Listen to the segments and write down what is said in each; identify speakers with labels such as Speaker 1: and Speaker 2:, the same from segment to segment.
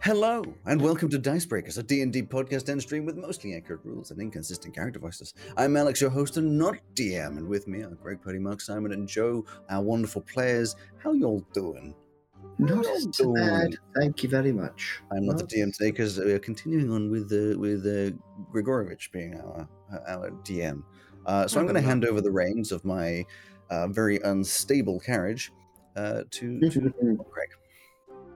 Speaker 1: Hello and welcome to Dicebreakers, a D&D podcast and stream with mostly accurate rules and inconsistent character voices. I'm Alex, your host and not DM, and with me are Greg Purdy, Mark Simon, and Joe, our wonderful players. How y'all doing?
Speaker 2: Not
Speaker 1: Well
Speaker 2: as too
Speaker 1: done.
Speaker 2: bad. Thank you very much.
Speaker 1: I'm not the DM today because we're continuing on with uh, with uh, Grigorovich being our our DM. Uh,
Speaker 2: Oh,
Speaker 1: so I'm going to hand over the reins of my uh, very unstable carriage uh, to, to Greg.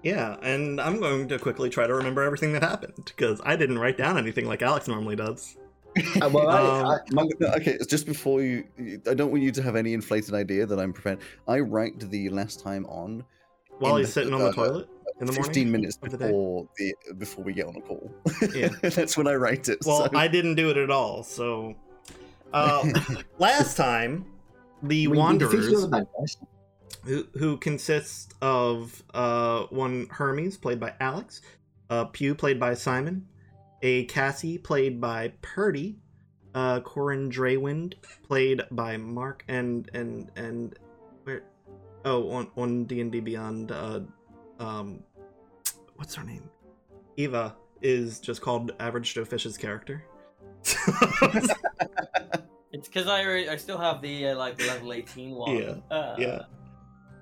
Speaker 3: Yeah, and I'm going to quickly try to remember everything that happened because I didn't write down anything like Alex normally does.
Speaker 2: Uh, well, I, I,
Speaker 3: Um,
Speaker 1: I'm gonna- okay, it's just before you, you- I don't want you to have any inflated idea that I'm prepared. I write the last time on
Speaker 3: While
Speaker 1: In
Speaker 3: he's
Speaker 1: the-
Speaker 3: sitting on the
Speaker 1: uh,
Speaker 3: toilet in the morning.
Speaker 1: fifteen minutes
Speaker 3: of the day.
Speaker 1: before the, before we get on a call.
Speaker 3: Yeah.
Speaker 1: that's when I write it.
Speaker 3: Well,
Speaker 1: so-
Speaker 3: I didn't do it at all. So, uh, last time, the Wanderers, who, who consists of uh, one Hermes played by Alex, uh, Pew played by Simon, a Cassie played by Purdy, uh, Corin Draywind played by Mark, and and and where? Oh, on on D and D Beyond. Uh, um, what's her name? Eva is just called Average Joe Fish's character.
Speaker 4: It's because I already, I still have the uh, like level eighteen one.
Speaker 3: Yeah,
Speaker 4: Uh,
Speaker 3: yeah.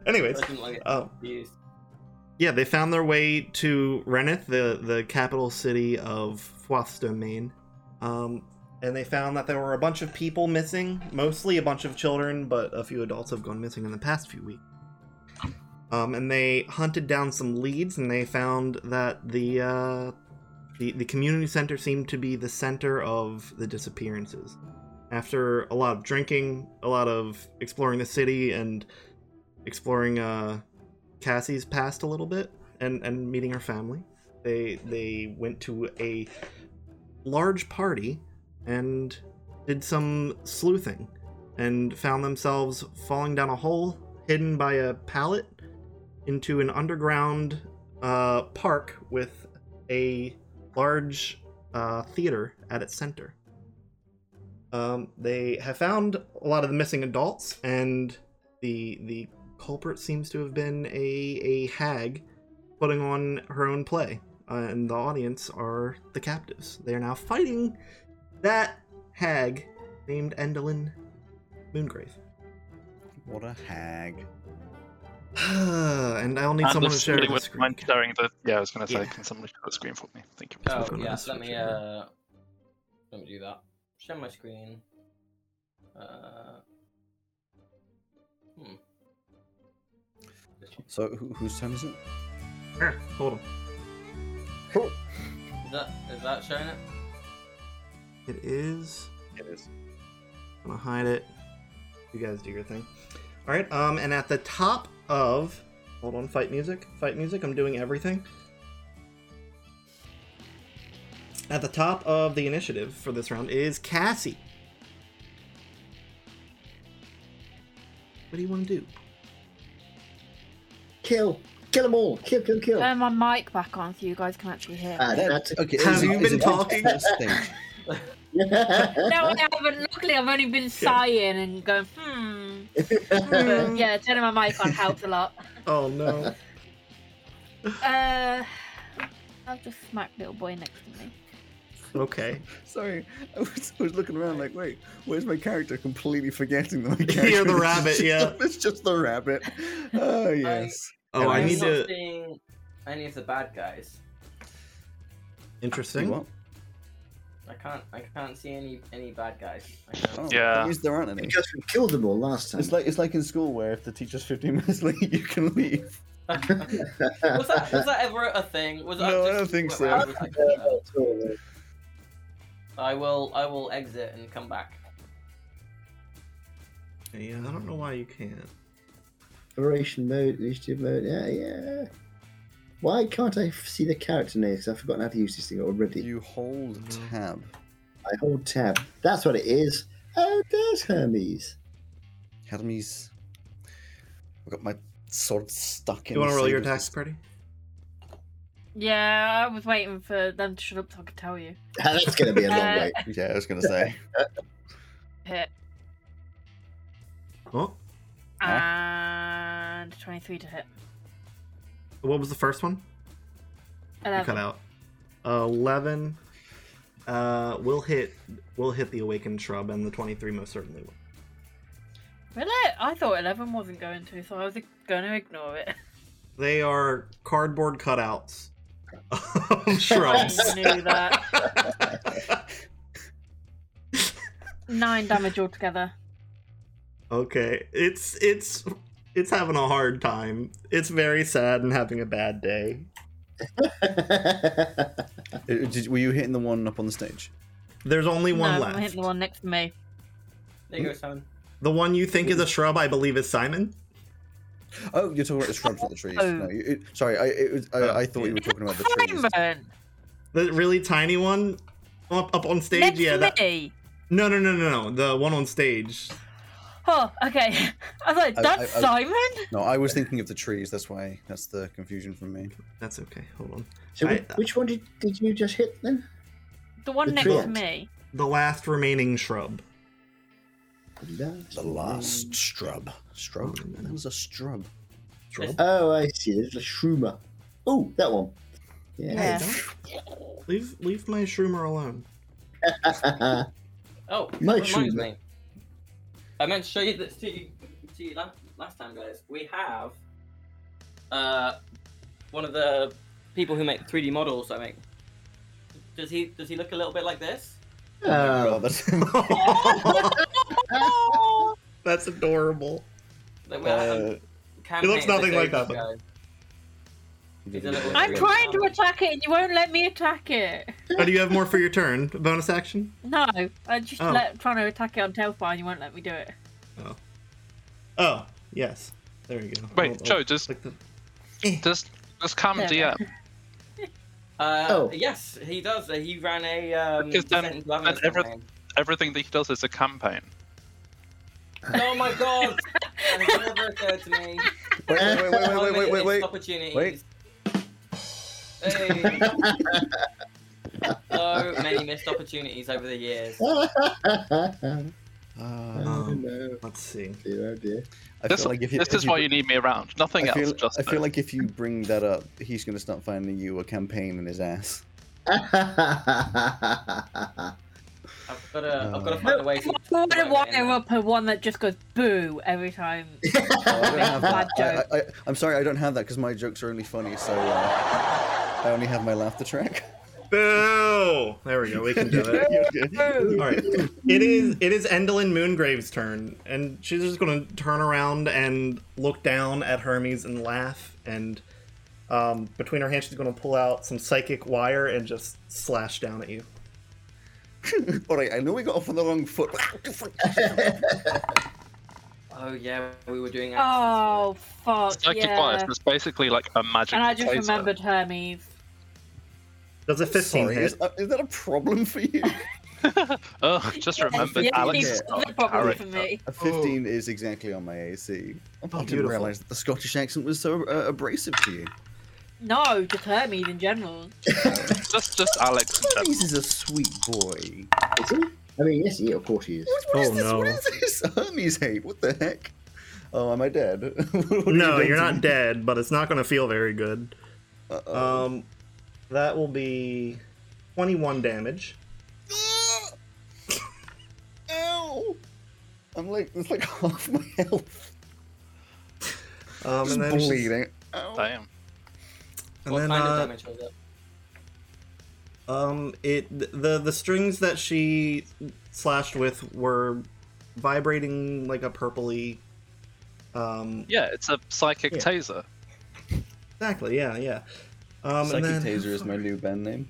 Speaker 4: but
Speaker 3: Anyways,
Speaker 4: I didn't like it
Speaker 3: um,
Speaker 4: used.
Speaker 3: yeah, they found their way to Reneth, the the capital city of Frothstone, Maine, um, and they found that there were a bunch of people missing, mostly a bunch of children, but a few adults have gone missing in the past few weeks. Um, and they hunted down some leads, and they found that the uh, the the community center seemed to be the center of the disappearances. After a lot of drinking, a lot of exploring the city, and exploring uh, Cassie's past a little bit and and meeting her family. They they went to a large party and did some sleuthing and found themselves falling down a hole hidden by a pallet into an underground uh, park with a large uh, theater at its center. Um, they have found a lot of the missing adults and the the culprit seems to have been a, a hag putting on her own play. Uh, and the audience are the captives. They are now fighting that hag named Endelin Moongrave.
Speaker 1: what a hag!
Speaker 3: and I'll need
Speaker 5: And
Speaker 3: someone
Speaker 5: if
Speaker 3: to share
Speaker 5: somebody
Speaker 3: the
Speaker 5: would
Speaker 3: screen.
Speaker 5: mind sharing the. Yeah, I was going to say,
Speaker 3: Yeah.
Speaker 5: can someone share the screen for me? Thank you.
Speaker 3: we've
Speaker 4: Oh
Speaker 3: got an
Speaker 4: yeah,
Speaker 3: S
Speaker 4: let me
Speaker 3: switch over.
Speaker 4: uh, let me do that. Share my screen. Uh, hmm.
Speaker 1: So who, whose time is it?
Speaker 3: Here, Hold on.
Speaker 4: Is that is that showing it?
Speaker 3: It is.
Speaker 1: It is.
Speaker 3: I'm gonna hide it. You guys do your thing. All right. Um, and at the top of, hold on, fight music, fight music. I'm doing everything. At the top of the initiative for this round is Cassie. What do you want to do?
Speaker 2: Kill. Kill them all. Kill, kill, kill.
Speaker 6: Turn my mic back on so you guys can actually hear.
Speaker 2: Uh, that's
Speaker 1: okay.
Speaker 3: Have
Speaker 1: is-
Speaker 3: you
Speaker 1: is
Speaker 3: been
Speaker 1: it-
Speaker 3: talking?
Speaker 1: it's a stage.
Speaker 6: no, I haven't. Luckily, I've only been sighing and going, hmm.
Speaker 3: Hmm.
Speaker 6: yeah, turning my mic on helps a lot.
Speaker 3: Oh no.
Speaker 6: Uh, I'll just smack little boy next to me.
Speaker 3: Okay.
Speaker 1: Sorry, I was, I was looking around like, wait, where's my character? Completely forgetting that my character.
Speaker 3: Yeah, the
Speaker 1: is
Speaker 3: rabbit,
Speaker 1: just-
Speaker 3: yeah.
Speaker 1: it's just the rabbit. Oh yes.
Speaker 3: Oh, I
Speaker 4: I'm
Speaker 3: need
Speaker 4: not
Speaker 3: to.
Speaker 4: seeing any of the bad guys.
Speaker 1: You
Speaker 3: Interesting.
Speaker 1: what?
Speaker 4: I can't I can't see any any bad guys. I can't.
Speaker 1: Oh,
Speaker 5: Yeah.
Speaker 1: that means there aren't any.
Speaker 2: Because we killed them all last time.
Speaker 1: It's like it's like in school where if the teacher's fifteen minutes late, you can leave.
Speaker 4: was
Speaker 2: Oh.
Speaker 4: that was that ever a thing? Was
Speaker 1: No, I
Speaker 4: I,
Speaker 1: don't
Speaker 4: just-
Speaker 1: think so.
Speaker 4: I was like, uh,
Speaker 2: That's all right.
Speaker 4: I will I will exit and come back.
Speaker 3: Yeah, I don't know why you can't.
Speaker 2: Operation mode, initiative mode. Yeah, yeah. Why can't I f- see the character names? 'Cause I've forgotten how to use this thing already.
Speaker 1: You hold
Speaker 3: Mm-hmm.
Speaker 1: tab.
Speaker 2: I hold tab. That's what it is. Oh, there's Hermes.
Speaker 1: Hermes. I've got my sword stuck in.
Speaker 3: You want to
Speaker 1: the
Speaker 3: roll your
Speaker 1: sabre's-
Speaker 3: attacks, Party?
Speaker 6: Yeah, I was waiting for them to shut up so I could tell you.
Speaker 2: That's going to be a long way.
Speaker 1: Yeah, I was gonna say.
Speaker 6: Hit.
Speaker 3: Oh,
Speaker 6: And 23 to hit.
Speaker 3: what was the first one? You cut out. Eleven. Uh, we'll hit. We'll hit the awakened shrub, and the twenty-three most certainly will.
Speaker 6: Really? I thought 11 wasn't going to, so I was going to ignore it.
Speaker 3: They are cardboard cutouts of shrubs.
Speaker 6: I knew Nine damage altogether.
Speaker 3: okay, it's it's it's having a hard time. It's very sad and having a bad day.
Speaker 1: Uh, Did, were you hitting the one up on the stage?
Speaker 3: There's only one
Speaker 6: no, I'm
Speaker 3: left.
Speaker 6: hitting the one next to me.
Speaker 4: There you go, Simon.
Speaker 3: The one you think is a shrub, I believe, is Simon.
Speaker 1: Oh, you're talking about the shrubs, not the
Speaker 3: Oh.
Speaker 1: trees. No, you, it, sorry, I, it was, I, I thought you were talking about the trees.
Speaker 6: Simon!
Speaker 3: The really tiny one up, up on stage.
Speaker 6: Next
Speaker 3: yeah,
Speaker 6: to
Speaker 3: that.
Speaker 6: me!
Speaker 3: No, no, no, no, no. The one on stage.
Speaker 6: Oh, okay. I was like,
Speaker 1: I-
Speaker 6: that's
Speaker 1: I- I-
Speaker 6: Simon?
Speaker 1: No, I was thinking of the trees. That's why. That's the confusion from me.
Speaker 3: That's okay. Hold on.
Speaker 2: So,
Speaker 3: I-
Speaker 2: whi- which one did, did you just hit then?
Speaker 6: The one
Speaker 2: The
Speaker 6: next to
Speaker 2: tree.
Speaker 6: me.
Speaker 3: The last remaining shrub.
Speaker 1: The last
Speaker 3: Mm.
Speaker 1: strub. Strub. That was a strub.
Speaker 3: Shrub.
Speaker 2: Oh, I see. There's a shroomer. Oh, that one.
Speaker 6: Yeah.
Speaker 2: Yeah.
Speaker 3: Don't- Leave leave my shroomer alone.
Speaker 4: Oh,
Speaker 2: My
Speaker 4: that reminds
Speaker 2: shoes,
Speaker 4: me. I meant to show you this to you, to you last, last time, guys. We have uh, one of the people who make 3D models. I make. Does he does he look a little bit like this?
Speaker 1: Oh,
Speaker 3: Um,
Speaker 2: oh,
Speaker 1: that's-
Speaker 3: That's adorable.
Speaker 4: Like we're having
Speaker 1: uh,
Speaker 4: campaigns
Speaker 3: looks nothing like
Speaker 4: against
Speaker 3: that,
Speaker 4: guys. He's a little-
Speaker 6: I'm trying to attack it and you won't let me attack it.
Speaker 3: Oh, do you have more for your turn? Bonus action?
Speaker 6: No, I just
Speaker 3: Oh.
Speaker 6: let, trying to attack it on Telfire and you won't let me do it.
Speaker 3: Oh, yes. There you go.
Speaker 5: Wait,
Speaker 3: Hold on.
Speaker 5: Joe, just
Speaker 3: Click the-
Speaker 5: just just come
Speaker 6: There we
Speaker 5: DM.
Speaker 4: Uh,
Speaker 2: Oh.
Speaker 4: Yes, he does. Uh, He ran a. Um,
Speaker 5: Because then-
Speaker 4: Descent into Avernus
Speaker 5: then every-
Speaker 4: campaign.
Speaker 5: Everything that he does is a campaign.
Speaker 4: Oh my god! it never occurred to me.
Speaker 1: wait, wait, wait, wait, wait, wait, wait, wait.
Speaker 4: Opportunities.
Speaker 1: Wait.
Speaker 4: Hey. so many missed opportunities over the years.
Speaker 1: Uh,
Speaker 2: Oh, no.
Speaker 3: Let's see.
Speaker 2: Dear, oh, dear.
Speaker 1: I
Speaker 5: This,
Speaker 1: feel like if you,
Speaker 5: this
Speaker 1: if
Speaker 5: is why you need me around. Nothing
Speaker 1: I feel,
Speaker 5: else. Just
Speaker 1: I feel
Speaker 5: this.
Speaker 1: like if you bring that up, he's going to start finding you a campaign in his ass.
Speaker 4: I've got to. I've got to
Speaker 1: Uh.
Speaker 4: find a way to.
Speaker 6: One
Speaker 4: Right,
Speaker 6: wire
Speaker 4: right.
Speaker 6: up and one that just goes boo every time.
Speaker 1: Oh, I don't have
Speaker 6: Bad
Speaker 1: that.
Speaker 6: joke.
Speaker 1: I, I, I, I'm sorry, I don't have that because my jokes are only funny, so uh, I only have my laughter track.
Speaker 3: Boo! There we go. We can do it. All right. It is it is Endelin Moongrave's turn, and she's just gonna turn around and look down at Hermes and laugh. And um, between her hands, she's gonna pull out some psychic wire and just slash down at you.
Speaker 1: All right, I know we got off on the wrong foot.
Speaker 4: Oh yeah, we were doing. accents.
Speaker 6: Oh, fuck.
Speaker 5: Psychic
Speaker 6: yeah.
Speaker 5: bias is basically like a magic.
Speaker 6: And I just
Speaker 5: taser.
Speaker 6: remembered Hermes.
Speaker 3: Does a fifteen
Speaker 1: Sorry,
Speaker 3: hit?
Speaker 1: is, uh, is that a problem for you?
Speaker 5: Oh, just remembered
Speaker 1: yes,
Speaker 5: Alex.
Speaker 1: yes,
Speaker 5: is
Speaker 1: yes,
Speaker 5: not a
Speaker 6: probably for
Speaker 5: character.
Speaker 6: me.
Speaker 1: A 15 is exactly on my AC. I didn't
Speaker 3: beautiful.
Speaker 1: realize that the Scottish accent was so uh, abrasive to you.
Speaker 6: No, just Hermes in general.
Speaker 5: Just just Alex. in general.
Speaker 1: Hermes is a sweet boy.
Speaker 2: Is he? I mean, yes, he, of course he is.
Speaker 1: What, what is this? What
Speaker 3: Oh, no.
Speaker 1: is this? Hermes hate? What the heck? Oh, am I dead? What have you
Speaker 3: No,
Speaker 1: done
Speaker 3: you're
Speaker 1: to
Speaker 3: not
Speaker 1: me?
Speaker 3: dead, but it's not gonna feel very good.
Speaker 1: Uh-oh.
Speaker 3: Um, that will be twenty-one damage. Uh,
Speaker 1: Ow! I'm like, it's like half my health.
Speaker 3: Um,
Speaker 1: Just
Speaker 3: and then she's-
Speaker 1: bleeding. Ow.
Speaker 5: Damn.
Speaker 3: and
Speaker 4: What
Speaker 3: then,
Speaker 4: kind
Speaker 3: uh,
Speaker 4: of damage was it?
Speaker 3: Um, it th- the the strings that she slashed with were vibrating like a purpley. Um,
Speaker 5: Yeah, it's a psychic
Speaker 3: Yeah.
Speaker 5: taser.
Speaker 3: exactly. Yeah, yeah. Um,
Speaker 1: Psychic
Speaker 3: and then,
Speaker 1: Taser is my new band name.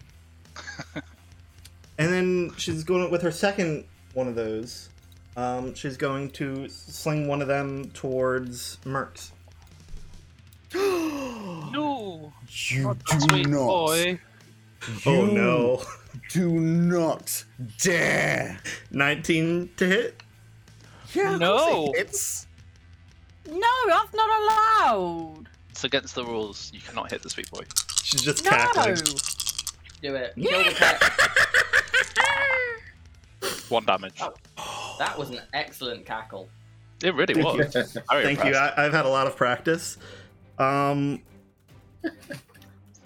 Speaker 3: And then she's going with her second one of those. Um, she's going to sling one of them towards Mercs.
Speaker 5: No,
Speaker 1: You
Speaker 5: not Oh, sweet eh. boy.
Speaker 3: Oh no!
Speaker 1: Do not dare.
Speaker 3: Nineteen to hit.
Speaker 1: Yeah,
Speaker 5: of course it
Speaker 1: it's
Speaker 6: No, that's not allowed.
Speaker 5: It's against the rules. You cannot hit the sweet boy.
Speaker 3: She's just
Speaker 6: No.
Speaker 3: cackling.
Speaker 4: Do it. Kill the pet.
Speaker 5: One damage.
Speaker 4: Oh. That was an excellent cackle.
Speaker 5: It really
Speaker 2: Thank
Speaker 5: was. Very
Speaker 3: Thank you.
Speaker 5: impressed.
Speaker 3: I, I've had a lot of practice. Um,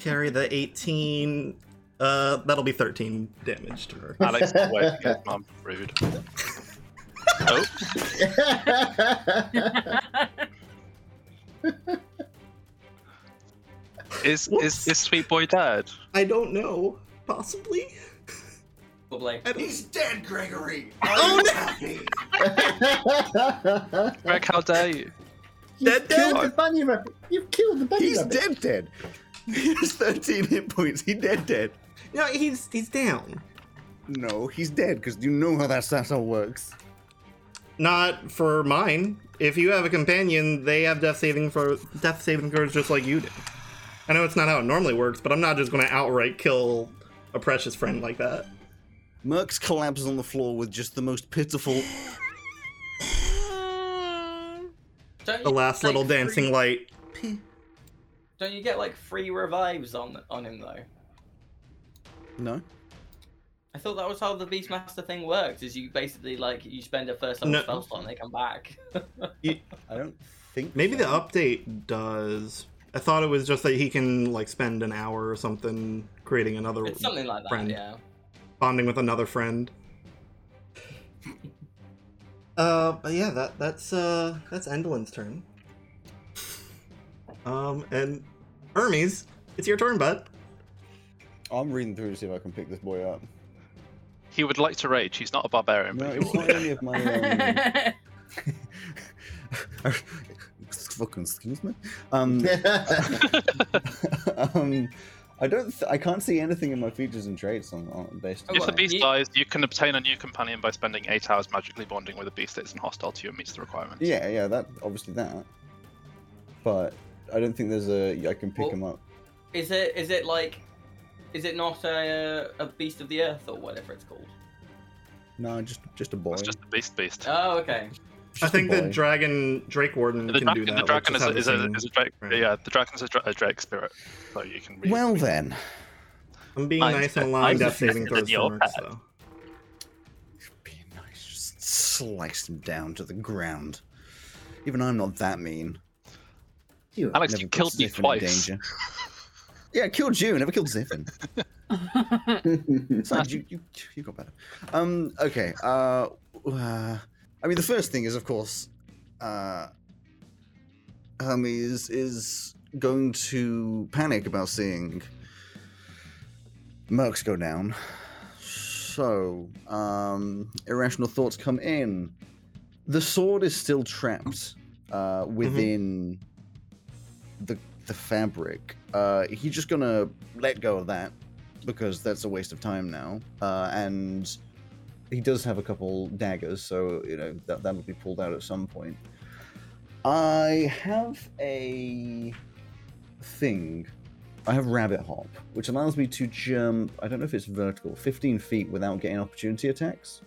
Speaker 3: Carry the 18. Uh, that'll be 13 damage to her.
Speaker 5: Alex is away because mum rude. Oh, is is is sweet boy dead?
Speaker 3: I don't know. Possibly.
Speaker 4: Probably.
Speaker 3: I don't...
Speaker 7: He's dead, Gregory.
Speaker 3: Oh, no.
Speaker 7: happy?
Speaker 5: Greg, how dare you?
Speaker 7: Dead,
Speaker 2: You've killed
Speaker 7: dead.
Speaker 2: the bunny rabbit. You've killed the bunny
Speaker 7: He's dead,
Speaker 2: rabbit.
Speaker 7: dead. He has 13 hit points. He dead, dead.
Speaker 3: No, he's he's down.
Speaker 1: No, he's dead because you know how that stat all works.
Speaker 3: Not for mine. If you have a companion, they have death saving for death saving throws just like you do. I know it's not how it normally works, but I'm not just going to outright kill a precious friend like that.
Speaker 1: Merx collapses on the floor with just the most pitiful.
Speaker 4: Don't
Speaker 3: The
Speaker 4: you
Speaker 3: last
Speaker 4: get, like,
Speaker 3: little
Speaker 4: free-
Speaker 3: dancing light.
Speaker 4: Don't you get like free revives on on him though?
Speaker 1: No,
Speaker 4: I thought that was how the Beastmaster thing works. Is you basically like you spend a first level
Speaker 3: No.
Speaker 4: spell slot and they come back.
Speaker 1: I don't think.
Speaker 3: Maybe the
Speaker 1: so.
Speaker 3: update does. I thought it was just that he can like spend an hour or something creating another
Speaker 4: it's something like that.
Speaker 3: friend.
Speaker 4: Yeah.
Speaker 3: bonding with another friend. Uh, but yeah, that that's uh that's Endolin's turn. Um, and Hermes, it's your turn, bud.
Speaker 1: I'm reading through to see if I can pick this boy up.
Speaker 5: He would like to rage. He's not a barbarian.
Speaker 1: No,
Speaker 5: but he
Speaker 1: it's
Speaker 5: will.
Speaker 1: not any of my. Um... Fucking excuse me. Um, um, I don't. Th- I can't see anything in my features and traits on, on based.
Speaker 4: Oh,
Speaker 5: If the
Speaker 4: well,
Speaker 5: beast
Speaker 4: you-
Speaker 5: dies, you can obtain a new companion by spending eight hours magically bonding with a beast that isn't hostile to you and meets the requirements.
Speaker 1: Yeah, yeah, that obviously that. But I don't think there's a I can pick
Speaker 4: Well-
Speaker 1: him up.
Speaker 4: Is it is it like is it not a a beast of the earth or whatever it's called?
Speaker 1: No, just just a boy.
Speaker 5: It's just a beast beast.
Speaker 4: Oh, okay.
Speaker 1: Just
Speaker 3: I think
Speaker 1: a
Speaker 3: the
Speaker 1: boy.
Speaker 3: dragon Drake Warden
Speaker 5: the
Speaker 3: can
Speaker 5: dragon,
Speaker 3: do that.
Speaker 5: the dragon
Speaker 3: which
Speaker 5: is, a,
Speaker 3: how
Speaker 5: is,
Speaker 3: the
Speaker 5: a,
Speaker 3: thing-
Speaker 5: is a drake.
Speaker 3: Right.
Speaker 5: Yeah, the dragon's a, dra- a drake spirit, so you can. Read.
Speaker 1: Well then,
Speaker 3: I'm being
Speaker 5: Mine's
Speaker 3: nice and
Speaker 5: a-
Speaker 3: allowing
Speaker 5: mine's a
Speaker 3: death saving
Speaker 5: faster than
Speaker 3: throws
Speaker 5: your
Speaker 3: for Mercs, though.
Speaker 1: be nice. Just slice him down to the ground. Even I'm not that mean.
Speaker 2: You
Speaker 5: Alex,
Speaker 1: Never
Speaker 5: you
Speaker 1: put
Speaker 5: killed me
Speaker 1: Ziffin in
Speaker 5: twice.
Speaker 1: danger. yeah, I killed you. Never killed Ziffin. Besides, you, you you got better. Um. Okay. Uh, uh. I mean, the first thing is, of course, uh, Hermes is going to panic about seeing Mercs go down. So, um, irrational thoughts come in. The sword is still trapped uh, within the the fabric. Uh, he's just gonna let go of that because that's a waste of time now. Uh, and he does have a couple daggers, so you know that that'll be pulled out at some point. I have a thing. I have rabbit hop, which allows me to jump. I don't know if it's vertical, 15 feet without getting opportunity attacks.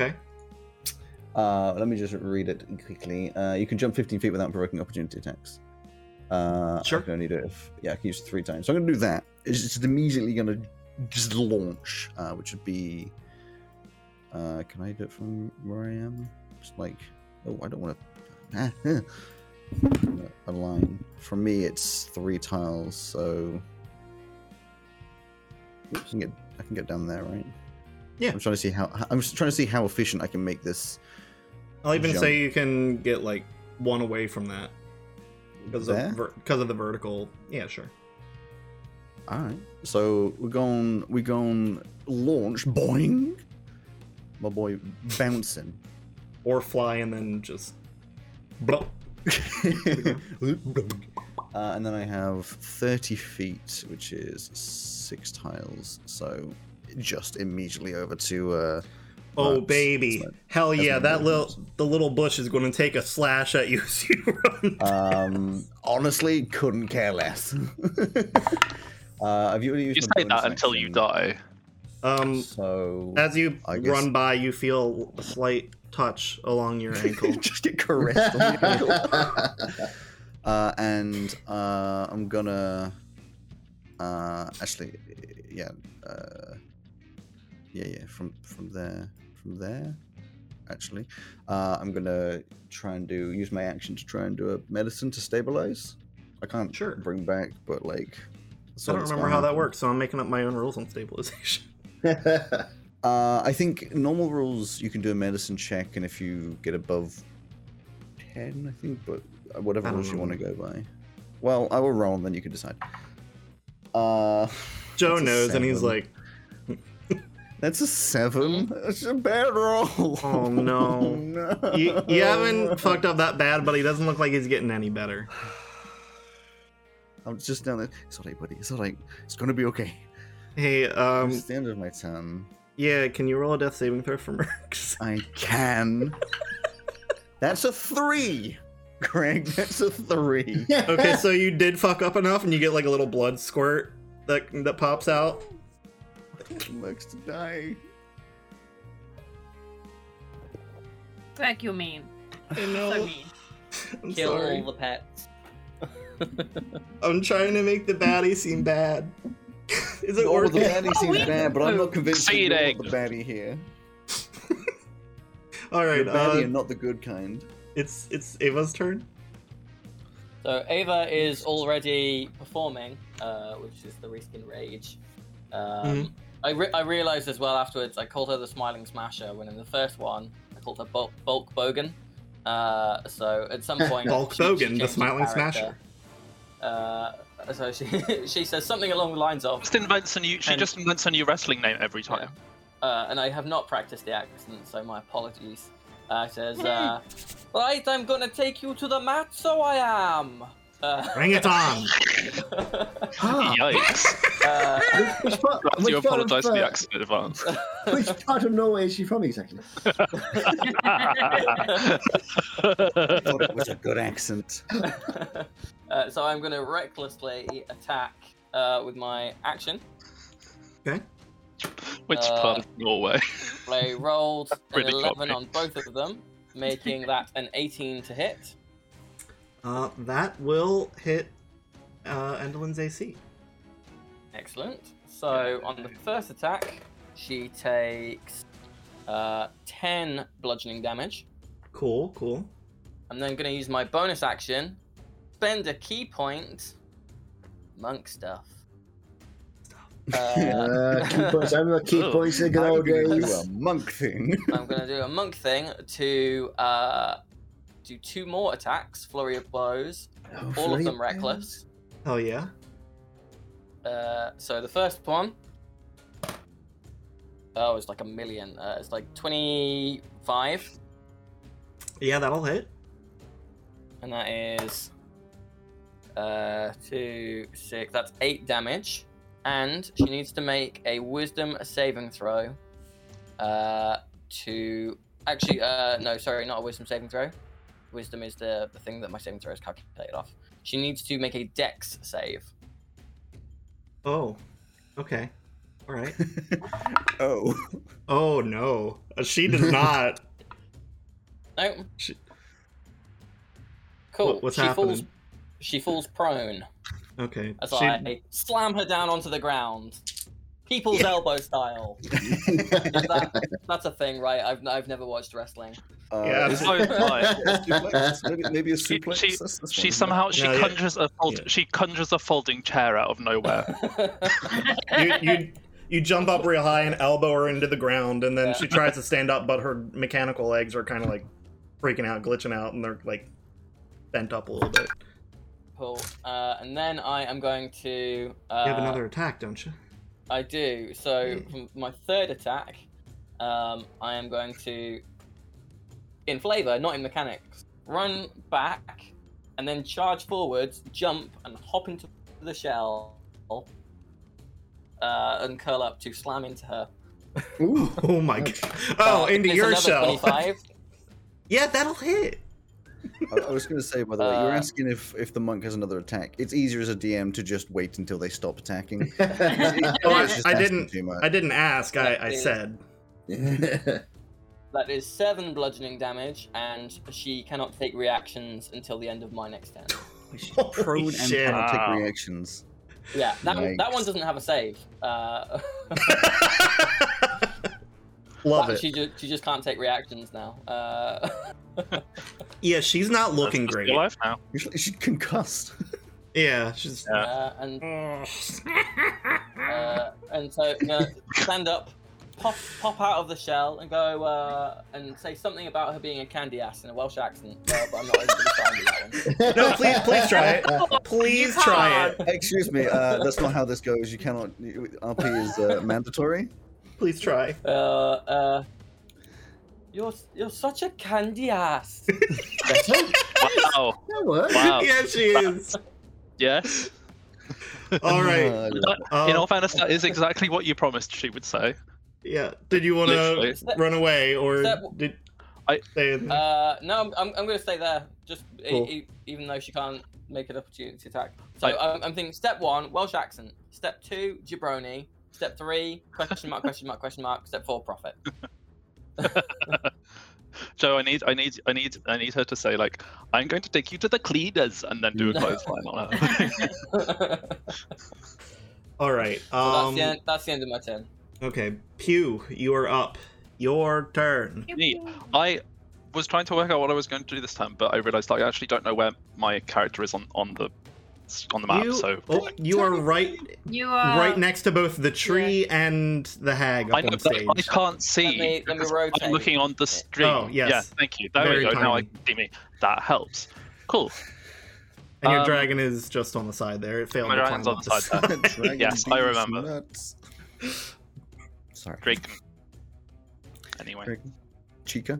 Speaker 3: Okay.
Speaker 1: Uh, let me just read it quickly. Uh, you can jump 15 feet without provoking opportunity attacks. Uh,
Speaker 3: Sure.
Speaker 1: I can only do it if yeah, I can use it three times. So I'm going to do that. It's just immediately going to just launch, uh, which would be. Uh, can I do it from where I am? Just like, oh, I don't want to. a line. For me, it's three tiles, so I can get I can get down there, right?
Speaker 3: Yeah.
Speaker 1: I'm trying to see how I'm just trying to see how efficient I can make this.
Speaker 3: I'll even
Speaker 1: Jump.
Speaker 3: say you can get like one away from that because
Speaker 1: There?
Speaker 3: of because of the vertical. Yeah, sure.
Speaker 1: All right. So we're going we're going launch boing. My boy bouncing.
Speaker 3: Or fly and then just.
Speaker 1: Oh,
Speaker 3: Blah.
Speaker 1: Uh, and then I have 30 feet, which is six tiles. So just immediately over to. Uh,
Speaker 3: Oh
Speaker 1: That's-
Speaker 3: baby,
Speaker 1: that's
Speaker 3: hell
Speaker 1: that's
Speaker 3: yeah!
Speaker 1: my
Speaker 3: That
Speaker 1: main
Speaker 3: little
Speaker 1: reason.
Speaker 3: the little bush is going to take a slash at you as you run.
Speaker 1: um, honestly, couldn't care less. uh, have you already used
Speaker 5: You
Speaker 1: my
Speaker 5: say
Speaker 1: bonus
Speaker 5: that until you
Speaker 1: action?
Speaker 5: die.
Speaker 3: Um,
Speaker 1: So
Speaker 3: as you
Speaker 1: I guess-
Speaker 3: run by, you feel a slight touch along your ankle.
Speaker 1: just get caressed. on the ankle. uh, and uh, I'm gonna uh, actually, yeah, uh, yeah, yeah. From from there, from there. Actually, uh, I'm gonna try and do use my action to try and do a medicine to stabilize. I can't
Speaker 3: Sure.
Speaker 1: bring back, but like That's
Speaker 3: I
Speaker 1: all
Speaker 3: don't
Speaker 1: that's
Speaker 3: remember
Speaker 1: gone
Speaker 3: how that
Speaker 1: on.
Speaker 3: works, so I'm making up my own rules on stabilization.
Speaker 1: Uh, I think normal rules you can do a medicine check, and if you get above ten, I think, but uh, whatever
Speaker 3: I don't
Speaker 1: rules you
Speaker 3: know.
Speaker 1: want to go by. Well, I will roll, and then you can decide. Uh,
Speaker 3: Joe
Speaker 1: That's a
Speaker 3: knows, and he's
Speaker 1: seven.
Speaker 3: like,
Speaker 1: that's a seven. That's a bad roll.
Speaker 3: Hmm? Oh, no.
Speaker 1: no.
Speaker 3: you, you haven't fucked up that bad, but he doesn't look like he's getting any better.
Speaker 1: I'm just down there. It's alright, buddy. It's alright. It's gonna be okay.
Speaker 3: Hey, um,
Speaker 1: it's the end of my turn.
Speaker 3: yeah, can you roll a death saving throw for Mercs?
Speaker 1: I can. that's a three, Greg. That's a three.
Speaker 3: okay, so you did fuck up enough, and you get like a little blood squirt that that pops out.
Speaker 1: Looks to die.
Speaker 6: Fuck you mean.
Speaker 3: I
Speaker 6: So
Speaker 3: know.
Speaker 6: mean.
Speaker 3: I'm
Speaker 4: Kill
Speaker 3: sorry.
Speaker 4: all the pets.
Speaker 3: I'm trying to make the baddie seem bad. Is it
Speaker 1: All of the
Speaker 3: working?
Speaker 1: baddie seems
Speaker 6: we-
Speaker 1: bad, but I'm not convinced that you're
Speaker 5: Succeeding.
Speaker 1: the baddie here.
Speaker 3: All
Speaker 1: You're
Speaker 3: right,
Speaker 1: baddie and
Speaker 3: uh,
Speaker 1: not the good kind.
Speaker 3: it's it's Ava's turn.
Speaker 4: So Ava is already performing, uh, which is the reskin rage. Um,
Speaker 3: Mhm.
Speaker 4: I, re- I realized as well afterwards. I called her the Smiling Smasher when in the first one I called her Bulk, Bulk Bogan. Uh, so at some point,
Speaker 3: Bulk
Speaker 4: she- she
Speaker 3: Bogan,
Speaker 4: changed
Speaker 3: the
Speaker 4: her
Speaker 3: Smiling
Speaker 4: character.
Speaker 3: Smasher.
Speaker 4: Uh, so she she says something along the lines of,
Speaker 5: Just invents a new. She
Speaker 4: And-
Speaker 5: just invents a new wrestling name every time.
Speaker 4: uh, and I have not practiced the accent, so my apologies. Uh, says,
Speaker 3: Hmm.
Speaker 4: uh, right, I'm gonna take you to the mat, so I am. Uh,
Speaker 3: Bring it on!
Speaker 2: Ah,
Speaker 5: Yikes!
Speaker 4: uh,
Speaker 2: which part,
Speaker 5: Glad
Speaker 2: which
Speaker 5: you
Speaker 2: part of,
Speaker 5: apologise for the
Speaker 2: uh,
Speaker 5: accident in advance.
Speaker 2: Which part of Norway is she from exactly?
Speaker 1: I thought it was a good accent.
Speaker 4: uh, so I'm gonna recklessly attack uh, with my action.
Speaker 5: Which
Speaker 4: Uh,
Speaker 5: part of Norway?
Speaker 4: I rolled an
Speaker 5: Really
Speaker 4: 11
Speaker 5: copy.
Speaker 4: on both of them, making that an 18 to hit.
Speaker 3: Uh, that will hit uh, Endolin's AC.
Speaker 4: Excellent. So on the first attack, she takes uh, 10 bludgeoning damage.
Speaker 3: Cool, cool.
Speaker 4: I'm then going to use my bonus action, spend a key point, monk stuff. Uh,
Speaker 2: Uh, key points. I remember key
Speaker 5: Oh.
Speaker 2: points in the good
Speaker 1: I'm
Speaker 2: old
Speaker 1: gonna do a
Speaker 2: days.
Speaker 1: monk thing.
Speaker 4: I'm going to do a monk thing to uh, do two more attacks, flurry of blows,
Speaker 1: Oh,
Speaker 4: all of them reckless.
Speaker 3: Hell yeah.
Speaker 4: Uh, so the first one, oh, it's like a million. Uh, it's like 25.
Speaker 3: Yeah, that'll hit.
Speaker 4: and that is uh two six that's eight damage and she needs to make a wisdom saving throw uh to actually uh no sorry not a wisdom saving throw wisdom is the, the thing that my saving throw is calculated off she needs to make a dex save
Speaker 3: Oh, okay. All right.
Speaker 1: oh.
Speaker 3: Oh no, Uh, she does not.
Speaker 4: no
Speaker 3: She-
Speaker 4: cool
Speaker 3: What- what's
Speaker 4: she
Speaker 3: happening?
Speaker 4: falls she falls prone
Speaker 3: Okay.
Speaker 4: as
Speaker 3: she-
Speaker 4: i slam her down onto the ground people's elbow style Is that- that's a thing, right? I've I've never watched wrestling.
Speaker 1: Uh,
Speaker 3: Yeah.
Speaker 1: is it
Speaker 5: Oh, right.
Speaker 1: a suplex? Maybe, maybe a suplex.
Speaker 5: she-
Speaker 1: That's this
Speaker 5: She
Speaker 1: one.
Speaker 5: somehow she
Speaker 3: No, yeah.
Speaker 5: conjures a fold,
Speaker 3: Yeah.
Speaker 5: she conjures a folding chair out of nowhere.
Speaker 3: you, you you jump up real high and elbow her into the ground, and then
Speaker 4: Yeah.
Speaker 3: she tries to stand up, but her mechanical legs are kind of like freaking out, glitching out, and they're like bent up a little bit.
Speaker 4: cool. Uh, and then I am going to. Uh,
Speaker 3: You have another attack, don't you?
Speaker 4: I do. So from my third attack, um, I am going to, in flavor, not in mechanics, run back, and then charge forwards, jump, and hop into the shell, uh, and curl up to slam into her.
Speaker 2: Ooh.
Speaker 3: Oh my god!
Speaker 2: Ouch.
Speaker 3: Oh,
Speaker 4: Uh,
Speaker 3: into
Speaker 4: it's
Speaker 3: your
Speaker 4: another
Speaker 3: shell.
Speaker 4: 25.
Speaker 3: Yeah, that'll hit.
Speaker 1: I, I was going to say, by the way, you were
Speaker 4: Uh,
Speaker 1: asking if, if the monk has another attack. It's easier as a DM to just wait until they stop attacking.
Speaker 3: Oh,
Speaker 1: It's just
Speaker 3: I
Speaker 1: asking
Speaker 3: didn't.
Speaker 1: Too much.
Speaker 3: I didn't ask. I, I
Speaker 4: Yeah.
Speaker 3: said.
Speaker 4: That is seven bludgeoning damage, and she cannot take reactions until the end of my next turn.
Speaker 1: Prone and
Speaker 3: shit. Ah.
Speaker 1: cannot
Speaker 5: Wow.
Speaker 1: take reactions.
Speaker 4: Yeah, that, one- that one
Speaker 1: Yikes.
Speaker 4: doesn't have a save. Uh,
Speaker 3: Love
Speaker 4: but
Speaker 3: it.
Speaker 4: She just, she just can't take reactions now. Uh,
Speaker 3: Yeah, she's not looking
Speaker 5: That's
Speaker 3: great.
Speaker 5: Your life now.
Speaker 1: Usually she'd concussed.
Speaker 3: Yeah, she's.
Speaker 5: Yeah.
Speaker 4: Uh, and uh, and so you know, stand up, pop pop out of the shell, and go uh, and say something about her being a candy ass in a Welsh accent. Uh, but I'm not even trying to do that one.
Speaker 3: No, please, please try it. Please try it.
Speaker 1: Excuse me, uh, that's not how this goes. You cannot. you- RP is uh, mandatory.
Speaker 3: Please try.
Speaker 4: Uh, uh, you're you're such a candy ass.
Speaker 5: Wow.
Speaker 2: That works.
Speaker 4: Oh.
Speaker 5: Wow.
Speaker 3: Yeah, she is.
Speaker 5: Yes.
Speaker 3: All right.
Speaker 1: Uh,
Speaker 5: In
Speaker 3: Um,
Speaker 5: all fairness, that is exactly what you promised she would say.
Speaker 3: yeah. Did you want to
Speaker 5: Literally.
Speaker 4: Step-
Speaker 3: run away or
Speaker 4: Step-
Speaker 3: did
Speaker 5: I-
Speaker 3: say
Speaker 4: Uh, no, I'm, I'm, I'm going to stay there, just e-
Speaker 3: Cool.
Speaker 4: e- even though she can't make an opportunity attack. So
Speaker 5: Right.
Speaker 4: I'm, I'm thinking step one, Welsh accent. Step two, jabroni. Step three, question mark, question mark, question mark. Step four, profit.
Speaker 5: Joe, I need, I need, I need, I need her to say like, "I'm going to take you to the cleaners," and then do a clothesline on her.
Speaker 4: so that's,
Speaker 3: All right. Um,
Speaker 4: the end, that's the end of my turn.
Speaker 3: okay. Pew, you are up. Your turn.
Speaker 5: Neat. I was trying to work out what I was going to do this time, but I realized I actually don't know where my character is on on the on the map.
Speaker 3: you,
Speaker 5: so
Speaker 3: oh, you are right,
Speaker 6: You are
Speaker 3: right next to both the tree and the hag up
Speaker 5: I know,
Speaker 3: on
Speaker 5: but
Speaker 3: stage.
Speaker 5: I can't see.
Speaker 4: Let me- let me
Speaker 5: because
Speaker 4: rotate.
Speaker 5: I'm looking on the stream.
Speaker 3: Oh, yes.
Speaker 5: Yeah, thank you. There
Speaker 3: Very
Speaker 5: we go. Now I
Speaker 3: tiny.
Speaker 5: can see me. That helps. Cool.
Speaker 3: And your
Speaker 5: Um,
Speaker 3: dragon is just on the side there. It failed
Speaker 5: my
Speaker 3: to climb
Speaker 5: dragon's on
Speaker 3: up
Speaker 5: the side there.
Speaker 3: side.
Speaker 1: Dragon
Speaker 5: Yes, I
Speaker 1: Beans
Speaker 5: remember.
Speaker 1: Nuts. Sorry,
Speaker 5: Drake. Anyway.
Speaker 1: Drake. Chica.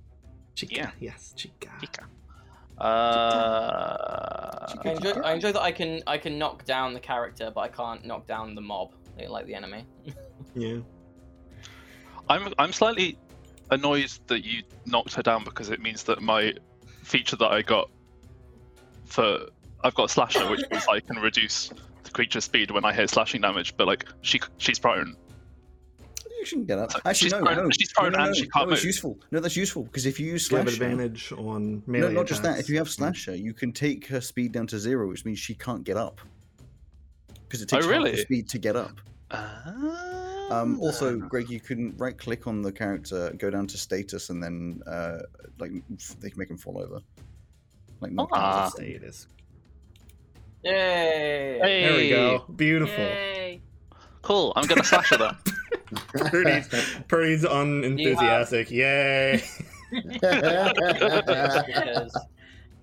Speaker 3: Chica.
Speaker 5: Yeah.
Speaker 3: Yes, Chica.
Speaker 5: Chica. Uh,
Speaker 4: I enjoy, I enjoy that I can I can knock down the character, but I can't knock down the mob, like the enemy.
Speaker 3: Yeah.
Speaker 5: I'm I'm slightly annoyed that you knocked her down because it means that my feature that I got for I've got slasher, which means I can reduce the creature's speed when I hit slashing damage, but like she she's prone.
Speaker 1: You can get up. Actually,
Speaker 5: She's
Speaker 1: no,
Speaker 5: prone-
Speaker 1: no.
Speaker 5: she's prone
Speaker 1: no, no,
Speaker 5: and
Speaker 1: no.
Speaker 5: she can't
Speaker 1: no, it's
Speaker 5: move.
Speaker 1: useful. No, that's useful because if you use
Speaker 3: You have
Speaker 1: slasher,
Speaker 3: advantage on melee
Speaker 1: no, not just that.
Speaker 3: attacks.
Speaker 1: If you have slasher, you can take her speed down to zero, which means she can't get up because it
Speaker 5: Oh,
Speaker 1: takes half
Speaker 5: really?
Speaker 1: the speed to get up.
Speaker 5: Oh,
Speaker 1: Um, also, Greg, you can right-click on the character, go down to status, and then uh, like f- they can make him fall over. Like knock down
Speaker 5: Ah.
Speaker 1: is a
Speaker 3: Say
Speaker 1: thing.
Speaker 3: it is.
Speaker 4: Yay!
Speaker 5: Hey.
Speaker 3: There we go. Beautiful.
Speaker 6: Yay.
Speaker 5: cool. I'm gonna slasher them.
Speaker 3: Purdy's, Purdy's unenthusiastic. Yay.
Speaker 4: Because-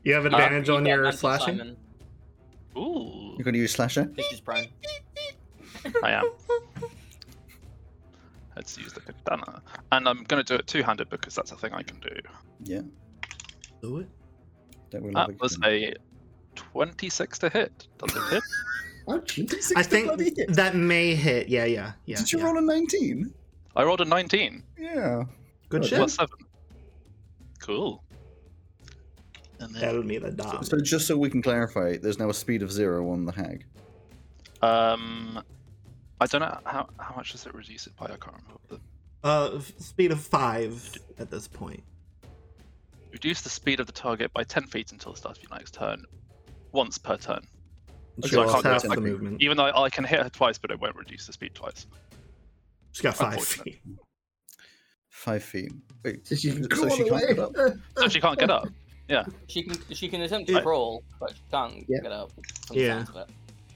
Speaker 3: You have advantage
Speaker 4: Uh,
Speaker 3: on
Speaker 4: you got
Speaker 3: your
Speaker 4: Mantis
Speaker 3: slashing?
Speaker 4: Simon,
Speaker 5: Ooh,
Speaker 1: You're going to use slasher.
Speaker 4: because she's prone.
Speaker 5: I am. Let's use the katana, and I'm gonna do it two-handed because that's a thing I can do.
Speaker 1: Yeah,
Speaker 3: Do it.
Speaker 1: don't worry.
Speaker 5: That
Speaker 1: Lovick,
Speaker 5: was
Speaker 1: then.
Speaker 5: a 26 to hit. Does it hit?
Speaker 2: Oh, Jesus.
Speaker 1: D6
Speaker 3: I
Speaker 1: to
Speaker 3: think
Speaker 1: bloody hit.
Speaker 3: that may hit. Yeah, yeah, yeah.
Speaker 1: Did you
Speaker 3: yeah.
Speaker 1: roll a 19?
Speaker 5: I rolled a 19.
Speaker 1: Yeah.
Speaker 3: Good
Speaker 1: Oh,
Speaker 3: shit.
Speaker 5: Plus seven. Cool. And
Speaker 3: Tell
Speaker 5: then,
Speaker 3: me the
Speaker 1: So,
Speaker 3: damage.
Speaker 1: so just so we can clarify, there's now a speed of zero on the hag.
Speaker 5: um, I don't know how, how much does it reduce it by. I can't remember. The,
Speaker 3: Uh, f- speed of five at this point.
Speaker 5: reduce the speed of the target by ten feet until the start of your next turn, once per turn.
Speaker 3: She
Speaker 5: So I
Speaker 3: lost
Speaker 5: can't go
Speaker 3: half
Speaker 5: to
Speaker 3: the
Speaker 5: my-
Speaker 3: movement.
Speaker 5: Even though I can hit her twice, but it won't reduce the speed twice.
Speaker 3: She's got five
Speaker 5: Unfortunate.
Speaker 3: feet.
Speaker 1: Five feet. Wait,
Speaker 2: So she can
Speaker 1: so she
Speaker 2: crawl
Speaker 1: can't get up.
Speaker 2: away.
Speaker 5: So she can't get up.
Speaker 4: She can she can attempt to
Speaker 3: I-
Speaker 4: crawl, but she can't
Speaker 2: Yeah.
Speaker 4: get up. from the
Speaker 3: Yeah.
Speaker 4: sounds of it.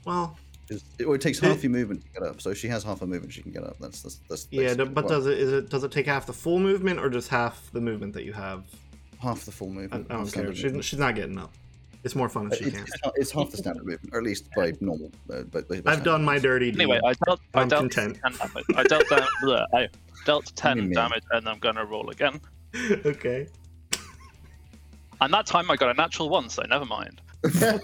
Speaker 3: Well,
Speaker 1: It's- It, well, it takes
Speaker 3: Did-
Speaker 1: half your movement to get up, so if she has half a movement she can get up. That's that's that's.
Speaker 3: yeah,
Speaker 1: basically
Speaker 3: d- but
Speaker 1: what-
Speaker 3: does it is it does it take half the full movement or just half the movement that you have?
Speaker 1: half the full
Speaker 3: I, I
Speaker 1: movement? half
Speaker 3: don't care.
Speaker 1: standard
Speaker 3: She,
Speaker 1: movement.
Speaker 3: she's not getting up. It's more fun
Speaker 1: Uh,
Speaker 3: if she
Speaker 1: it's,
Speaker 3: can.
Speaker 1: it's half- it's half the standard movement, or at least by normal. Uh, by, by
Speaker 3: I've done my dirty. deed.
Speaker 5: Anyway, I dealt. I
Speaker 3: I'm
Speaker 5: dealt
Speaker 3: content.
Speaker 5: ten damage. I dealt. Down, bleh, I dealt ten
Speaker 1: mean?
Speaker 5: damage, and I'm gonna roll again.
Speaker 3: okay.
Speaker 5: And that time I got a natural one, so never mind.
Speaker 4: It's still,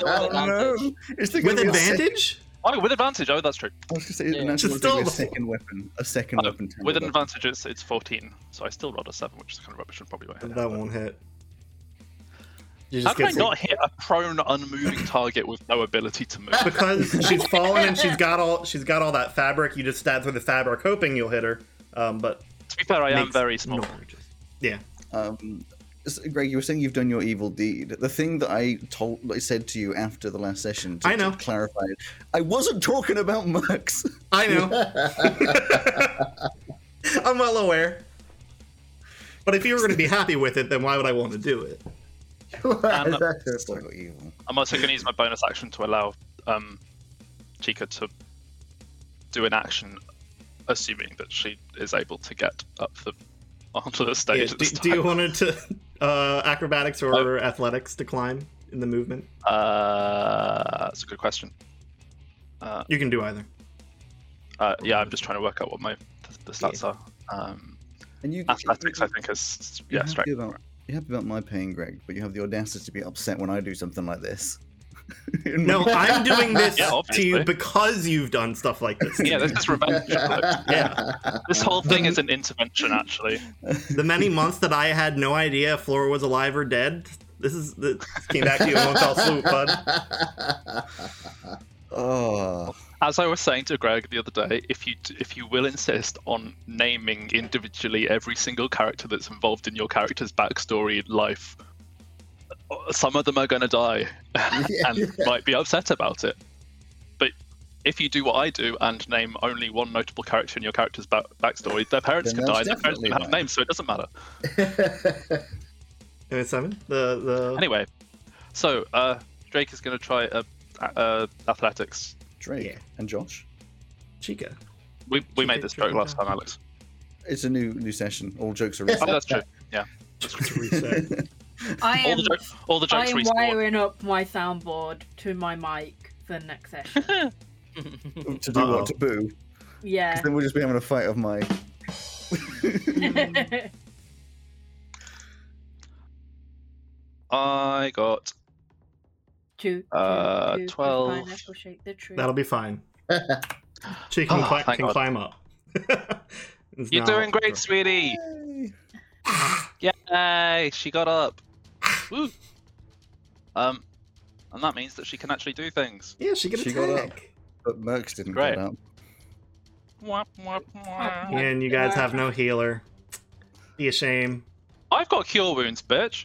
Speaker 4: still an
Speaker 1: Oh, no.
Speaker 4: advantage.
Speaker 1: It's the
Speaker 3: With advantage?
Speaker 5: Oh, with advantage. Oh, that's true.
Speaker 1: I was going to say,
Speaker 4: Yeah.
Speaker 1: yeah.
Speaker 3: Just Uh,
Speaker 1: naturally, still... a
Speaker 3: double.
Speaker 1: second weapon, a second
Speaker 5: Oh,
Speaker 1: weapon.
Speaker 5: With an
Speaker 1: tangled up.
Speaker 5: advantage, it's, it's 14, so I still rolled a 7, which is kind of rubbish and probably won't hit.
Speaker 3: That won't hit. You
Speaker 5: How
Speaker 3: just
Speaker 5: can I
Speaker 3: get
Speaker 5: not hit a prone, unmoving target with no ability to move?
Speaker 3: because she's fallen and she's got all she's got all that fabric. You just stab through the fabric, hoping you'll hit her. Um, but
Speaker 5: to be fair, I am
Speaker 3: makes
Speaker 5: very
Speaker 3: no
Speaker 5: small.
Speaker 3: charges. Yeah,
Speaker 1: Um, s- Greg, you were saying you've done your evil deed. The thing that I told, I said to you after the last session, to,
Speaker 3: I know.
Speaker 1: to clarify, it, I wasn't talking about Mercs.
Speaker 3: I know. I'm well aware. But if you were going to be happy with it, then why would I want to do it?
Speaker 2: Why is
Speaker 5: Um,
Speaker 2: that your
Speaker 1: Still
Speaker 2: point?
Speaker 1: evil.
Speaker 5: I'm also going to use my bonus action to allow um, Chica to do an action, assuming that she is able to get up the onto the Oh. stage.
Speaker 3: Yeah,
Speaker 5: at
Speaker 3: do,
Speaker 5: this
Speaker 3: do you
Speaker 5: time.
Speaker 3: want it to uh, acrobatics or athletics to climb in the movement?
Speaker 5: Uh, that's a good question. Uh,
Speaker 3: You can do either.
Speaker 5: uh, yeah, I'm just trying to work out what my the, the stats are. Um,
Speaker 1: And you,
Speaker 5: athletics,
Speaker 1: you-
Speaker 5: I think, is
Speaker 1: you're
Speaker 5: yeah,
Speaker 1: happy
Speaker 5: strength.
Speaker 1: About, you're happy about my pain, Greg, but you have the audacity to be upset when I do something like this. In
Speaker 3: No,
Speaker 1: my-
Speaker 3: I'm doing this
Speaker 5: Yeah,
Speaker 3: to you
Speaker 5: obviously.
Speaker 3: because you've done stuff like this.
Speaker 5: Yeah, this is revenge. This
Speaker 1: Um,
Speaker 5: whole thing is an intervention, actually.
Speaker 3: the many months that I had no idea if Flora was alive or dead. This is this came back to you in one fell swoop, bud.
Speaker 1: oh,
Speaker 5: As I was saying to Greg the other day, if you if you will insist on naming individually every single character that's involved in your character's backstory, life, some of them are going to die and might be upset about it. But if you do what I do and name only one notable character in your character's back- backstory, their parents
Speaker 1: Then
Speaker 5: can
Speaker 1: they'll
Speaker 5: die. Their parents
Speaker 1: definitely
Speaker 5: don't have
Speaker 1: die.
Speaker 5: names, so it doesn't matter.
Speaker 3: And it's seven. The the
Speaker 5: Anyway, so uh, Drake is going to try uh, uh, athletics.
Speaker 1: Drake
Speaker 3: Yeah.
Speaker 1: and Josh.
Speaker 3: Chica.
Speaker 5: We, we
Speaker 3: Should
Speaker 5: made
Speaker 3: we
Speaker 5: this
Speaker 3: try
Speaker 5: joke last
Speaker 3: that?
Speaker 5: time, Alex.
Speaker 1: It's a new new session. All jokes are.
Speaker 5: Oh, that's true.
Speaker 3: Just reset.
Speaker 6: I
Speaker 5: All
Speaker 6: am,
Speaker 5: the, jokes, all the
Speaker 6: I
Speaker 5: jokes
Speaker 6: am
Speaker 5: respawn.
Speaker 6: wiring up my soundboard to my mic for the next session.
Speaker 1: to do
Speaker 3: Uh-oh.
Speaker 1: what to boo. 'Cause
Speaker 6: Yeah.
Speaker 1: Then we'll just be having a fight of my.
Speaker 5: I got
Speaker 6: two,
Speaker 5: Uh,
Speaker 6: two, two, the
Speaker 5: 12.
Speaker 6: pineapple shake the tree.
Speaker 3: That'll be fine. She can,
Speaker 5: Oh,
Speaker 3: cli-
Speaker 5: thank
Speaker 3: can
Speaker 5: God.
Speaker 3: climb up. It's
Speaker 5: You're
Speaker 3: now-
Speaker 5: doing great, sweetie. Yay! She got up. Woo. Um, and that means that she can actually do things.
Speaker 3: Yeah, she can
Speaker 1: She got
Speaker 3: attack.
Speaker 1: But Mercs didn't
Speaker 5: Great.
Speaker 1: get up.
Speaker 5: Wah, wah, wah.
Speaker 6: Yeah.
Speaker 3: And you guys have no healer. Be a shame.
Speaker 5: I've got cure wounds, bitch.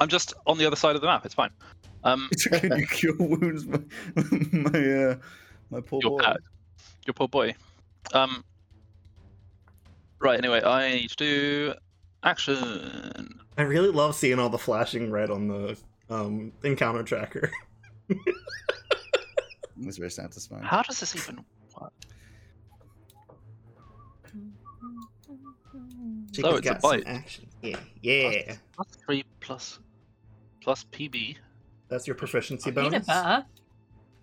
Speaker 5: I'm just on the other side of the map. It's fine. Um,
Speaker 1: Can you cure wounds? My my, uh, my poor
Speaker 5: your
Speaker 1: boy.
Speaker 5: pet, your poor boy. Um. Right. Anyway, I need to do action.
Speaker 3: I really love seeing all the flashing red on the um, encounter tracker.
Speaker 1: It was very satisfying.
Speaker 5: How does this even?
Speaker 3: She
Speaker 5: Oh, it's a
Speaker 3: got some
Speaker 5: bite.
Speaker 3: action. Yeah, yeah.
Speaker 5: Plus three plus plus PB
Speaker 3: That's your proficiency
Speaker 6: Peanut
Speaker 3: bonus.
Speaker 6: butter.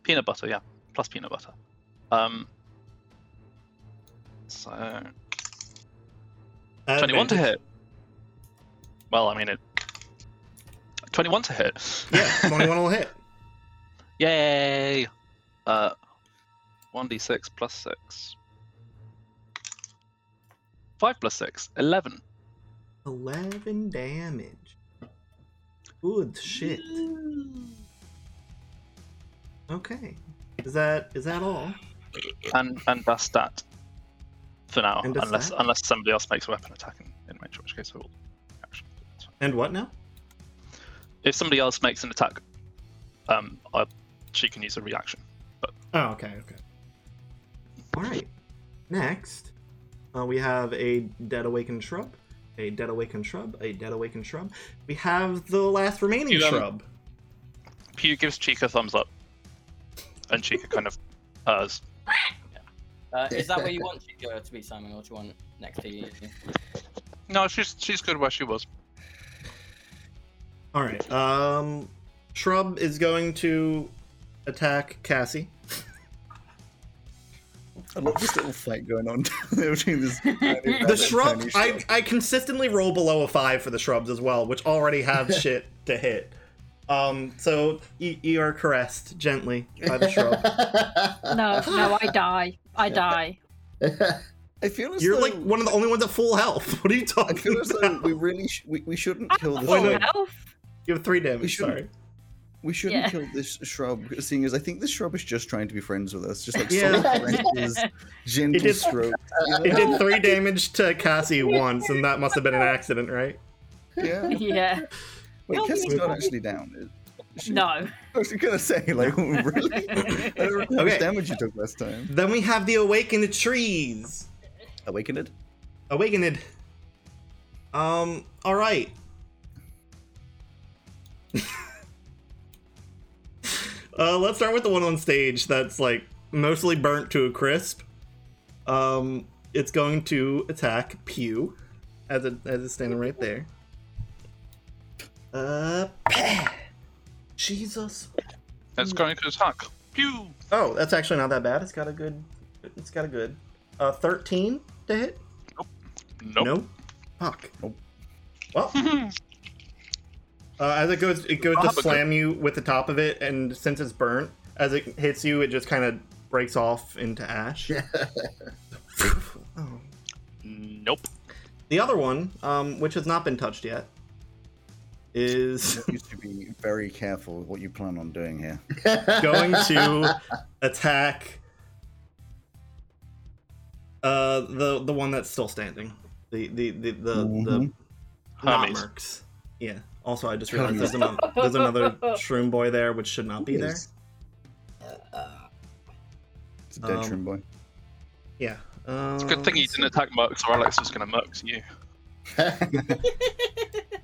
Speaker 5: peanut butter, yeah, plus peanut butter. Um, so
Speaker 3: Advantage.
Speaker 5: twenty-one to hit. Well, I mean it. Twenty-one to hit.
Speaker 3: Yeah, twenty-one will hit.
Speaker 5: Yay! Uh, one d six plus six. Five plus six, eleven.
Speaker 3: Eleven damage. Good shit. Okay. Is that is that all?
Speaker 5: And and that's that for now,
Speaker 3: And that's
Speaker 5: unless
Speaker 3: that?
Speaker 5: unless somebody else makes a weapon attack in, in range, in which case we'll action.
Speaker 3: And what now?
Speaker 5: If somebody else makes an attack, um, I, she can use a reaction.
Speaker 3: Oh, okay, okay. All right. Next, uh, we have a dead awakened shrub, a dead awakened shrub, a dead awakened shrub. We have the last remaining
Speaker 5: You, um,
Speaker 3: shrub.
Speaker 5: Pew gives Chica thumbs up, and Chica kind of purrs.
Speaker 4: Uh, is that where you want Chica to be, Simon, or do you want next to you?
Speaker 5: No, she's she's good where she was.
Speaker 3: All right. Um, shrub is going to attack Cassie.
Speaker 1: I love this little fight going on there between this.
Speaker 3: The shrub, I, I consistently roll below a five for the shrubs as well, which already have shit to hit. Um, so you, you are caressed gently by the shrub.
Speaker 6: No, no, I die. I die.
Speaker 1: I feel as
Speaker 3: You're
Speaker 1: though
Speaker 3: like one of the only ones at full health. What are you
Speaker 1: I
Speaker 3: talking
Speaker 1: feel as though
Speaker 3: about?
Speaker 1: we really sh- we, we shouldn't
Speaker 6: I'm
Speaker 1: kill
Speaker 6: full
Speaker 1: this.
Speaker 3: Why
Speaker 1: shrub.
Speaker 3: not?
Speaker 6: health.
Speaker 3: You have three damage.
Speaker 1: We shouldn't-
Speaker 3: Sorry.
Speaker 1: We shouldn't
Speaker 6: Yeah.
Speaker 1: kill this shrub, seeing as I think this shrub is just trying to be friends with us, just like
Speaker 3: Yeah.
Speaker 1: yeah. gentle
Speaker 3: It is-
Speaker 1: stroke.
Speaker 3: It did three damage to Cassie once, and that must have been an accident, right?
Speaker 1: Yeah.
Speaker 6: Yeah.
Speaker 1: Wait,
Speaker 6: Help
Speaker 1: Cassie's
Speaker 3: me.
Speaker 1: not actually down. is- is she-
Speaker 6: No.
Speaker 1: I was gonna say, like, really? I don't remember how
Speaker 3: Okay.
Speaker 1: much damage you took last time.
Speaker 3: Then we have the awakened trees.
Speaker 1: Awakened it?
Speaker 3: Awakened. Um. All right. Uh, let's start with the one on stage that's like mostly burnt to a crisp. Um, it's going to attack Pew as it as it's standing right there. Uh, Jesus. Hmm.
Speaker 5: It's going to attack. Pew!
Speaker 3: Oh, that's actually not that bad. It's got a good. It's got a good. Uh, thirteen to hit.
Speaker 5: Nope.
Speaker 3: No. Fuck. Well, uh, as it goes, it goes
Speaker 5: I'll
Speaker 3: to
Speaker 5: have a
Speaker 3: slam you with the top of it, and since it's burnt, as it hits you, it just kind of breaks off into ash. Oh.
Speaker 5: Nope.
Speaker 3: The other one, um, which has not been touched yet, is
Speaker 1: You should be very careful with what you plan on doing here.
Speaker 3: going to attack uh, the the one that's still standing. The the the the, the
Speaker 1: Mhm.
Speaker 3: not
Speaker 5: Hermes.
Speaker 3: mercs. Yeah. Also, I just realized there's another there's another shroom boy there, which should not be there. Uh,
Speaker 1: It's a dead
Speaker 3: Um,
Speaker 1: trim boy.
Speaker 3: Yeah. Um,
Speaker 5: It's a good thing you didn't attack Mercs, or Alex was going to Mercs you.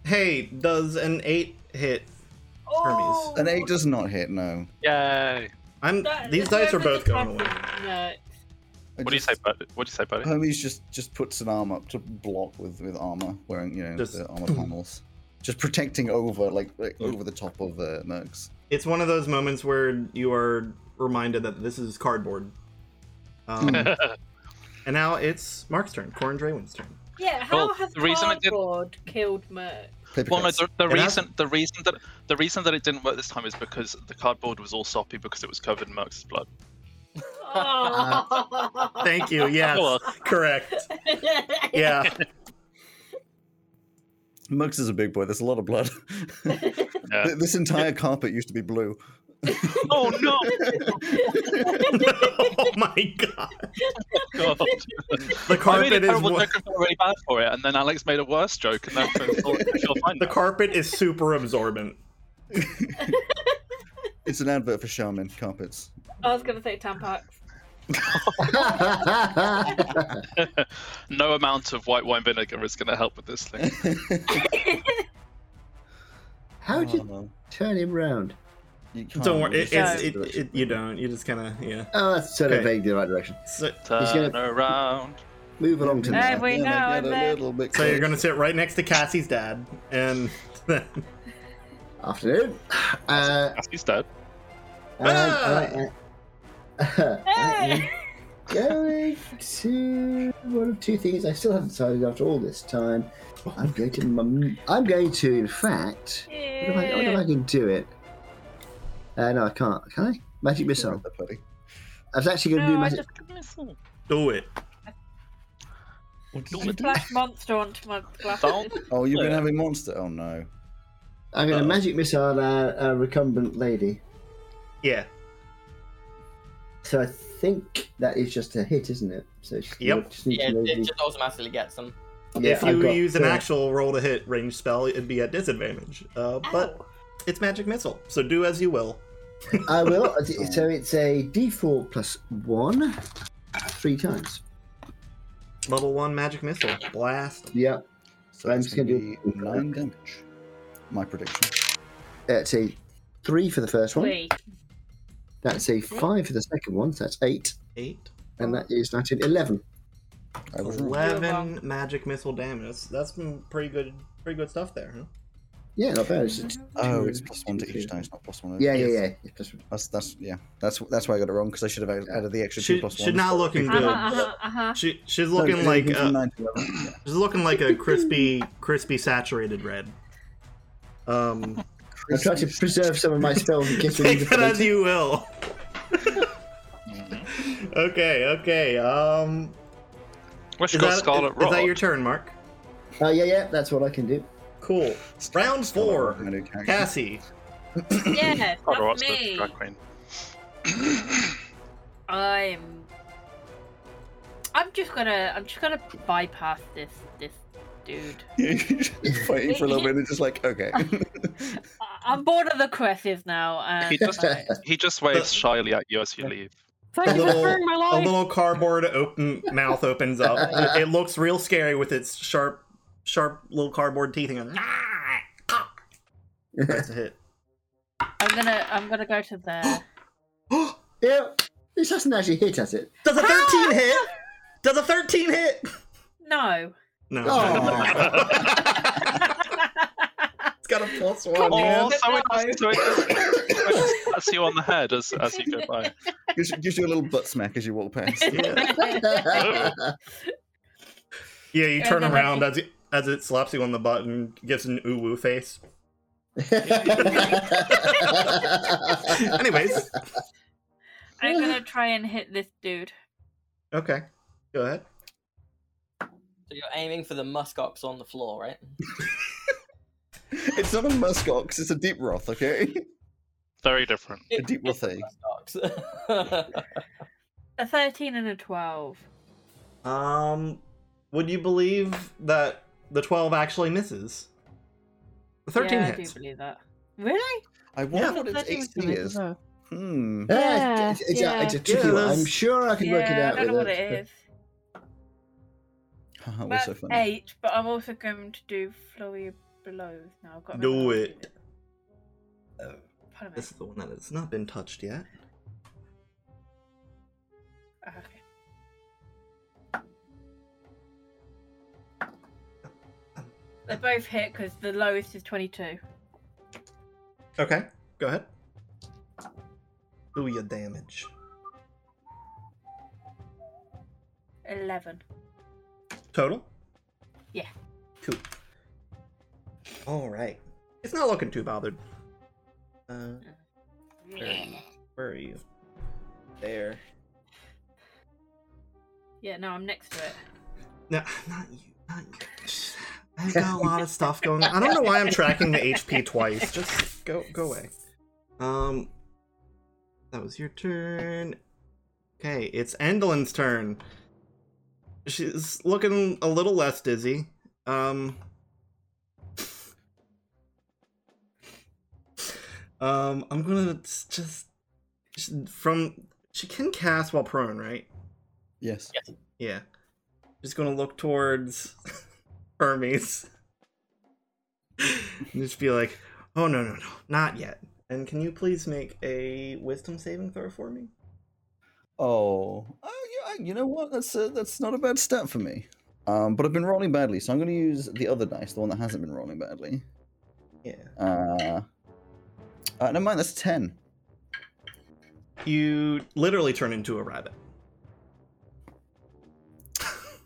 Speaker 3: Hey, does an eight hit?
Speaker 6: Oh,
Speaker 1: An eight does not hit. No.
Speaker 5: Yay!
Speaker 3: I'm.
Speaker 6: that-
Speaker 3: these
Speaker 6: that's
Speaker 3: dice are
Speaker 6: where the
Speaker 3: both going away.
Speaker 6: traffic nut.
Speaker 1: I
Speaker 5: What do you
Speaker 1: just-
Speaker 5: say, buddy? What do you say, buddy?
Speaker 1: Hermes just just puts an arm up to block with with armor, wearing you know
Speaker 3: Just-
Speaker 1: the armor panels, just protecting over like, like over the top of uh, Mercs.
Speaker 3: It's one of those moments where you are reminded that this is cardboard. Um, and now it's Mark's turn, Corin Draywin's turn.
Speaker 6: Yeah, how
Speaker 5: Well,
Speaker 6: has
Speaker 5: the reason it did-
Speaker 6: cardboard killed Merc?
Speaker 1: Paper
Speaker 5: Well, no,
Speaker 1: cuts.
Speaker 5: the, the
Speaker 3: It has-
Speaker 5: reason the reason that the reason that it didn't work this time is because the cardboard was all soppy because it was covered in Merc's blood.
Speaker 6: Oh.
Speaker 3: Thank you. Yes,
Speaker 5: Well,
Speaker 3: correct. Yeah.
Speaker 1: Mercs is a big boy. There's a lot of blood.
Speaker 5: Yeah.
Speaker 1: Th- this entire carpet used to be blue.
Speaker 5: oh no!
Speaker 3: oh my god.
Speaker 5: God.
Speaker 3: The
Speaker 5: I made
Speaker 3: carpet
Speaker 5: a
Speaker 3: is
Speaker 5: terrible
Speaker 3: wa-
Speaker 5: joke and felt really bad for it, and then Alex made a worse joke, and then I thought, I feel fine.
Speaker 3: the
Speaker 5: now.
Speaker 3: carpet is super absorbent.
Speaker 1: It's an advert for Charmin carpets.
Speaker 6: I was gonna say Tampax.
Speaker 5: no amount of white wine vinegar is going to help with this thing.
Speaker 2: How did you
Speaker 1: Oh,
Speaker 2: turn him round?
Speaker 1: you can't,
Speaker 3: Don't worry.
Speaker 1: you
Speaker 3: It,
Speaker 1: just-
Speaker 3: it's, it, it, you don't. You just kind of yeah.
Speaker 2: Oh, that's sort of
Speaker 3: Okay.
Speaker 2: vaguely the right direction.
Speaker 3: So,
Speaker 5: Turn around.
Speaker 2: Move along to the
Speaker 6: There we
Speaker 1: Then I
Speaker 6: go,
Speaker 1: get a
Speaker 6: then-
Speaker 1: little bit
Speaker 3: so you're
Speaker 1: close.
Speaker 3: gonna sit right next to Cassie's dad, and then
Speaker 2: afternoon. Uh,
Speaker 3: Ah,
Speaker 5: He's dead.
Speaker 2: and I- I- I am
Speaker 6: Ah! Hey!
Speaker 2: going to one of two things. I still haven't decided after all this time. I'm going to. mum- I'm going to. In fact, what if I, what if I can do it? Uh, no, I can't. Can I? Magic missile.
Speaker 1: That buddy.
Speaker 2: I was actually going to do
Speaker 6: No, I
Speaker 2: magic.
Speaker 6: just
Speaker 3: do it.
Speaker 1: What did
Speaker 5: Don't
Speaker 1: you do?
Speaker 6: flash monster onto my glasses.
Speaker 5: Don't
Speaker 1: Oh, you've been
Speaker 5: Yeah.
Speaker 1: having monster. Oh no.
Speaker 2: I'm going to
Speaker 3: Uh-oh.
Speaker 2: magic missile uh, a recumbent lady.
Speaker 3: Yeah.
Speaker 2: So I think that is just a hit, isn't it? So it's-
Speaker 3: Yep.
Speaker 2: just need to
Speaker 4: Yeah,
Speaker 2: know
Speaker 4: it
Speaker 2: the-
Speaker 4: just automatically gets them.
Speaker 2: yeah,
Speaker 3: if
Speaker 2: I've
Speaker 3: you
Speaker 2: got-
Speaker 3: use an
Speaker 2: yeah.
Speaker 3: actual roll to hit range spell, it'd be at disadvantage. Uh, but
Speaker 6: Ow.
Speaker 3: it's magic missile, so do as you will.
Speaker 2: I will. So it's a D4 plus one, three times.
Speaker 3: Level one magic missile blast.
Speaker 2: Yeah,
Speaker 1: So
Speaker 2: I'm
Speaker 1: it's
Speaker 2: just
Speaker 1: gonna
Speaker 2: gonna
Speaker 1: be
Speaker 2: do-
Speaker 1: nine damage. My prediction.
Speaker 2: it's a three for the first one.
Speaker 6: Wait.
Speaker 2: That's a five for the second one. So that's eight,
Speaker 3: Eight,
Speaker 2: and that is nineteen eleven.
Speaker 1: I was wrong.
Speaker 3: eleven magic missile damage. That's, that's been pretty good, pretty good stuff there, huh?
Speaker 2: Yeah, not bad. It's just
Speaker 1: Oh,
Speaker 2: two-
Speaker 1: it's plus one to each dice, not plus one. over-
Speaker 2: Yeah, yeah, yeah. It's plus one.
Speaker 1: That's that's yeah. That's that's why I got it wrong because I should have added the extra two
Speaker 3: She,
Speaker 1: plus one.
Speaker 3: she's not looking
Speaker 6: Uh huh.
Speaker 3: good.
Speaker 6: Uh huh. Uh-huh.
Speaker 3: She she's
Speaker 1: No,
Speaker 3: looking
Speaker 1: it's
Speaker 3: like
Speaker 1: from
Speaker 3: uh,
Speaker 1: 9 to 11, yeah.
Speaker 3: she's looking like a crispy, crispy saturated red. Um,
Speaker 2: I tried to preserve some of my spells in case we
Speaker 3: take
Speaker 2: need
Speaker 3: it as
Speaker 2: to.
Speaker 3: you will.
Speaker 5: Mm-hmm.
Speaker 3: okay, okay. Um,
Speaker 5: Wish
Speaker 3: is
Speaker 5: got
Speaker 3: that-
Speaker 5: Scarlet
Speaker 3: is
Speaker 5: Rod.
Speaker 3: that your turn, Mark?
Speaker 2: Oh yeah, yeah. That's what I can do.
Speaker 3: Cool. Round
Speaker 1: Scarlet
Speaker 3: four.
Speaker 1: Rod, my new character.
Speaker 3: Cassie.
Speaker 5: Scarlet
Speaker 6: Yeah, that's
Speaker 5: Rod's the
Speaker 6: me.
Speaker 5: drag queen.
Speaker 6: I'm. I'm just gonna. I'm just gonna bypass this. This dude.
Speaker 1: You're just fighting for a little bit and it's just like okay.
Speaker 6: I- I'm bored of the curses now. And
Speaker 5: He just-
Speaker 6: like,
Speaker 5: He just waves shyly at you as you leave.
Speaker 6: thank you for
Speaker 3: little-
Speaker 6: sparing my
Speaker 3: a
Speaker 6: life.
Speaker 3: little cardboard open mouth opens up. It, it looks real scary with its sharp, sharp little cardboard teeth. And goes, "Nah!" "Ah, That's a hit.
Speaker 6: I'm gonna I'm gonna go to there.
Speaker 2: Yeah, this hasn't actually hit, has it?
Speaker 3: Does a
Speaker 6: Ah.
Speaker 3: 13 hit? Does a 13 hit?
Speaker 6: No.
Speaker 3: No.
Speaker 2: Oh.
Speaker 3: it's got a plus one.
Speaker 5: Oh,
Speaker 3: man.
Speaker 5: so it, just, so it, just, so it just pats you on the head as, as you go by.
Speaker 1: Gives, you- gives you a little butt smack as you walk past.
Speaker 2: Uh,
Speaker 3: Yeah, you
Speaker 6: And
Speaker 3: turn
Speaker 6: then I
Speaker 3: around
Speaker 6: think-
Speaker 3: as it, as it slaps you on the button, gives an ooh woo face. Anyways,
Speaker 6: I'm gonna try and hit this dude.
Speaker 3: okay, go ahead.
Speaker 4: So you're aiming for the muskox on the floor, right?
Speaker 1: It's not a muskox, it's a deep roth, okay?
Speaker 5: Very different.
Speaker 1: A deep roth egg.
Speaker 4: Muskox.
Speaker 6: A 13 and a 12.
Speaker 3: Um, would you believe that the twelve actually misses? The thirteen
Speaker 6: yeah, I
Speaker 3: hits.
Speaker 6: do believe that. Really?
Speaker 1: I wonder
Speaker 3: Yeah.
Speaker 1: what its
Speaker 6: 13 was
Speaker 1: AC
Speaker 6: amazing,
Speaker 1: is.
Speaker 6: though.
Speaker 1: Hmm.
Speaker 2: Yeah, it's, it's,
Speaker 6: Yeah,
Speaker 2: a, it's a tricky
Speaker 3: yeah.
Speaker 2: one. I'm sure I can work it
Speaker 6: Yeah,
Speaker 2: out.
Speaker 6: I don't know
Speaker 2: with
Speaker 6: what it is.
Speaker 1: Haha, we're
Speaker 6: That's
Speaker 1: so funny.
Speaker 6: eight, but I'm also going to do flowy blows now. I've got to
Speaker 3: Do
Speaker 6: remember how to
Speaker 3: it. Oh.
Speaker 6: this. Pardon me.
Speaker 3: This is the one that has not been touched yet.
Speaker 6: Ah, okay. They both hit because the lowest is 22.
Speaker 3: Okay, go ahead. Do your damage.
Speaker 6: 11.
Speaker 3: Total?
Speaker 6: Yeah.
Speaker 3: Cool. Alright. It's not looking too bothered. Uh, where are you? There.
Speaker 6: Yeah, no, I'm next to it.
Speaker 3: No, not you. Not you. I've got a lot of stuff going on. I don't know why I'm tracking the HP twice. Just go go away. Um That was your turn. Okay, it's Endolin's turn. She's looking a little less dizzy. Um Um, I'm gonna s- just she- from she can cast while prone, right?
Speaker 1: Yes.
Speaker 3: Yeah. Just gonna look towards Hermes. and just be like, oh no no no, not yet. And can you please make a wisdom saving throw for me?
Speaker 1: Oh, oh yeah, you know what? That's a, that's not a bad stat for me. Um, but I've been rolling badly, so I'm going to use the other dice, the one that hasn't been rolling badly.
Speaker 3: Yeah.
Speaker 1: Uh, uh never mind. That's ten.
Speaker 3: You literally turn into a rabbit.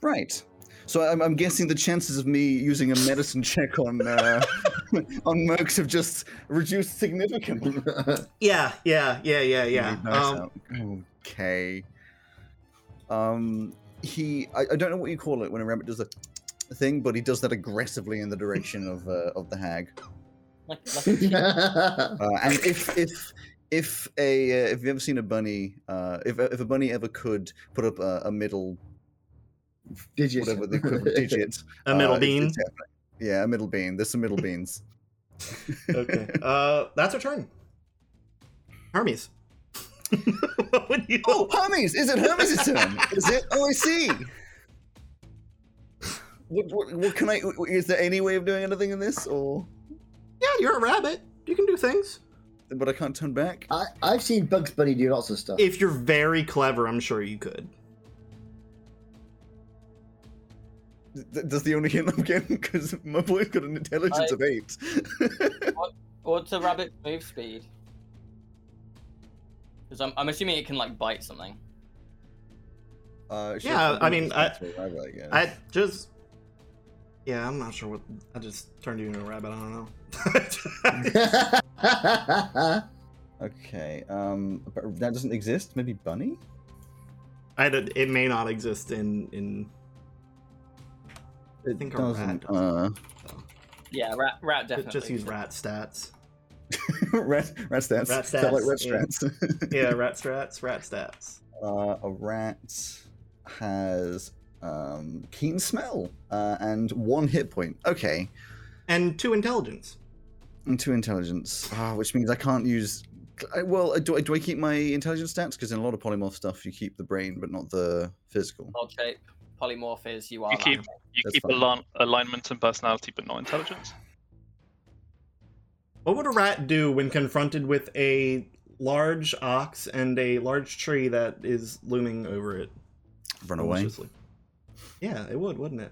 Speaker 1: Right. So I'm, I'm guessing the chances of me using a medicine check on uh, on Mercs have just reduced significantly.
Speaker 3: Yeah, yeah, yeah, yeah, yeah.
Speaker 1: Leave those
Speaker 3: Um,
Speaker 1: out. okay. Um, he. I, I don't know what you call it when a rabbit does the thing, but he does that aggressively in the direction of uh, of the hag.
Speaker 4: like, like,
Speaker 1: Uh, and if if if a uh, if you've ever seen a bunny, uh, if if a bunny ever could put up a, a middle
Speaker 2: Digit.
Speaker 1: whatever the equivalent digit,
Speaker 3: a middle
Speaker 1: uh, it's-
Speaker 3: bean.
Speaker 1: it's happening. yeah, a middle bean. There's some middle beans.
Speaker 3: okay. Uh, that's her turn. Hermes. what would you?
Speaker 1: Oh, Hermes! Is it Hermes' turn? Is it? Oh, I see. What, what, what can I? Is there any way of doing anything in this, or?
Speaker 3: Yeah, you're a rabbit. You can do things.
Speaker 1: But I can't turn back.
Speaker 2: I, I've seen Bugs Bunny do lots of stuff.
Speaker 3: If you're very clever, I'm sure you could.
Speaker 1: Th- That's the only hint I'm getting because my boy's got an intelligence
Speaker 4: I-
Speaker 1: of eight.
Speaker 4: what's a rabbit's move speed? Because I'm, I'm assuming it can like bite something.
Speaker 1: uh, shit,
Speaker 3: Yeah, I mean, I-
Speaker 1: that's what I guess.
Speaker 3: I just. Yeah, I'm not sure what. I just turned you into a rabbit. I don't know.
Speaker 1: Okay, um, but that doesn't exist. Maybe bunny.
Speaker 3: I don't- it may not exist in in. I think a rat.
Speaker 1: Doesn't.
Speaker 3: Does.
Speaker 1: Uh,
Speaker 4: Yeah, rat, rat definitely.
Speaker 3: just use rat stats.
Speaker 1: rat, rat stats.
Speaker 3: Rat
Speaker 1: Sound like rat
Speaker 3: stats, yeah.
Speaker 1: strats.
Speaker 3: Yeah, rat strats, rat stats.
Speaker 1: uh, a rat has um keen smell uh, and one hit point. Okay,
Speaker 3: And two intelligence.
Speaker 1: and two intelligence. Ah, which means I can't use. I, well, uh, do I do I keep my intelligence stats? Because in a lot of polymorph stuff, you keep the brain but not the physical.
Speaker 4: Odd shape, polymorph is you are.
Speaker 5: You
Speaker 4: that.
Speaker 5: keep- You
Speaker 1: That's
Speaker 5: keep
Speaker 1: fine.
Speaker 5: align- alignment and personality, but not intelligence.
Speaker 3: What would a rat do when confronted with a large ox and a large tree that is looming over it?
Speaker 1: Run away.
Speaker 3: maliciously? Yeah, it would, wouldn't it?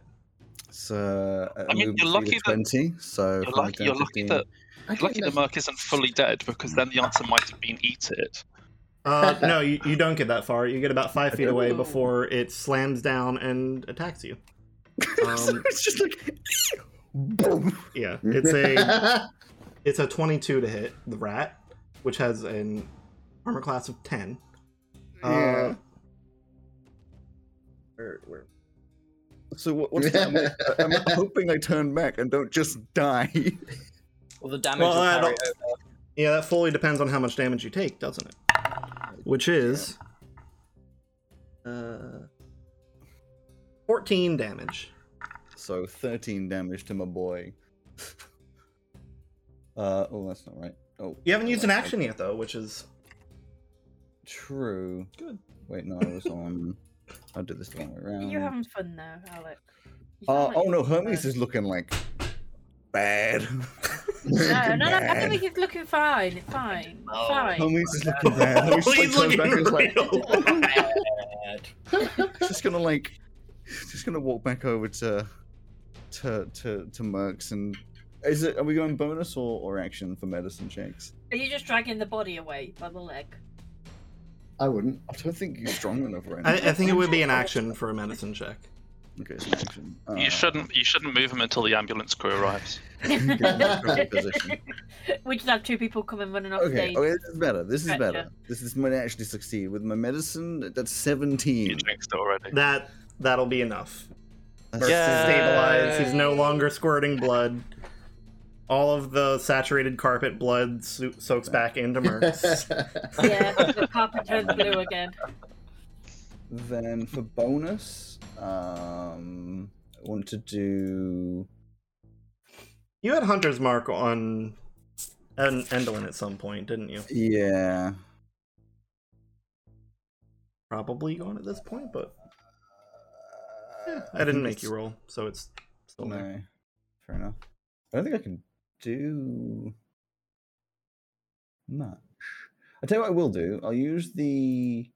Speaker 1: It's, uh, a
Speaker 5: I mean,
Speaker 1: move
Speaker 5: you're
Speaker 1: speed
Speaker 5: lucky
Speaker 1: of
Speaker 5: that-
Speaker 1: 20, so
Speaker 5: You're
Speaker 1: five
Speaker 5: lucky,
Speaker 1: down,
Speaker 5: you're lucky
Speaker 1: 15.
Speaker 5: that
Speaker 2: I don't
Speaker 5: lucky the
Speaker 2: think
Speaker 5: Merc isn't fully dead because then the answer might have been eat it.
Speaker 3: Uh, no, you, you don't get that far. You get about five feet away
Speaker 4: Ooh.
Speaker 3: before it slams down and attacks you. Um,
Speaker 1: it's just like, boom.
Speaker 3: yeah,
Speaker 2: that's-
Speaker 3: it's a it's a 22 to hit the rat, which has an armor class of 10.
Speaker 2: Yeah.
Speaker 1: Um,
Speaker 3: Uh, where, where
Speaker 1: So what, what's that? I'm hoping I turn back and don't just die.
Speaker 4: Well, the damage
Speaker 3: Well,
Speaker 4: will
Speaker 3: I
Speaker 4: carry over.
Speaker 3: don't- Yeah, that fully depends on how much damage you take, doesn't it? Which is uh 14 damage.
Speaker 1: So 13 damage to my boy. Uh, oh, that's not right. Oh,
Speaker 3: You haven't used an
Speaker 1: that's
Speaker 3: action yet though, which is
Speaker 1: True.
Speaker 3: Good.
Speaker 1: Wait, no, I was on. I'll do this the wrong way around.
Speaker 6: You're having fun now, Alec. You
Speaker 1: Um,
Speaker 6: sound
Speaker 1: Uh,
Speaker 6: like
Speaker 1: oh
Speaker 6: you're
Speaker 1: no,
Speaker 6: having
Speaker 1: Hermes
Speaker 6: fun.
Speaker 1: is looking like bad.
Speaker 6: No,
Speaker 1: Looking
Speaker 6: no, no, I
Speaker 1: bad.
Speaker 6: think he's looking fine. Fine.
Speaker 4: No.
Speaker 6: Fine.
Speaker 1: Hermes is looking bad. Hermes just, like,
Speaker 3: He's
Speaker 1: turns back and is like,
Speaker 3: looking real
Speaker 4: Bad.
Speaker 1: just gonna like, just gonna walk back over to, to to to Mercs and is it? Are we going bonus or, or action for medicine checks?
Speaker 6: Are you just dragging the body away by the leg?
Speaker 2: I wouldn't.
Speaker 1: I don't think you're strong enough right now.
Speaker 3: I, I think it would be an action for a medicine check.
Speaker 1: Okay, so action. Uh,
Speaker 5: you shouldn't you shouldn't move him until the ambulance crew arrives.
Speaker 1: Getting back to the position.
Speaker 6: we just have two people coming running off
Speaker 1: Okay,
Speaker 6: stage.
Speaker 1: okay, this is better. This is
Speaker 6: Gotcha.
Speaker 1: better. This is might actually succeed with my medicine. That's seventeen.
Speaker 5: You jinxed it already.
Speaker 3: That that'll be enough.
Speaker 1: That's
Speaker 3: Merc is stabilized. He's no longer squirting blood. All of the saturated carpet blood so- soaks back into Mercs.
Speaker 6: Yeah, the carpet turns blue again.
Speaker 1: Then for bonus, um, I want to do.
Speaker 3: You had Hunter's Mark on an Endelin at some point, didn't you?
Speaker 1: Yeah.
Speaker 3: Probably gone at this point, but eh,
Speaker 1: I
Speaker 3: I didn't
Speaker 1: think
Speaker 3: make
Speaker 1: it's-
Speaker 3: you roll, so it's still there.
Speaker 1: No. Fair enough. I don't think I can do much. I tell you what, I will do. I'll use the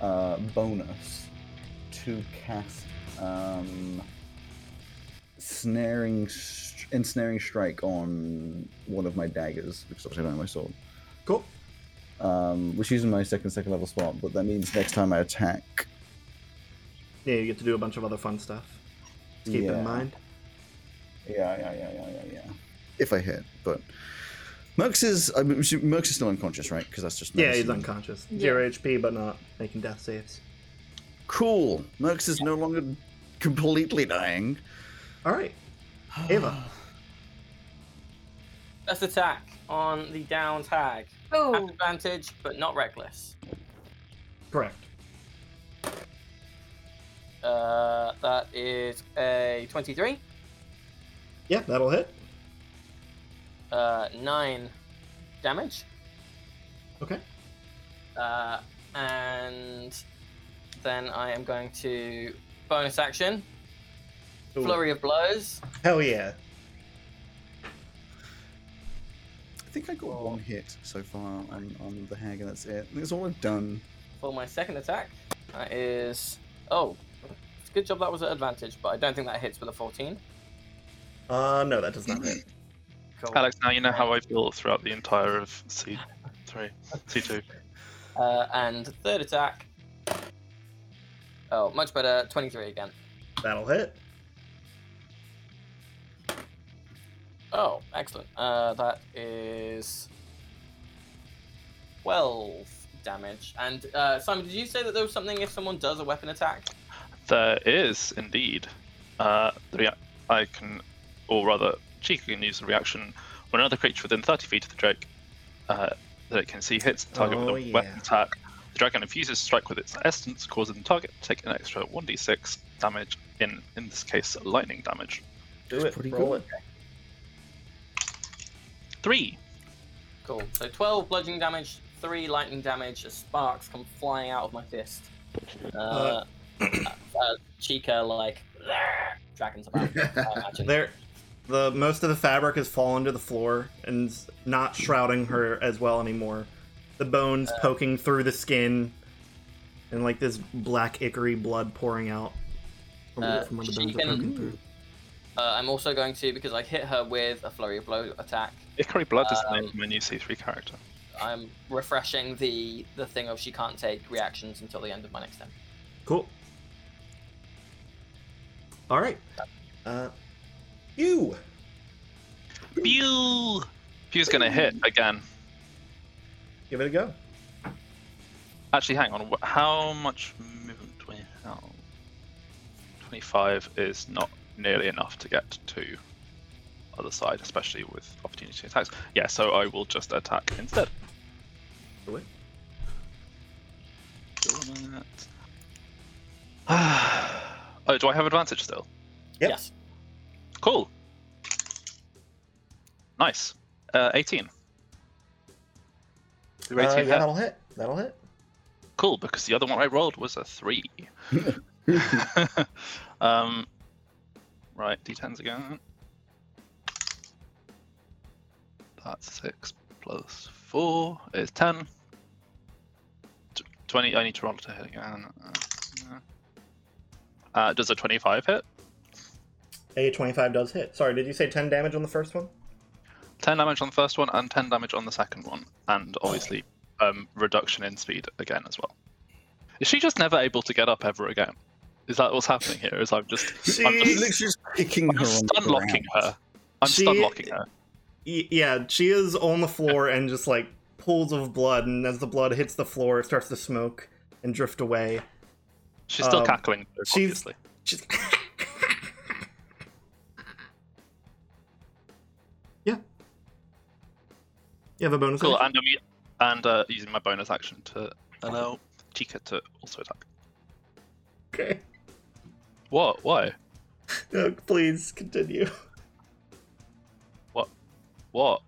Speaker 1: uh, bonus to cast um, snaring st- ensnaring strike on one of my daggers, which is obviously not my sword.
Speaker 3: Cool.
Speaker 1: um, which is my second second level spot, but that means next time I attack.
Speaker 3: Yeah, you get to do a bunch of other fun stuff. Keep
Speaker 1: yeah.
Speaker 3: in mind.
Speaker 1: Yeah, yeah, yeah, yeah, yeah, yeah. If I hit, but Merx is I mean, she- Merx is still unconscious, right? Because that's just
Speaker 3: Yeah, he's
Speaker 1: medicine.
Speaker 3: unconscious.
Speaker 6: Yeah.
Speaker 3: Zero HP, but not making death saves.
Speaker 1: Cool. Merx is no longer completely dying.
Speaker 3: All right, Ava.
Speaker 4: Let's attack on the down tag.
Speaker 6: Oh,
Speaker 4: Advantage, but not reckless.
Speaker 3: Correct.
Speaker 4: Uh, that is a 23,
Speaker 3: Yeah, that'll hit.
Speaker 4: uh, 9 damage,
Speaker 3: Okay.
Speaker 4: uh, and then I am going to bonus action,
Speaker 3: Ooh.
Speaker 4: flurry of blows.
Speaker 3: Hell yeah.
Speaker 1: I think I got one hit so far on, on the hag, and that's it. I think that's all I've done.
Speaker 4: for my second attack. That is. Oh, it's a good job that was at advantage, but I don't think that hits with a 14.
Speaker 3: Uh, no, that does not hit.
Speaker 4: Cool.
Speaker 5: Alex, now you know how I feel throughout the entire of C three. C two.
Speaker 4: Uh, and third attack. Oh, much better. 23 again.
Speaker 3: That'll hit.
Speaker 4: Oh, excellent. Uh, that is 12 damage. And uh, Simon, did you say that there was something if someone does a weapon attack?
Speaker 5: There is indeed. Uh, the rea- I can, or rather, Chica can use the reaction when another creature within 30 feet of the Drake uh, that it can see hits the target
Speaker 3: Oh,
Speaker 5: with a weapon
Speaker 3: yeah.
Speaker 5: attack. The dragon infuses strike with its essence, causing the target to take an extra 1d6 damage. In in this case, lightning damage.
Speaker 3: Do it.
Speaker 1: pretty
Speaker 3: Roll
Speaker 1: good.
Speaker 3: it.
Speaker 5: Three.
Speaker 4: Cool. So 12 bludgeoning damage, 3 lightning damage, as sparks come flying out of my fist. Uh, uh,
Speaker 3: Uh.
Speaker 4: Chica, like, "Argh," dragons about. I imagine.
Speaker 3: There, The most of the fabric has fallen to the floor and is not shrouding her as well anymore. The bones poking through the skin, and like this black ichory blood pouring out from,
Speaker 4: Uh,
Speaker 3: from where the
Speaker 4: she
Speaker 3: bones
Speaker 4: can-
Speaker 3: are poking through.
Speaker 4: Uh, I'm also going to because I hit her with a flurry of blow attack.
Speaker 5: Ikari Blood is the
Speaker 3: Um,
Speaker 5: name of my new C3 character.
Speaker 4: I'm refreshing the the thing of she can't take reactions until the end of my next turn.
Speaker 3: Cool. All right. Uh, you.
Speaker 5: Pew! Pew's gonna hit again.
Speaker 3: Give it a go.
Speaker 5: Actually, hang on. wh- How much movement do we have? 25 is not nearly enough to get to other side, especially with opportunity attacks. Yeah, so I will just attack instead.
Speaker 3: Do it.
Speaker 5: Doing it. oh, do I have advantage still?
Speaker 3: Yep.
Speaker 4: Yes.
Speaker 5: Cool. Nice. Uh, 18. Do 18
Speaker 3: Uh, yeah,
Speaker 5: hit?
Speaker 3: that'll hit. That'll hit.
Speaker 5: Cool, because the other one I rolled was a three. um, right, d10s again. That's six plus four is ten. Tw- Twenty. I need to roll to hit again. Uh, no. Uh, does a twenty-five hit?
Speaker 3: A twenty-five does hit. Sorry, did you say ten damage on the first one?
Speaker 5: Ten damage on the first one and ten damage on the second one, and obviously um, reduction in speed again as well. Is she just never able to get up ever again? Is that what's happening here? Is I'm just I'm
Speaker 3: She-
Speaker 5: just
Speaker 1: Luke's just kicking
Speaker 5: I'm
Speaker 1: her.
Speaker 5: stun
Speaker 1: onto the
Speaker 5: locking
Speaker 1: ground.
Speaker 5: her. I'm
Speaker 3: She-
Speaker 5: stun locking her.
Speaker 3: Y- yeah, she is on the floor and just like pools of blood, and as the blood hits the floor, it starts to smoke and drift away.
Speaker 5: She's still
Speaker 3: um,
Speaker 5: cackling. though,
Speaker 3: she's-
Speaker 5: Obviously.
Speaker 3: She's... yeah. You have a bonus.
Speaker 5: Cool.
Speaker 3: action?
Speaker 5: And I'm, u- and uh, using my bonus action to allow Chica to also attack.
Speaker 3: Okay.
Speaker 5: What? Why?
Speaker 3: No, please continue.
Speaker 5: What?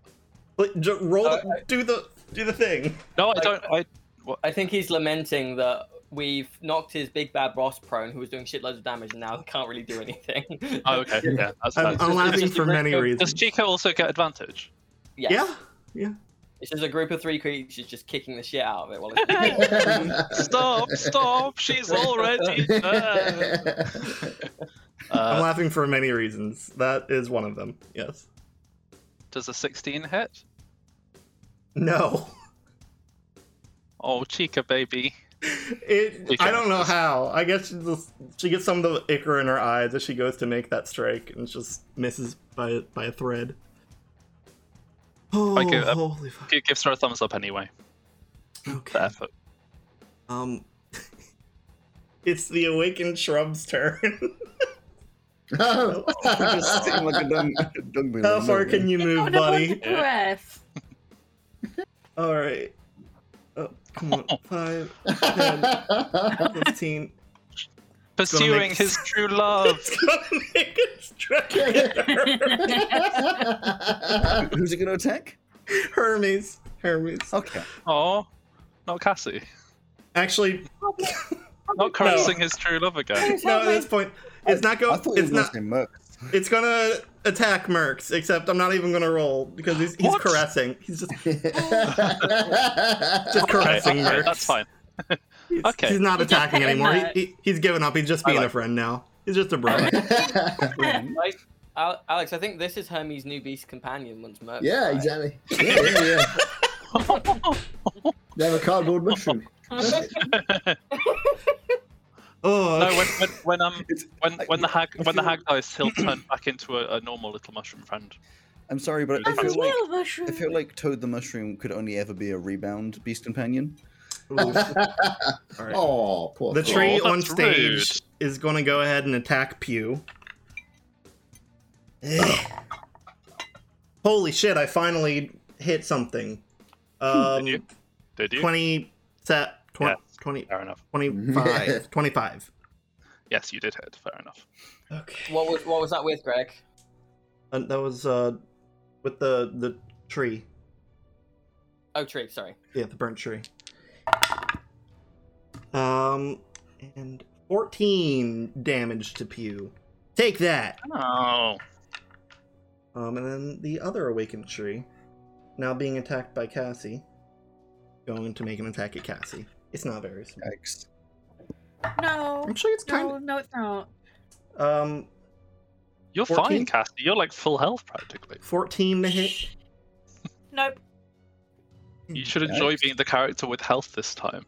Speaker 3: But j- roll.
Speaker 4: Uh,
Speaker 3: the- do the do the thing.
Speaker 5: No, I
Speaker 4: Like-
Speaker 5: don't. I
Speaker 4: I think he's lamenting that we've knocked his big bad boss prone, who was doing shitloads of damage, and now can't really do anything.
Speaker 5: Oh, okay. Yeah, that's
Speaker 3: I'm,
Speaker 5: fine.
Speaker 3: Um, I'm laughing
Speaker 4: Uh, just Uh,
Speaker 3: for
Speaker 4: a
Speaker 3: many
Speaker 4: regular-
Speaker 5: Does
Speaker 3: reasons.
Speaker 5: Chica also get advantage?
Speaker 4: Yes.
Speaker 3: Yeah.
Speaker 4: It's just a group of three creatures just kicking the shit out of it while it's
Speaker 5: Stop! Stop! She's already there.
Speaker 3: I'm
Speaker 5: Uh,
Speaker 3: laughing for many reasons. That is one of them. Yes.
Speaker 5: does a 16 hit?
Speaker 3: No.
Speaker 5: Oh, Chica, baby.
Speaker 3: It.
Speaker 5: Which
Speaker 3: I don't know
Speaker 5: answers?
Speaker 3: how. I guess she, just, she gets some of the ichor in her eyes as she goes to make that strike and just misses by by a thread. Oh,
Speaker 5: I give up.
Speaker 3: holy fuck!
Speaker 5: G- gives her a thumbs up anyway.
Speaker 3: Okay.
Speaker 5: The effort.
Speaker 3: Um, it's the awakened shrub's turn.
Speaker 2: Oh.
Speaker 1: just sitting like a dung, dung beetle
Speaker 3: how
Speaker 1: in
Speaker 3: far
Speaker 1: the
Speaker 3: can you move,
Speaker 6: Got a wonder
Speaker 3: buddy?
Speaker 6: breath.
Speaker 3: All right. Oh, come on. Five, 15.
Speaker 5: Pursuing
Speaker 3: make-
Speaker 5: his true love.
Speaker 3: It's gonna make a strike at her.
Speaker 1: middle. Who's it going to attack?
Speaker 3: Hermes. Hermes.
Speaker 1: Okay.
Speaker 5: Oh, not Cassie.
Speaker 3: Actually,
Speaker 5: Not caressing his true love again.
Speaker 3: no. At this point, it's not
Speaker 1: I
Speaker 3: going.
Speaker 1: thought it
Speaker 3: It's
Speaker 1: was not...
Speaker 3: not.
Speaker 1: named Merc.
Speaker 3: It's gonna attack Mercs. Except I'm not even gonna roll because he's, he's
Speaker 5: What?
Speaker 3: caressing. He's just just caressing
Speaker 5: Okay,
Speaker 3: Mercs.
Speaker 5: that's fine.
Speaker 3: He's,
Speaker 5: Okay.
Speaker 3: He's not
Speaker 6: He's
Speaker 3: attacking
Speaker 6: just saying
Speaker 3: anymore. He,
Speaker 6: that.
Speaker 3: he, he's given up. He's just being
Speaker 5: like
Speaker 3: a friend now. He's just a brother.
Speaker 4: like, Al- Alex, I think this is Hermes' new beast companion once Merc.
Speaker 2: yeah, exactly. Yeah, yeah, yeah. They have a cardboard mushroom.
Speaker 3: oh,
Speaker 5: No,
Speaker 3: okay.
Speaker 5: when when when um
Speaker 1: It's-
Speaker 5: when
Speaker 1: I-
Speaker 5: when the hag
Speaker 1: I
Speaker 5: when the
Speaker 1: feel-
Speaker 5: hag dies, he'll turn back into a, a normal little mushroom friend.
Speaker 1: I'm sorry, but I
Speaker 6: I'm a
Speaker 1: feel like
Speaker 6: little mushroom.
Speaker 1: I feel like Toad the Mushroom could only ever be a rebound beast companion.
Speaker 3: All right.
Speaker 2: Oh, poor
Speaker 3: The
Speaker 2: thing.
Speaker 3: tree
Speaker 5: Oh,
Speaker 3: on
Speaker 5: that's
Speaker 3: stage
Speaker 5: rude.
Speaker 3: is going to go ahead and attack Pew. Holy shit, I finally hit something. Um,
Speaker 5: Hmm. you? Did you?
Speaker 3: 20, set, twen-
Speaker 5: Yes.
Speaker 3: 20,
Speaker 5: Fair enough.
Speaker 3: 25, 25.
Speaker 5: Yes, you did hit. Fair enough.
Speaker 3: Okay.
Speaker 4: What was what was that with, Greg?
Speaker 3: And that was uh, with the, the tree.
Speaker 4: Oh, tree. Sorry.
Speaker 3: Yeah, the burnt tree. Um, and 14 damage to Pew. Take that.
Speaker 5: Oh,
Speaker 3: Um, and then the other awakened tree, now being attacked by Cassie, going to make an attack at Cassie. It's not very smart.
Speaker 1: Yikes.
Speaker 6: No,
Speaker 3: I'm sure it's kind
Speaker 6: no, no, it's not.
Speaker 3: of um
Speaker 5: You're
Speaker 3: 14?
Speaker 5: fine, Cassie. You're like full health practically.
Speaker 3: 14 to hit.
Speaker 6: Nope.
Speaker 1: Hmm,
Speaker 5: You should enjoy being the character with health this time.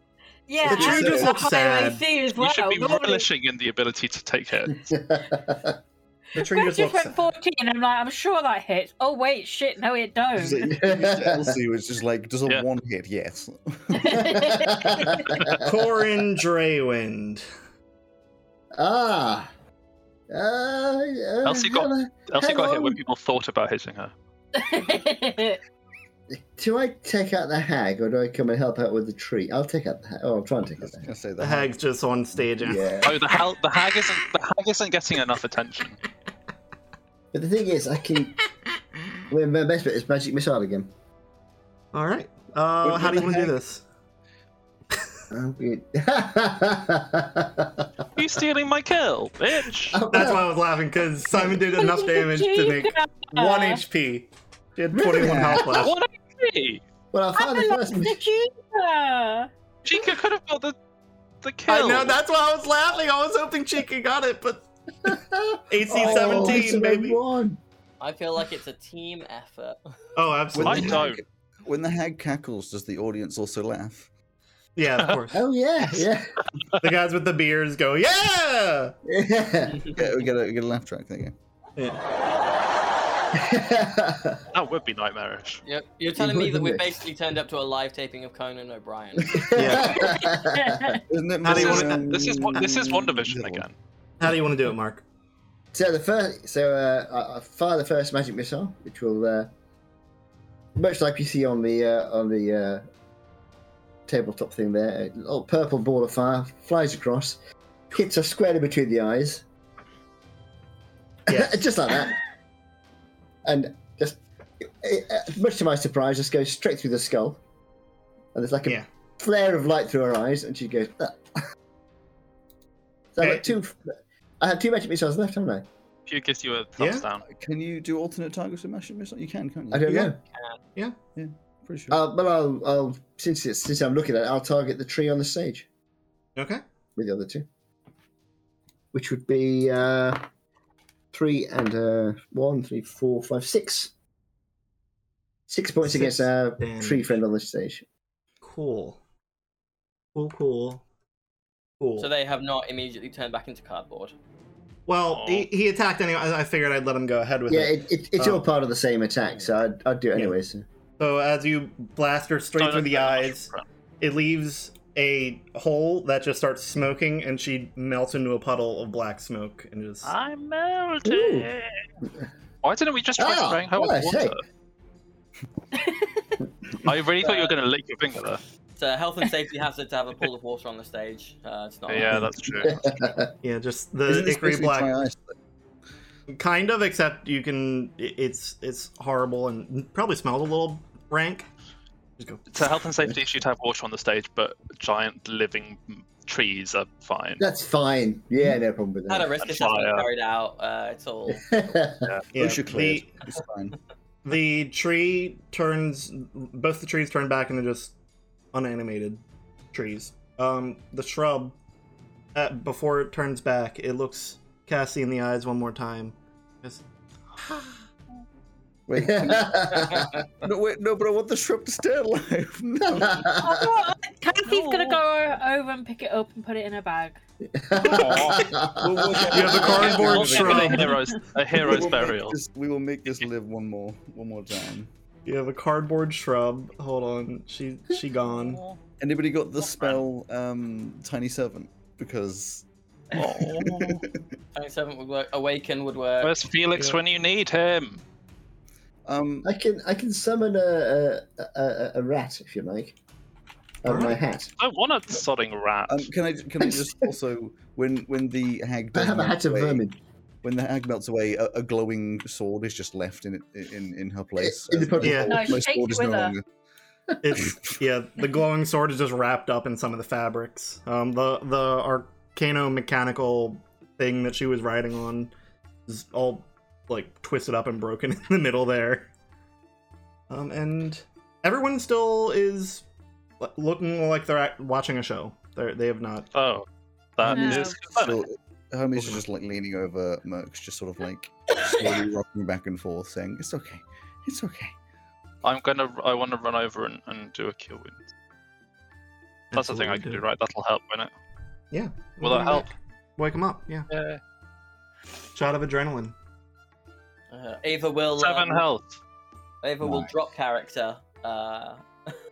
Speaker 6: Yeah,
Speaker 3: The tree
Speaker 6: and
Speaker 3: just
Speaker 6: a
Speaker 3: looks
Speaker 6: higher
Speaker 3: sad.
Speaker 6: AC as
Speaker 5: You should
Speaker 6: well,
Speaker 5: be
Speaker 6: lovely.
Speaker 5: relishing in the ability to take hit.
Speaker 3: The tree
Speaker 6: I
Speaker 3: just
Speaker 6: just
Speaker 3: looks.
Speaker 6: went 14 and I'm like, I'm sure that hits. Oh, wait, shit, no, it don't.
Speaker 1: Just like- Elsie was just like, does a
Speaker 5: Yeah.
Speaker 1: one hit? Yes.
Speaker 3: Corin Draywind.
Speaker 2: ah. Uh, uh,
Speaker 5: Elsie got-
Speaker 2: hello.
Speaker 5: Elsie got hit
Speaker 2: Hang
Speaker 5: when
Speaker 2: on.
Speaker 5: people thought about hitting her.
Speaker 2: Do I take out the hag or do I come and help out with the tree? I'll take out the hag. Oh, I'll try and take
Speaker 1: I
Speaker 2: out
Speaker 1: was
Speaker 2: the
Speaker 1: gonna say
Speaker 3: The
Speaker 1: that.
Speaker 3: hag's just on stage.
Speaker 2: hag.
Speaker 3: And
Speaker 2: Yeah.
Speaker 5: Oh, the, hal- the hag isn't the hag isn't getting enough attention.
Speaker 2: But the thing is, I can. Well, my best bet is magic missile again.
Speaker 3: All right. Uh,
Speaker 1: Would
Speaker 3: how do you
Speaker 1: the
Speaker 3: want to do
Speaker 1: hag-
Speaker 3: this?
Speaker 2: Oh, good. That's
Speaker 5: You stealing my kill, bitch!
Speaker 3: That's why I was laughing because Simon did enough damage to make one HP. She had 21 health left.
Speaker 5: What a
Speaker 2: Well, I
Speaker 6: I'm
Speaker 2: found
Speaker 6: a
Speaker 2: the first.
Speaker 6: Chica.
Speaker 5: Chica could have got the the kill.
Speaker 3: I know. That's why I was laughing. I was hoping Chica got it, but AC
Speaker 2: Oh,
Speaker 3: 17,
Speaker 2: it's a
Speaker 3: baby.
Speaker 2: one.
Speaker 4: I feel like it's a team effort.
Speaker 1: When
Speaker 3: Oh,
Speaker 5: I
Speaker 1: the,
Speaker 3: absolutely.
Speaker 5: don't.
Speaker 1: hag, when the hag cackles, does the audience also laugh?
Speaker 3: Yeah, of course.
Speaker 2: Oh yeah, yeah.
Speaker 3: the guys with the beers go, yeah!
Speaker 2: yeah.
Speaker 1: Yeah, we get a, we get a laugh track. There you go.
Speaker 3: Yeah.
Speaker 5: That would be nightmarish.
Speaker 4: Yep. You're telling me that
Speaker 2: wouldn't
Speaker 4: we're
Speaker 2: it?
Speaker 4: basically turned up to a live taping of Conan O'Brien.
Speaker 1: Isn't it
Speaker 3: How do you
Speaker 1: Mrs.
Speaker 3: wanna-
Speaker 1: um,
Speaker 5: This is one- this is Wonder Vision
Speaker 1: Little?
Speaker 5: again.
Speaker 3: How do you want to do it, Mark?
Speaker 2: so the first, so uh, I, I fire the first magic missile, which will, uh, much like you see on the uh, on the uh, tabletop thing there, a little purple ball of fire flies across, hits us squarely between the eyes,
Speaker 3: Yes.
Speaker 2: just like that, and just it, uh, much to my surprise, just goes straight through the skull, and there's like a
Speaker 3: Yeah.
Speaker 2: flare of light through her eyes, and she goes. "Ah." so I've
Speaker 3: Okay.
Speaker 2: got two. I have two magic missiles left, haven't I?
Speaker 5: Pew gives you a thumbs
Speaker 3: Yeah?
Speaker 5: down.
Speaker 1: Can you do alternate targets with magic missile? You can, can't you?
Speaker 2: I don't
Speaker 3: Yeah.
Speaker 2: know.
Speaker 1: Pretty sure.
Speaker 2: Uh, but I'll, I'll since it's, since I'm looking at it, I'll target the tree on the stage
Speaker 3: Okay.
Speaker 2: with the other two, which would be uh, three and uh, one, three, four, five, six. Six points
Speaker 3: Six
Speaker 2: against our
Speaker 3: damage.
Speaker 2: tree friend on the stage.
Speaker 3: Cool. Cool, cool. Cool.
Speaker 4: so they have not immediately turned back into cardboard.
Speaker 3: well,
Speaker 5: Aw.
Speaker 3: he, he attacked anyway. I I figured I'd let him go ahead with
Speaker 2: Yeah,
Speaker 3: it.
Speaker 2: it, it, it's
Speaker 3: Um,
Speaker 2: all part of the same attack, so I'd, I'd do it
Speaker 3: Yeah.
Speaker 2: anyway. So.
Speaker 3: So as you blast her straight
Speaker 5: Don't
Speaker 3: through the
Speaker 5: look at
Speaker 3: eyes, it leaves a hole that just starts smoking, and she melts into a puddle of black smoke and just.
Speaker 5: I'm melting. Why didn't we just try
Speaker 2: Ah,
Speaker 5: spraying her
Speaker 2: what
Speaker 5: with
Speaker 2: I say.
Speaker 5: water? I really thought you were going to lick your finger there.
Speaker 4: It's a health and safety hazard to have a pool of water on the stage. Uh, it's not.
Speaker 5: Yeah, that's true.
Speaker 3: Yeah, just the
Speaker 1: Isn't this
Speaker 3: Hickory
Speaker 1: basically
Speaker 3: Oh, Black.
Speaker 1: dry ice?
Speaker 3: Kind of, except you can. i- It's it's horrible and probably smells a little rank. Just go.
Speaker 5: To health and safety, she'd have water on the stage, but giant living trees are fine.
Speaker 2: That's fine. Yeah, no problem with
Speaker 4: Had a risk
Speaker 5: That's
Speaker 4: assessment
Speaker 5: fire.
Speaker 4: carried out. Uh, it's all.
Speaker 2: that.
Speaker 3: Yeah,
Speaker 1: OSHA cleared.
Speaker 3: the
Speaker 1: It's fine.
Speaker 3: the tree turns. Both the trees turn back into just unanimated trees. Um, the shrub. Uh, before it turns back, it looks Cassie in the eyes one more time. Just,
Speaker 1: Wait, no, wait, no, but I want the shrub to stay alive. No.
Speaker 6: Oh, no, Kathy's gonna go o- over and pick it up and put it in her bag.
Speaker 3: You have a cardboard
Speaker 5: We'll give it a
Speaker 3: shrub.
Speaker 5: hero's, a
Speaker 1: We will
Speaker 5: hero's
Speaker 1: make
Speaker 5: burial.
Speaker 1: this- we will make this live one more, one more time.
Speaker 3: you have a cardboard shrub. Hold on, she she gone.
Speaker 1: Anybody got the spell um, Tiny Servant? Because
Speaker 5: Oh.
Speaker 4: 27 would work. Awaken would work.
Speaker 5: Where's Felix
Speaker 3: Yeah.
Speaker 5: when you need him?
Speaker 1: um,
Speaker 2: I can I can summon a a, a- a, a rat if you like. Out of my
Speaker 3: Alright.
Speaker 2: hat.
Speaker 5: I want a sodding rat.
Speaker 1: um, can I can I just also when when the hag
Speaker 2: I
Speaker 1: does
Speaker 2: have a
Speaker 1: melt
Speaker 2: hat of
Speaker 1: away-
Speaker 2: vermin
Speaker 1: when the hag melts away, a, a glowing sword is just left in it in in her place.
Speaker 2: In the
Speaker 1: Um,
Speaker 2: puddle.
Speaker 3: Yeah.
Speaker 6: No, she
Speaker 1: my
Speaker 6: takes
Speaker 1: sword
Speaker 6: it
Speaker 1: is
Speaker 6: with
Speaker 1: no
Speaker 6: her.
Speaker 1: longer-
Speaker 3: It's yeah, the glowing sword is just wrapped up in some of the fabrics. Um, the the arcano mechanical thing that she was riding on is all like twisted up and broken in the middle there. Um, and everyone still is lo- looking like they're act- watching a show. They they have not.
Speaker 5: Oh, that
Speaker 6: No.
Speaker 5: is concerning.
Speaker 1: So Hermes is just like leaning over Mercs, just sort of like slowly rocking back and forth, saying, "It's okay, it's okay."
Speaker 5: I'm gonna. I want to run over and, and do a kill wound. That's, the thing I
Speaker 3: absolutely
Speaker 5: can do, right? That'll help, won't it?
Speaker 3: Yeah.
Speaker 5: Will
Speaker 3: Mm.
Speaker 5: that help?
Speaker 3: Wake them up. Yeah.
Speaker 5: Yeah.
Speaker 3: Shot of adrenaline.
Speaker 4: Uh, Ava will.
Speaker 5: Seven
Speaker 4: um,
Speaker 5: health.
Speaker 4: Ava will
Speaker 2: Nice.
Speaker 4: drop character. Uh,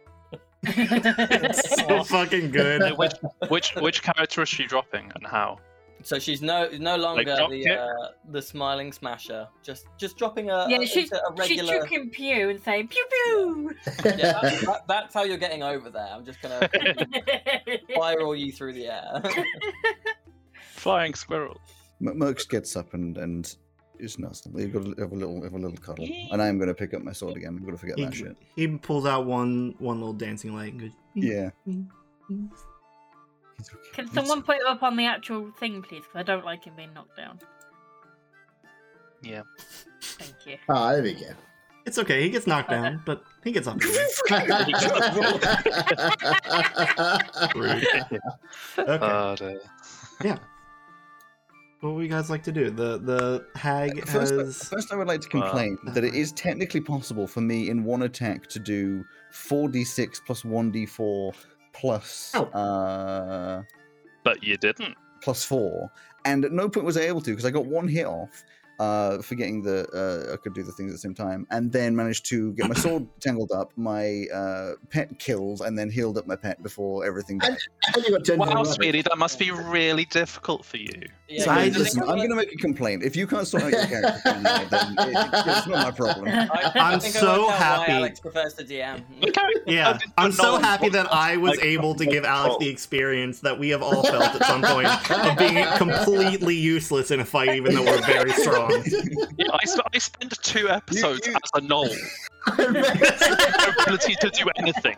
Speaker 3: so fucking good.
Speaker 5: No, which, which which character is she dropping and how?
Speaker 4: so she's no no longer
Speaker 5: drop
Speaker 4: the
Speaker 5: kick?
Speaker 4: uh, the smiling smasher. Just just dropping a
Speaker 6: Yeah,
Speaker 4: a,
Speaker 6: she's-
Speaker 4: a
Speaker 6: She's
Speaker 4: regular.
Speaker 6: chucking pew and saying pew pew.
Speaker 4: Yeah, that, that, that's how you're getting over there. I'm just gonna spiral you through the air.
Speaker 5: Flying squirrel.
Speaker 1: M- Mercs gets up and and is nuzzled. They've got to have a little have a little cuddle, and I'm going to pick up my sword again. I'm going to forget
Speaker 3: He,
Speaker 1: that shit.
Speaker 3: he pulls out one one little dancing light and goes.
Speaker 1: Yeah. It's okay,
Speaker 6: Can
Speaker 1: it's
Speaker 6: someone put it up on the actual thing, please? Because I don't like him being knocked down.
Speaker 5: Yeah.
Speaker 6: Thank you.
Speaker 2: Ah, there we go.
Speaker 3: It's okay. He gets knocked down, but he gets up. again." okay.
Speaker 5: Uh, dear.
Speaker 3: what would you guys like to do? The the hag
Speaker 1: First,
Speaker 3: has.
Speaker 1: first, I would like to complain that it is technically possible for me in one attack to do 4d6 plus 1d4 plus
Speaker 6: Oh.
Speaker 3: Ow.
Speaker 1: uh,
Speaker 5: But you didn't.
Speaker 1: plus 4. And at no point was I able to because I got one hit off, uh, forgetting that uh, I could do the things at the same time, and then managed to get my sword tangled up, my uh, pet kills, and then healed up my pet before everything died.
Speaker 2: And you got ten
Speaker 5: Wow,
Speaker 2: down.
Speaker 5: sweetie, that must be really difficult for you.
Speaker 4: Yeah,
Speaker 3: So I
Speaker 4: because-
Speaker 3: just-
Speaker 1: Listen, I'm going to make a complaint. If you can't sort out your character, then it- it's not my problem.
Speaker 4: I- I
Speaker 3: I'm
Speaker 4: think I
Speaker 3: so
Speaker 4: worked out why
Speaker 3: happy.
Speaker 4: Alex prefers to DM.
Speaker 3: Yeah, I'm so happy that I was
Speaker 5: Like,
Speaker 3: able to give Alex the experience that we have all felt at some point of being completely useless in a fight, even though we're very strong.
Speaker 5: Yeah, I, sp- I spent two episodes
Speaker 1: you-
Speaker 5: as a knoll. ability to do anything.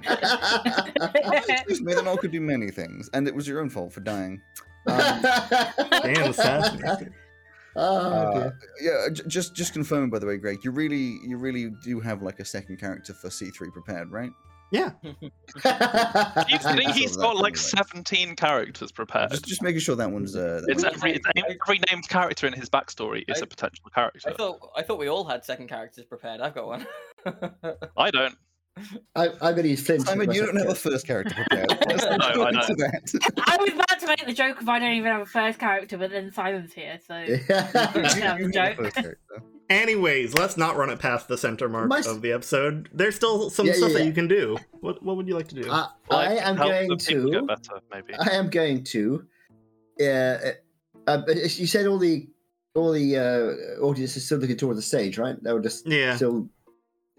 Speaker 1: Excuse me, then I could do many things, and it was your own fault for dying. Um,
Speaker 3: Damn, assassinated.
Speaker 2: Oh,
Speaker 1: uh,
Speaker 2: dear.
Speaker 1: yeah, j- just just confirming by the way, Greg, you really you really do have like a second character for C three prepared, right?
Speaker 5: You think
Speaker 1: I
Speaker 5: he's
Speaker 1: saw that
Speaker 5: got like
Speaker 1: anyway.
Speaker 5: 17 characters prepared.
Speaker 1: Just just making sure that one's uh, that
Speaker 5: Uh, It's
Speaker 1: one's-
Speaker 5: every, every named character in his backstory is a
Speaker 4: I-
Speaker 5: potential character.
Speaker 4: I thought I thought we all had second characters prepared. I've got one.
Speaker 5: I don't.
Speaker 2: I, I'm going to use Flint.
Speaker 1: Simon, you don't have a
Speaker 2: myself.
Speaker 1: first character prepared. Let's
Speaker 4: No,
Speaker 1: not
Speaker 5: I
Speaker 1: go
Speaker 5: know.
Speaker 1: into that.
Speaker 6: I was about to make the joke if I don't even have a first character, but then Simon's here, so
Speaker 1: You-
Speaker 6: That's a
Speaker 1: you need a
Speaker 6: joke.
Speaker 1: first character.
Speaker 3: Anyways, let's not run it past the center mark
Speaker 2: My s-
Speaker 3: of the episode. There's still some
Speaker 2: Yeah, yeah,
Speaker 3: stuff that
Speaker 2: yeah. Uh,
Speaker 3: you can do. What What would you like to do?
Speaker 2: I,
Speaker 5: Like,
Speaker 2: I am
Speaker 5: help the
Speaker 2: going
Speaker 5: people
Speaker 2: to.
Speaker 5: Get better, maybe.
Speaker 2: I am going to. Uh, uh, uh, but you said all the all the uh, audience is still looking toward the stage, right? They were just
Speaker 3: yeah.
Speaker 2: still.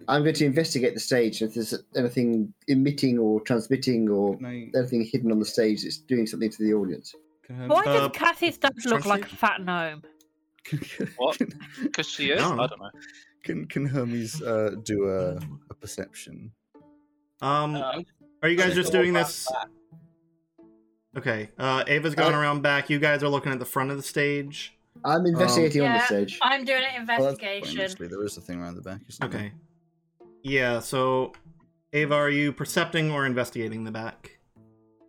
Speaker 2: I'm going to investigate the stage. If there's anything emitting or transmitting or
Speaker 1: Can I-
Speaker 2: anything hidden on the stage that's doing something to the audience.
Speaker 1: can I-
Speaker 6: Why
Speaker 3: Uh,
Speaker 6: does Cassie's does look like a
Speaker 1: Trusty?
Speaker 6: fat gnome?
Speaker 5: What? Because she is?
Speaker 3: No.
Speaker 5: I don't know.
Speaker 1: Can can Hermes uh, do a, a perception?
Speaker 3: Um,
Speaker 4: Um,
Speaker 3: are you guys
Speaker 1: I'm
Speaker 3: just
Speaker 4: gonna
Speaker 3: doing
Speaker 4: walk
Speaker 3: this? Okay. Uh, Ava's going around back. You guys are looking at the front of the stage.
Speaker 2: I'm investigating on the
Speaker 6: Yeah,
Speaker 2: stage.
Speaker 6: I'm doing an
Speaker 1: Well, that's fine,
Speaker 6: investigation.
Speaker 1: actually. there is a thing around the back. Isn't there?
Speaker 3: Okay. Yeah. So, Ava, are you percepting or investigating the back?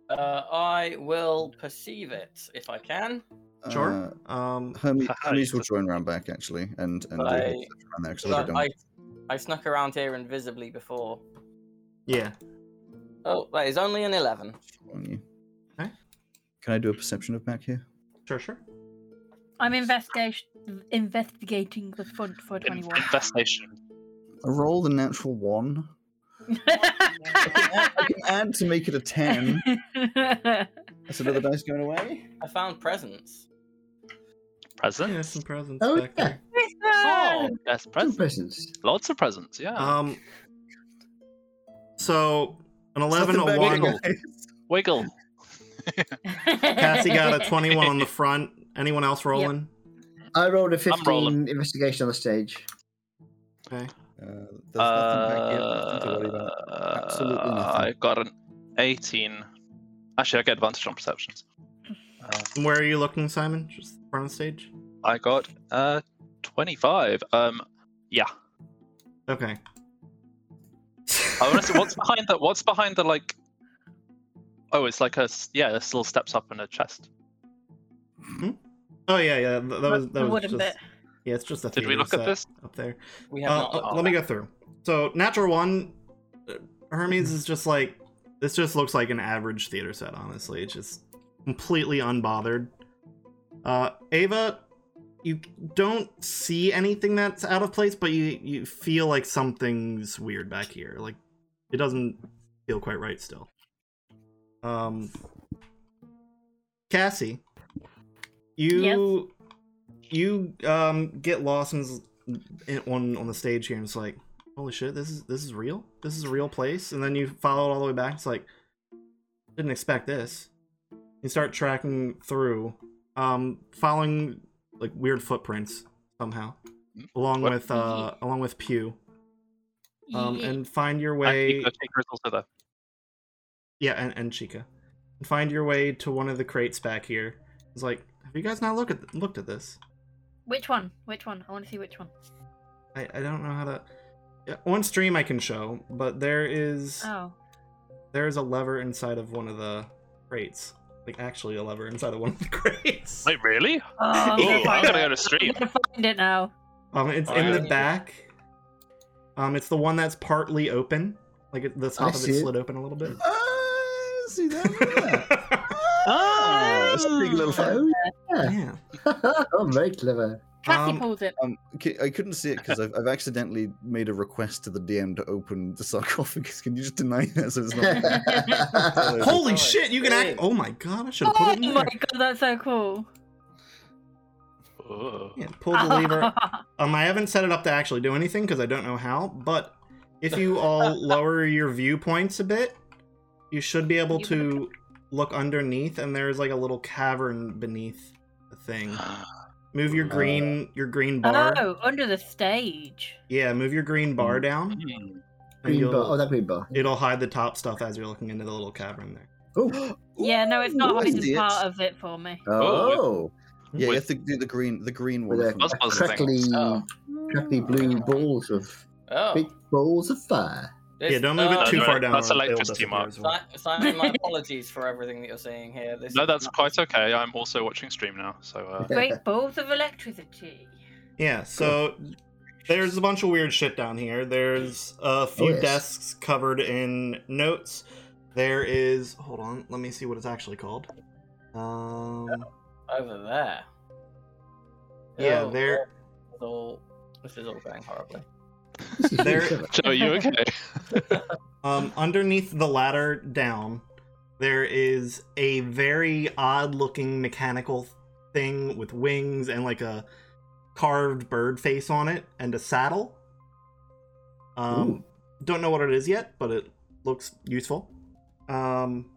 Speaker 4: uh, I will perceive it if I can.
Speaker 3: Sure. Um,
Speaker 1: Uh, Hermes,
Speaker 5: Haha,
Speaker 1: Hermes
Speaker 5: yes.
Speaker 1: will join round back actually, and and do
Speaker 4: I-
Speaker 1: his stuff around there because I
Speaker 4: But
Speaker 1: don't.
Speaker 4: I, I snuck around here invisibly before.
Speaker 3: yeah.
Speaker 4: Oh, that is only an eleven.
Speaker 1: on you.
Speaker 3: Okay.
Speaker 1: Can I do a perception of back here?
Speaker 3: Sure. Sure.
Speaker 6: I'm investigation investigating the front for a
Speaker 5: In-
Speaker 6: 21.
Speaker 5: investigation.
Speaker 1: I roll the natural one. I can add to make it a ten. That's another dice going away.
Speaker 4: I found presents.
Speaker 3: Yeah,
Speaker 5: Presents?
Speaker 3: there's some presents
Speaker 2: Oh,
Speaker 3: back there.
Speaker 5: Oh, yes,
Speaker 2: Two
Speaker 5: presents.
Speaker 2: presents.
Speaker 5: Lots of presents, yeah.
Speaker 3: Um. So an eleven,
Speaker 1: Nothing
Speaker 3: a
Speaker 1: back
Speaker 3: one.
Speaker 1: here, guys.
Speaker 5: Wiggle.
Speaker 3: Cassie got a twenty-one on the front. Anyone else rolling?
Speaker 2: I rolled a
Speaker 5: I'm rolling.
Speaker 2: 15 investigation on the stage.
Speaker 3: Okay.
Speaker 1: Uh, there's nothing back here. Nothing to worry about.
Speaker 5: Uh,
Speaker 1: Absolutely nothing.
Speaker 5: I got an 18. Actually, I get advantage on perceptions. Uh,
Speaker 3: Where are you looking, Simon? Just front of the stage.
Speaker 5: I got a 25. uh, Um, yeah.
Speaker 3: Okay.
Speaker 5: I want to see what's behind that. What's behind the like? Oh, it's like a s- yeah. This little steps up in a chest.
Speaker 3: Oh yeah, yeah. th- That was that
Speaker 6: The
Speaker 3: was
Speaker 6: wooden
Speaker 3: just
Speaker 6: bit.
Speaker 3: yeah. It's just a.
Speaker 5: Did we
Speaker 3: theater
Speaker 5: look at
Speaker 3: set
Speaker 5: this?
Speaker 3: up there?
Speaker 4: We
Speaker 3: Uh,
Speaker 4: have not.
Speaker 5: looked
Speaker 3: uh,
Speaker 5: at
Speaker 3: let me
Speaker 5: that.
Speaker 3: go through. So natural one, uh, Hermes is just like this. Just looks like an average theater set, honestly. It's just completely unbothered. Uh, Ava, you don't see anything that's out of place, but you you feel like something's weird back here. Like it doesn't feel quite right still. Um, Cassie, you you um get lost in this in- on on the stage here and it's like holy shit this is this is real this is a real place and then you follow it all the way back it's like didn't expect this you start tracking through um following like weird footprints somehow along
Speaker 5: What?
Speaker 3: with uh along with pew um
Speaker 6: Ye-
Speaker 3: and find your
Speaker 5: And
Speaker 3: way
Speaker 5: Nico Tinker is also there.
Speaker 3: yeah and, and chica and find your way to one of the crates back here it's like have you guys not look at looked at this
Speaker 6: which one? Which one? I want to see which one.
Speaker 3: i i don't know how to Yeah, on stream i can show but there is
Speaker 6: Oh,
Speaker 3: there is a lever inside of one of the crates. Like actually a lever inside of one of the crates.
Speaker 5: Wait, really?
Speaker 6: oh I'm
Speaker 5: Ooh,
Speaker 6: gonna
Speaker 5: I'm
Speaker 6: find
Speaker 5: gonna
Speaker 6: it.
Speaker 5: go to
Speaker 6: I'm
Speaker 5: stream.
Speaker 6: gonna find it now.
Speaker 3: Um, it's in the back. Um, it's the one that's partly open. Like it- the top
Speaker 2: I
Speaker 3: of
Speaker 2: see
Speaker 3: it
Speaker 2: it.
Speaker 3: slid open a little bit.
Speaker 1: Ah, see that? Look at that.
Speaker 7: Oh,
Speaker 1: that's a big little thing.
Speaker 2: Oh,
Speaker 3: yeah.
Speaker 2: I'm Oh, very clever.
Speaker 6: Cassie
Speaker 3: Um,
Speaker 6: pulls it.
Speaker 1: Um, ca- I couldn't see it because I've, I've accidentally made a request to the DM to open the sarcophagus. Can you just deny that so it's not there?
Speaker 2: I
Speaker 3: Holy
Speaker 4: Oh,
Speaker 3: shit! You can
Speaker 4: dang.
Speaker 3: act. Oh my god! I should
Speaker 6: Oh
Speaker 3: have put it in
Speaker 6: my
Speaker 3: there.
Speaker 6: god, that's so cool.
Speaker 5: Oh.
Speaker 3: Yeah, pull the lever. Um, I haven't set it up to actually do anything because I don't know how. But if you all lower your viewpoints a bit, you should be able
Speaker 6: You
Speaker 3: to look underneath, and there's like a little cavern beneath the thing. Move your green your green bar.
Speaker 6: oh, under the stage.
Speaker 3: Yeah, move your green bar down. And
Speaker 5: Hmm.
Speaker 2: green bar.
Speaker 3: you'll,
Speaker 2: Oh, that green bar.
Speaker 3: It'll hide the top stuff as you're looking into the little cavern there.
Speaker 2: Oh.
Speaker 6: Yeah, no, it's not
Speaker 1: Ooh, I
Speaker 6: hiding
Speaker 1: see it.
Speaker 6: part of it for me.
Speaker 2: Oh.
Speaker 1: Yeah, you have
Speaker 5: With-
Speaker 1: to do the green, the green one.
Speaker 2: With a
Speaker 1: from the
Speaker 5: That's positive.
Speaker 2: crackly,
Speaker 4: Oh.
Speaker 2: crackly blue
Speaker 3: Mm.
Speaker 2: balls of
Speaker 4: Oh,
Speaker 2: big balls of fire.
Speaker 4: this-
Speaker 3: yeah, don't move
Speaker 4: uh,
Speaker 3: it too
Speaker 5: No,
Speaker 3: far
Speaker 5: no,
Speaker 3: down.
Speaker 5: that's
Speaker 3: or it'll
Speaker 5: electricity,
Speaker 3: disappear
Speaker 5: Mark.
Speaker 3: as well.
Speaker 4: Si- Simon, my apologies for everything that you're saying here. This
Speaker 5: No,
Speaker 4: is
Speaker 5: that's
Speaker 4: not-
Speaker 5: quite okay. I'm also watching stream now, so uh,
Speaker 6: Great balls of electricity.
Speaker 3: Yeah, so there's a bunch of weird shit down here. There's a few
Speaker 2: Oh, yes.
Speaker 3: desks covered in notes. There is. Hold on, let me see what it's actually called. Um,
Speaker 4: over there.
Speaker 3: Yeah,
Speaker 4: Oh,
Speaker 3: there-
Speaker 4: This is all, this is all going horribly.
Speaker 2: This is
Speaker 3: There-
Speaker 2: really clever.
Speaker 5: Joe, are you okay?
Speaker 3: um, underneath the ladder down, there is a very odd-looking mechanical thing with wings and like a carved bird face on it and a saddle. Um,
Speaker 2: Ooh.
Speaker 3: don't know what it is yet, but it looks useful. Um,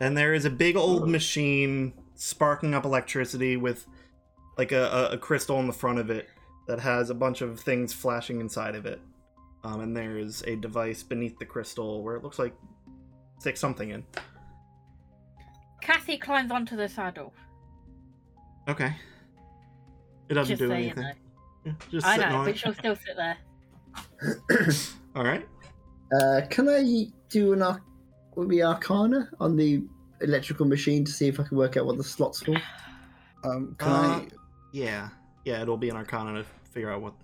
Speaker 3: and there is a big old machine sparking up electricity with like a, a, a crystal in the front of it that has a bunch of things flashing inside of it. Um, and there is a device beneath the crystal where it looks like stick something in.
Speaker 6: Cassie climbs onto the saddle.
Speaker 3: Okay. It doesn't
Speaker 6: Just
Speaker 3: do
Speaker 6: so you
Speaker 3: anything.
Speaker 6: know.
Speaker 3: Yeah, Just
Speaker 6: I
Speaker 3: sitting
Speaker 6: know,
Speaker 3: on
Speaker 6: but
Speaker 3: it.
Speaker 6: she'll still sit there.
Speaker 3: All right.
Speaker 2: Uh, can I do an arc- would be Arcana on the electrical machine to see if I can work out what the slots for?
Speaker 1: Um, can
Speaker 3: Uh, Yeah. Yeah, it'll be an arcana to figure out what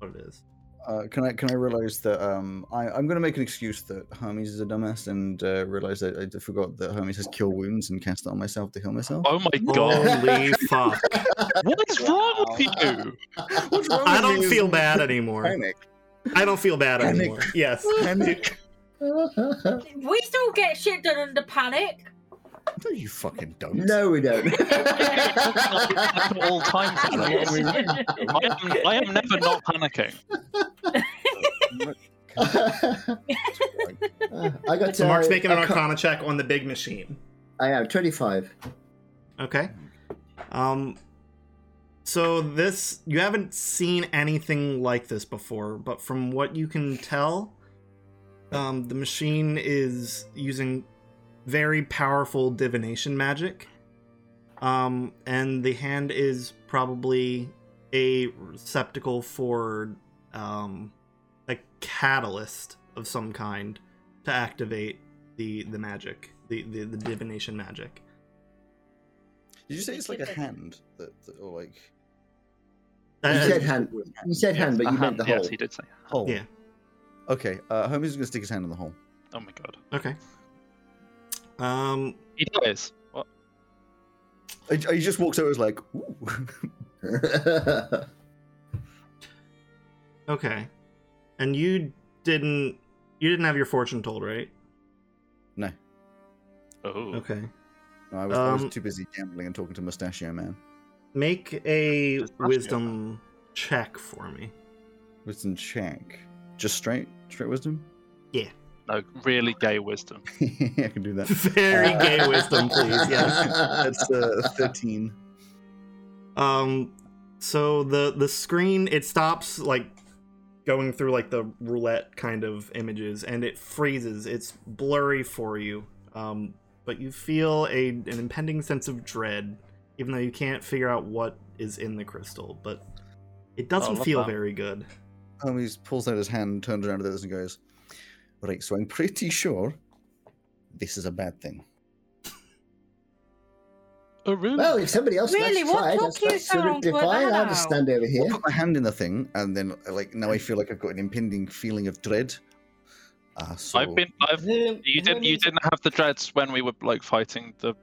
Speaker 3: what it is.
Speaker 1: I uh, can I can I realize that um I I'm gonna make an excuse that Hermes is a dumbass and uh, realize that I forgot that Hermes has cure wounds and cast it on myself to heal myself.
Speaker 5: Oh my god!
Speaker 3: Holy fuck.
Speaker 5: What is wrong with you?
Speaker 1: What's wrong
Speaker 3: I
Speaker 1: with
Speaker 3: don't
Speaker 1: you?
Speaker 3: feel bad anymore.
Speaker 1: Panic.
Speaker 3: I don't feel bad
Speaker 1: Panic.
Speaker 3: anymore. Yes.
Speaker 1: Panic.
Speaker 6: We still get shit done under panic.
Speaker 1: No, you fucking don't.
Speaker 2: no, we don't.
Speaker 5: At all times. I am, I am never not panicking.
Speaker 2: I got.
Speaker 3: So Mark's
Speaker 2: uh,
Speaker 3: making an
Speaker 2: Arca-
Speaker 3: arcana check on the big machine.
Speaker 2: I am twenty-five.
Speaker 3: Okay. Um so this you haven't seen anything like this before, but from what you can tell, um the machine is using very powerful divination magic. Um and the hand is probably a receptacle for um, a catalyst of some kind to activate the the magic, the the, the divination magic.
Speaker 1: Did you say it's like a
Speaker 6: Stupid.
Speaker 1: hand that, that- or like
Speaker 2: You
Speaker 3: Uh,
Speaker 2: said hand. You said hand, but
Speaker 5: A
Speaker 2: you meant
Speaker 5: hand,
Speaker 2: the hole.
Speaker 5: yes, he did say.
Speaker 1: hole?
Speaker 3: Yeah.
Speaker 1: Okay. Uh, Homie's gonna stick his hand in the hole.
Speaker 5: Oh my god.
Speaker 3: okay. Um,
Speaker 5: He dies. What?
Speaker 1: He, he just walks over. Is like, Ooh.
Speaker 3: okay. And you didn't you didn't have your fortune told, right?
Speaker 5: Oh.
Speaker 3: Okay.
Speaker 1: No, I was, I
Speaker 3: Um,
Speaker 1: was too busy gambling and talking to Mustachio Man.
Speaker 3: Make a
Speaker 5: Just ask
Speaker 3: wisdom check for me.
Speaker 1: Wisdom check. Just straight, straight wisdom.
Speaker 5: No, really gay wisdom.
Speaker 1: I can do that.
Speaker 3: Very gay wisdom, please. Yes.
Speaker 1: That's uh, thirteen.
Speaker 3: Um, so the the screen it stops like going through like the roulette kind of images, and it freezes. It's blurry for you. Um, but you feel a an impending sense of dread, even though you can't figure out what is in the crystal. But it doesn't
Speaker 5: Oh, love
Speaker 3: feel
Speaker 5: that.
Speaker 3: very good.
Speaker 1: Homies Um, pulls out his hand, turns around to this, and goes, "Right, so I'm pretty sure this is a bad thing."
Speaker 5: Oh really?
Speaker 2: well, if somebody else
Speaker 6: Really?
Speaker 2: that's
Speaker 6: What
Speaker 2: tried,
Speaker 6: took
Speaker 2: that's,
Speaker 6: you
Speaker 2: that's
Speaker 6: so
Speaker 2: sort
Speaker 6: long
Speaker 2: of
Speaker 6: to work
Speaker 2: divine.
Speaker 6: that
Speaker 2: I just
Speaker 6: out?
Speaker 2: stand over
Speaker 1: I
Speaker 2: here.
Speaker 1: put my hand in the thing, and then like now I feel like I've got an impending feeling of dread. Uh, so
Speaker 5: I've been. I've. You didn't. You didn't have the dreads when we were like fighting the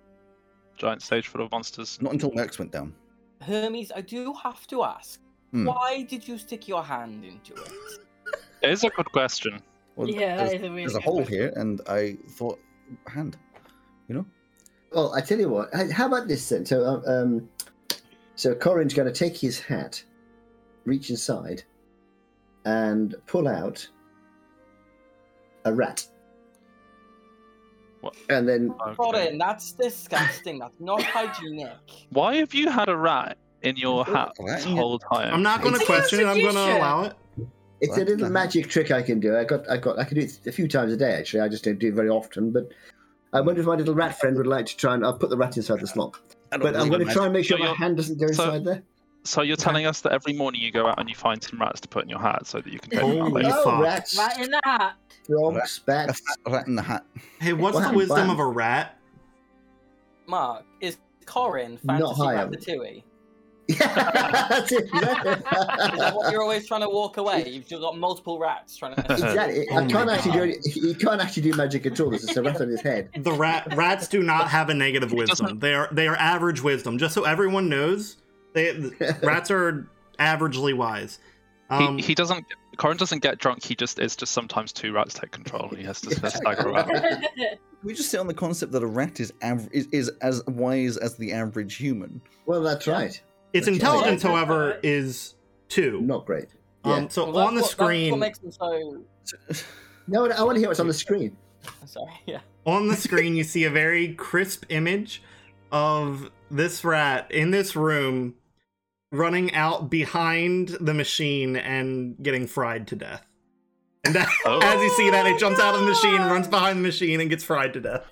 Speaker 5: giant stage full of monsters.
Speaker 1: not until Merx went down.
Speaker 4: Hermes, I do have to ask.
Speaker 1: Hmm.
Speaker 4: Why did you stick your hand into it?
Speaker 5: It is a good question.
Speaker 1: Well,
Speaker 6: yeah, that
Speaker 1: there's,
Speaker 6: is a really
Speaker 1: there's a
Speaker 6: good
Speaker 1: hole
Speaker 6: question.
Speaker 1: here, and I thought hand.
Speaker 2: Well, I tell you what. h- How about this then? So, um, um, so Corin's going to take his hat, reach inside, and pull out a rat.
Speaker 5: What?
Speaker 2: And then
Speaker 5: Okay.
Speaker 4: Corin, that's disgusting. That's not hygienic.
Speaker 5: Why have you had a rat in your hat this
Speaker 1: Right.
Speaker 5: whole time?
Speaker 3: I'm not going to
Speaker 6: It's-
Speaker 3: question it. I'm going to
Speaker 6: Constitution.
Speaker 3: allow it.
Speaker 2: it's a
Speaker 1: What
Speaker 2: little
Speaker 1: the-
Speaker 2: magic trick I can do. I got, I got, I can do it a few times a day. Actually, I just don't do it very often. But I wonder if my little rat friend would like to try and. I'll put the rat inside the slot.
Speaker 1: I don't
Speaker 2: But I'm
Speaker 1: believe
Speaker 2: going
Speaker 1: in
Speaker 2: to try and make sure
Speaker 5: So
Speaker 2: my
Speaker 5: you're-
Speaker 2: hand doesn't go
Speaker 5: so-
Speaker 2: inside there.
Speaker 5: So you're telling us that every morning you go out and you find some rats to put in your hat so that you can take them out
Speaker 3: Holy
Speaker 5: later.
Speaker 3: f- fuck.
Speaker 2: Oh, rats,
Speaker 6: Right in the hat.
Speaker 2: frogs,
Speaker 1: magic.
Speaker 2: bats.
Speaker 1: A fat rat in the hat.
Speaker 3: Hey, what's
Speaker 2: Wow,
Speaker 3: the wisdom
Speaker 2: wow.
Speaker 3: of a rat?
Speaker 4: Mark, is Corin
Speaker 2: Not
Speaker 4: fantasy
Speaker 2: high, I would-
Speaker 4: ratatouille?
Speaker 2: Yeah, that's it.
Speaker 4: Is that what you're always trying to walk away? You've just got multiple rats trying to.
Speaker 2: Exactly.
Speaker 3: Oh
Speaker 2: I can't
Speaker 3: my
Speaker 2: actually do any, he can't actually do magic at all. There's just a rat on his head.
Speaker 3: The rat rats do not have a negative
Speaker 5: It doesn't-
Speaker 3: wisdom. They are they are average wisdom. Just so everyone knows, they rats are averagely wise. Um,
Speaker 5: he, he doesn't. Corin doesn't get drunk. He just it's just sometimes two rats take control and he has to stagger around.
Speaker 1: Can we just sit on the concept that a rat is av- is, is as wise as the average human?
Speaker 2: Well, that's right.
Speaker 3: its
Speaker 2: That's
Speaker 3: intelligence,
Speaker 6: right.
Speaker 3: however, is two.
Speaker 2: Not great.
Speaker 3: um, so
Speaker 4: Well,
Speaker 3: on the
Speaker 4: that's what- That's what
Speaker 3: screen,
Speaker 4: makes them so.
Speaker 2: No, I want to hear what's on the screen.
Speaker 4: I'm Sorry, yeah.
Speaker 3: on the screen, you see a very crisp image of this rat in this room, running out behind the machine and getting fried to death. And that,
Speaker 5: Oh.
Speaker 3: as you see that, it jumps out of the machine, runs behind the machine, and gets fried to death.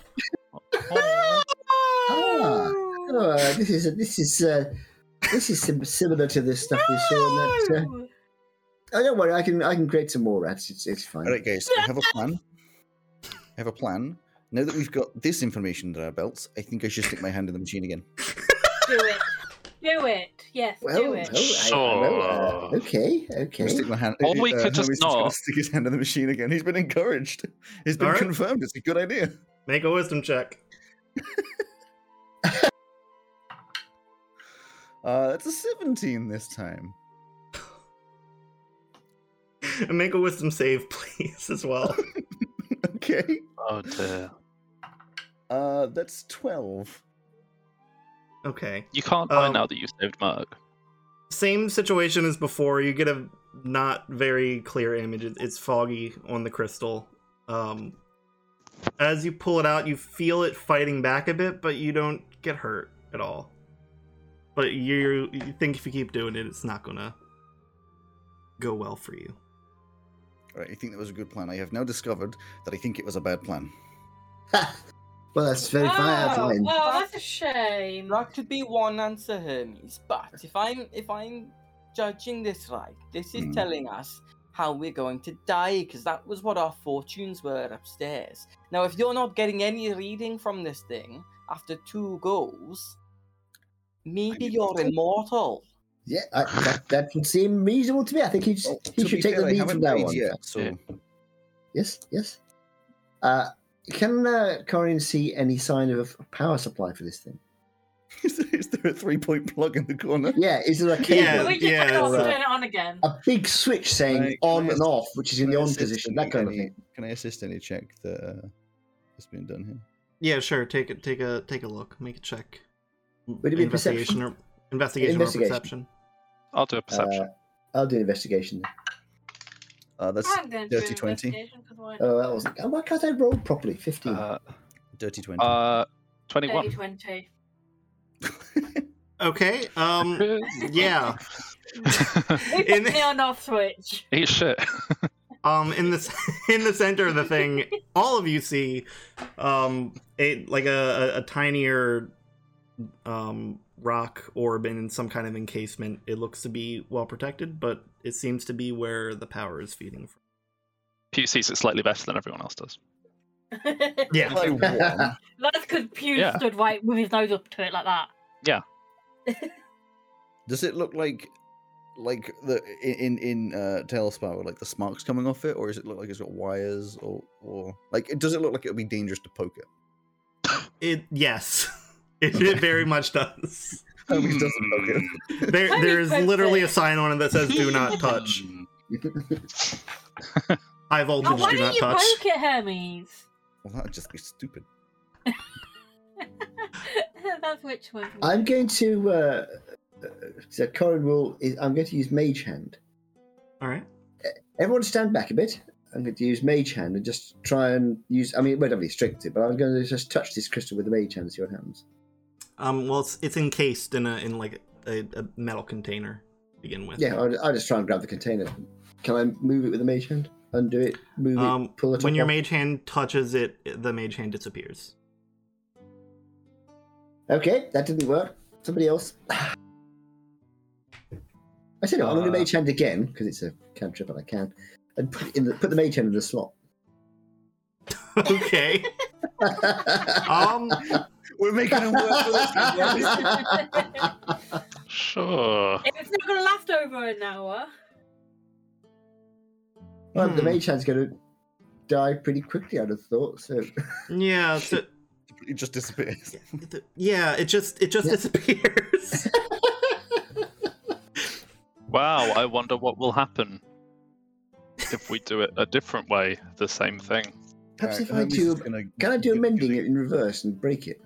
Speaker 2: Ah, oh, this is this is uh, this is sim- similar to the stuff we saw. In that, uh,
Speaker 6: No!
Speaker 2: oh, don't worry. I can I can create some more rats. It's it's fine.
Speaker 1: All right, guys, I have a plan. I have a plan. Now that we've got this information in our belts, I think I should stick my hand in the machine again.
Speaker 6: Do it. Do it. Yes, do it.
Speaker 2: oh, well, uh,
Speaker 5: Sure.
Speaker 2: okay,
Speaker 1: I'm gonna
Speaker 2: okay.
Speaker 1: stick my hand.
Speaker 5: Or we could just
Speaker 1: Hermes is gonna
Speaker 5: not.
Speaker 1: stick his hand in the machine again. He's been encouraged. It's been
Speaker 3: All right.
Speaker 1: confirmed. It's a good idea.
Speaker 3: Make a wisdom check.
Speaker 1: Uh, it's a 17 this time.
Speaker 3: And make a wisdom save, please, as well.
Speaker 1: okay.
Speaker 5: Oh dear.
Speaker 1: Uh, that's 12.
Speaker 3: okay.
Speaker 5: You can't die
Speaker 3: Um,
Speaker 5: now that you saved Mark.
Speaker 3: Same situation as before. You get a not very clear image. It- It's foggy on the crystal. Um, as you pull it out, you feel it fighting back a bit, but you don't get hurt at all. But you, you think if you keep doing it, it's not gonna go well for you.
Speaker 1: All right, I think that was a good plan. I have now discovered that I think it was a bad plan.
Speaker 2: well, that's very fine.
Speaker 6: oh,
Speaker 2: fine.
Speaker 6: oh, that's a shame.
Speaker 4: That could be one answer, Hermes. But if I'm if I'm judging this life. This is
Speaker 1: Hmm.
Speaker 4: telling us how we're going to die, because that was what our fortunes were upstairs. Now, if you're not getting any reading from this thing after two goals, maybe you're immortal.
Speaker 2: Yeah, I, that, that would seem reasonable to me. I think he,
Speaker 1: Well,
Speaker 2: he
Speaker 1: to
Speaker 2: should
Speaker 1: be
Speaker 2: take
Speaker 1: fair,
Speaker 2: the
Speaker 1: they
Speaker 2: lead
Speaker 1: haven't
Speaker 2: from now
Speaker 1: played
Speaker 2: on.
Speaker 1: yet, so
Speaker 5: Yeah.
Speaker 2: Yes, yes. Uh, can uh, Corin see any sign of a power supply for this thing?
Speaker 1: is, there- is there a three-point plug in the corner?
Speaker 2: Yeah, is there a cable?
Speaker 3: Yeah,
Speaker 6: we just
Speaker 3: yeah,
Speaker 6: turn it off and
Speaker 2: so-
Speaker 6: turn it on again.
Speaker 2: A big switch saying
Speaker 1: Like,
Speaker 2: on
Speaker 1: can I
Speaker 2: and off, which is in
Speaker 1: Can
Speaker 2: the
Speaker 1: I
Speaker 2: on
Speaker 1: assist
Speaker 2: position,
Speaker 1: any-
Speaker 2: that kind of
Speaker 1: any-
Speaker 2: thing.
Speaker 1: Can I assist any check that uh, has been done here?
Speaker 3: Yeah, sure. Take a take a take a look. Make a check.
Speaker 2: Would it be
Speaker 3: investigation
Speaker 2: perception?
Speaker 3: or investigation,
Speaker 2: Investigation.
Speaker 3: or perception?
Speaker 5: I'll do a perception.
Speaker 2: Uh, I'll do an investigation.
Speaker 1: Uh, that's
Speaker 6: I'm going to
Speaker 1: dirty 20.
Speaker 2: Oh, that wasn't. Oh, why can't I roll properly? 15.
Speaker 5: Uh,
Speaker 1: dirty twenty.
Speaker 5: uh, twenty-one.
Speaker 6: 20.
Speaker 3: Okay. Um. Yeah.
Speaker 6: We put
Speaker 3: In-
Speaker 6: the on off switch.
Speaker 5: Eat shit.
Speaker 3: um in this in the center of the thing all of you see um it like a, a, a tinier um rock orb in some kind of encasement it looks to be well protected but it seems to be where the power is feeding from
Speaker 5: Pew sees it slightly better than everyone else does.
Speaker 6: That's
Speaker 3: yeah
Speaker 1: By one.
Speaker 6: because Pew
Speaker 5: Yeah.
Speaker 6: stood right with his nose up to it like that.
Speaker 1: Does it look like like the in in in, uh, Tailspire with like the sparks coming off it, or does it look like it's got wires, or or like it- does it look like it would be dangerous to poke it?
Speaker 3: it yes it, it very much does
Speaker 1: I mean, it doesn't poke it.
Speaker 3: there
Speaker 6: Let me
Speaker 3: there is
Speaker 6: press
Speaker 3: literally
Speaker 6: it.
Speaker 3: a sign on it that says do not Hmm. touch high
Speaker 6: Oh,
Speaker 3: voltage
Speaker 6: why
Speaker 3: do
Speaker 6: didn't
Speaker 3: not
Speaker 6: you
Speaker 3: touch
Speaker 6: poke it, Hermes?
Speaker 1: Well, that'd just be stupid.
Speaker 6: That's which one?
Speaker 2: I'm going to. Uh, uh, so Corin will. is- I'm going to use Mage Hand.
Speaker 3: all right
Speaker 2: Everyone stand back a bit. I'm going to use Mage Hand and just try and use. I mean, it won't have restricted, but I'm going to just touch this crystal with the Mage Hand and see what happens.
Speaker 3: um well it's it's encased in a in like a, a metal container to begin with
Speaker 2: Yeah, I'll, I'll just try and grab the container. Can I move it with the Mage Hand? Undo it, move
Speaker 3: Um,
Speaker 2: it, pull it
Speaker 3: when
Speaker 2: up
Speaker 3: your
Speaker 2: off?
Speaker 3: mage hand touches it, the mage hand disappears.
Speaker 2: Okay, that didn't work. Somebody else. I said, "Oh, I'm going to
Speaker 5: Uh,
Speaker 2: Mage Hand again because it's a cantrip and I can, and put it in the put the Mage Hand in the slot.
Speaker 3: okay. Um.
Speaker 1: We're making it work for this. guys.
Speaker 5: Sure.
Speaker 6: If it's not going to last over an hour.
Speaker 2: Well, the
Speaker 3: hmm,
Speaker 2: mage hand's going to die pretty quickly, I'd have thought. So
Speaker 3: Yeah. So,
Speaker 1: It just disappears.
Speaker 3: yeah. It just it just
Speaker 2: Yeah.
Speaker 3: disappears.
Speaker 5: Wow. I wonder what will happen if we do it a different way. The same thing.
Speaker 2: perhaps
Speaker 1: Alright,
Speaker 2: if I
Speaker 1: Hermes uh, is
Speaker 2: do,
Speaker 1: gonna-
Speaker 2: can I do
Speaker 1: gonna-
Speaker 2: amending it in reverse and break it?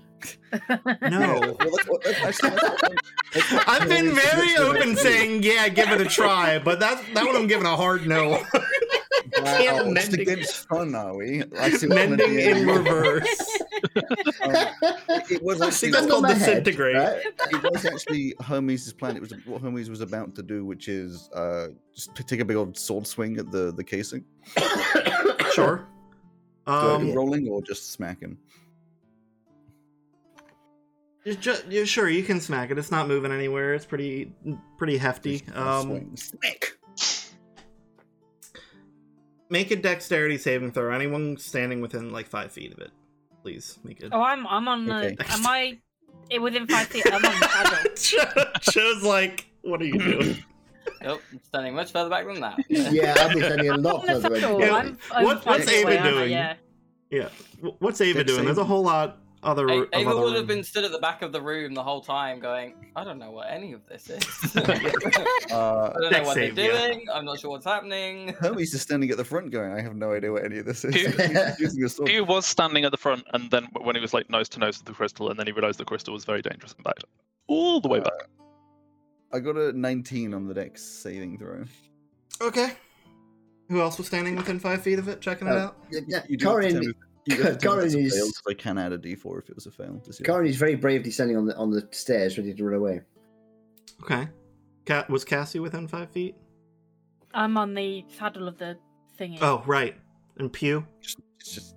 Speaker 1: Yeah,
Speaker 3: no.
Speaker 1: well, that's what- that's actually- that's what- that's what
Speaker 3: I've been
Speaker 1: Hermes
Speaker 3: very
Speaker 1: suggested I
Speaker 3: open
Speaker 1: do.
Speaker 3: saying, yeah, give it a try, but that's that one I'm giving a hard no.
Speaker 1: Wow,
Speaker 3: Damn,
Speaker 1: just
Speaker 3: mending-
Speaker 1: against fun, are we? I see what I'm
Speaker 3: Mending in
Speaker 1: doing.
Speaker 3: reverse.
Speaker 1: Um, It was
Speaker 3: I
Speaker 1: actually
Speaker 3: think that's
Speaker 2: Under
Speaker 3: called
Speaker 2: my
Speaker 3: disintegrate.
Speaker 2: right?
Speaker 1: it was actually Hermes' plan. It was what Hermes was about to do, which is uh, just p- take a big old sword swing at the the casing.
Speaker 3: Sure.
Speaker 1: Do I do
Speaker 3: Um,
Speaker 1: rolling or just smacking?
Speaker 3: you ju- you- sure, you can smack it. It's not moving anywhere. It's pretty pretty hefty.
Speaker 1: Just kinda
Speaker 3: Um,
Speaker 1: swing. smack.
Speaker 3: Make a dexterity saving throw. Anyone standing within like five feet of it, please make it.
Speaker 6: Oh, I'm, I'm on the.
Speaker 1: Okay.
Speaker 6: Am I. It within five feet. I'm on the saddle.
Speaker 3: Show's like, what are you doing?
Speaker 4: Nope, I'm standing much further back than that.
Speaker 2: yeah, I've been standing a lot
Speaker 6: I'm on the
Speaker 2: further away.
Speaker 6: saddle.
Speaker 2: than
Speaker 3: Yeah.
Speaker 6: I'm, I'm
Speaker 3: What-
Speaker 6: five
Speaker 3: what's
Speaker 6: feet
Speaker 3: Ava
Speaker 6: away, aren't I?
Speaker 3: doing?
Speaker 6: Yeah.
Speaker 3: W- What's Ava
Speaker 1: Dexterity.
Speaker 3: doing? There's a whole lot other.
Speaker 4: A-
Speaker 3: of
Speaker 4: Ava
Speaker 3: other
Speaker 4: would have
Speaker 3: room.
Speaker 4: been stood at the back of the room the whole time, going, "I don't know what any of this is. I
Speaker 1: Uh,
Speaker 4: don't know
Speaker 3: Dex
Speaker 4: what they're
Speaker 3: save, yeah.
Speaker 4: doing. I'm not sure what's happening."
Speaker 1: Hermes is standing at the front, going, "I have no idea what any of this is."
Speaker 5: Pew-
Speaker 1: He's using a
Speaker 3: Oh.
Speaker 1: sword.
Speaker 5: Pew was standing at the front, and then w- when he was like nose to nose with the crystal, and then he realized the crystal was very dangerous and backed all the way
Speaker 3: Uh.
Speaker 5: back.
Speaker 1: I got a 19 on the dex saving throw.
Speaker 3: Okay. Who else was standing within five feet of it, checking it
Speaker 2: Oh.
Speaker 3: out?
Speaker 2: you. Yeah,
Speaker 1: You do have to tell me
Speaker 2: Corin,
Speaker 1: if- you do have to tell me if
Speaker 2: Corin
Speaker 1: it's a fail,
Speaker 2: is-
Speaker 1: 'cause I can add a d4 if it was a fail. to see it.
Speaker 2: Corin is very bravely standing on the on the stairs, ready to run away.
Speaker 3: Okay. Cat was Cassie within five feet?
Speaker 6: I'm on the saddle of the thingy.
Speaker 3: Oh, right. And Pew.
Speaker 1: It's just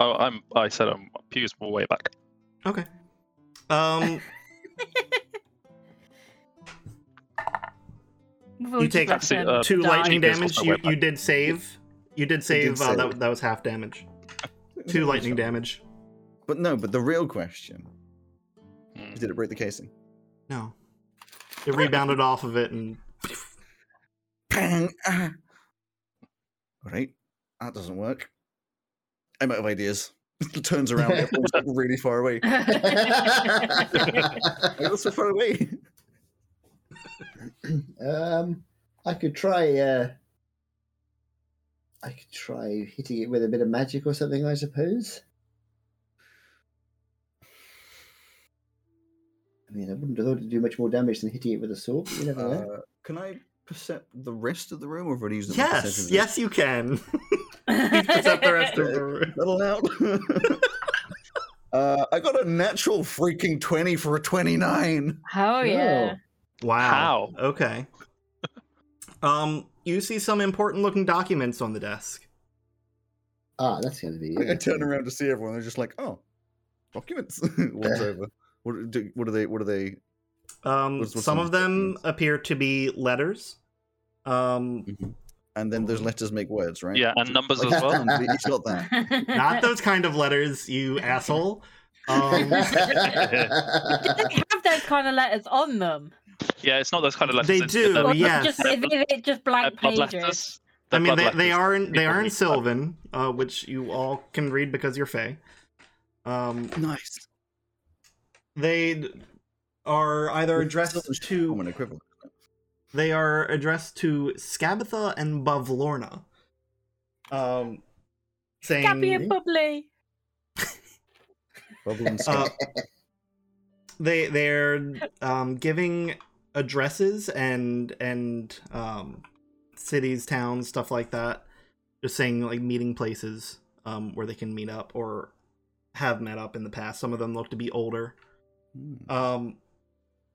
Speaker 5: Oh, I'm. I said I'm. Pew's way back.
Speaker 3: Okay. Um.
Speaker 6: We've already
Speaker 3: take
Speaker 6: let
Speaker 5: actually,
Speaker 6: them
Speaker 5: uh,
Speaker 3: Two
Speaker 6: die.
Speaker 3: lightning
Speaker 5: Cheapest
Speaker 3: damage.
Speaker 5: on
Speaker 3: You,
Speaker 5: my
Speaker 3: you
Speaker 5: website.
Speaker 3: did save. You did save. Uh,
Speaker 1: save.
Speaker 3: that, that was half damage. Two lightning damage.
Speaker 1: But no, but the real question
Speaker 5: Hmm.
Speaker 1: did it break the casing?
Speaker 3: No. It rebounded off of it and
Speaker 1: Bang! Ah. All right, that doesn't work. I'm out of ideas. Turns around, everyone's like really far away.
Speaker 2: uh,
Speaker 1: It was so far away.
Speaker 2: um, I could try. Uh, I could try hitting it with a bit of magic or something. I suppose. I mean, I wouldn't have thought it'd do much more damage than hitting it with a sword. But you never know.
Speaker 1: Uh, can I percept the rest of the room, or have I already used it?
Speaker 3: yes, yes, you can. Except the rest of the room.
Speaker 1: Not allowed. uh, I got a natural freaking twenty for a twenty-nine.
Speaker 6: Oh yeah.
Speaker 3: Wow.
Speaker 5: How?
Speaker 3: Okay. Um, you see some important looking documents on the desk.
Speaker 2: Ah, that's going to be.
Speaker 1: Like, I
Speaker 2: it.
Speaker 1: turn around to see everyone. They're just like, "Oh, documents." One's over. What, do, what are they? What are they?
Speaker 3: Um,
Speaker 1: What's- what's
Speaker 3: some
Speaker 1: on
Speaker 3: of
Speaker 1: the
Speaker 3: them
Speaker 1: documents?
Speaker 3: appear to be letters. Um,
Speaker 1: And then those letters make words, right?
Speaker 5: Mm-hmm. Yeah, and numbers
Speaker 1: Like,
Speaker 5: as well.
Speaker 1: um, he's got that.
Speaker 3: not those kind of letters, you asshole. Um,
Speaker 6: Did they have those kind of letters on them?
Speaker 5: Yeah, it's not those kind of letters.
Speaker 3: They
Speaker 5: it's-
Speaker 3: do,
Speaker 5: they're-
Speaker 6: Or
Speaker 3: Oh,
Speaker 6: is it
Speaker 3: yes.
Speaker 6: Just, is it just
Speaker 5: they're
Speaker 6: blank
Speaker 5: blood
Speaker 6: pages?
Speaker 5: letters. They're
Speaker 3: I mean,
Speaker 5: blood
Speaker 3: they, they
Speaker 5: letters.
Speaker 3: are in, they
Speaker 5: People
Speaker 3: are in
Speaker 5: need-
Speaker 3: Sylvan, uh, which you all can read because you're Fey. Um,
Speaker 1: Nice.
Speaker 3: they d- are either addressed
Speaker 1: I'm
Speaker 3: to
Speaker 1: an equivalent.
Speaker 3: they are addressed to Scabatha and Bavlorna. Um, saying
Speaker 6: Gappy and bubbly.
Speaker 1: Bubble and
Speaker 3: Uh,
Speaker 1: Scott.
Speaker 3: they they're um, giving addresses and and um, cities, towns, stuff like that. Just saying like meeting places um, where they can meet up or have met up in the past. Some of them look to be older.
Speaker 1: Hmm.
Speaker 3: Um,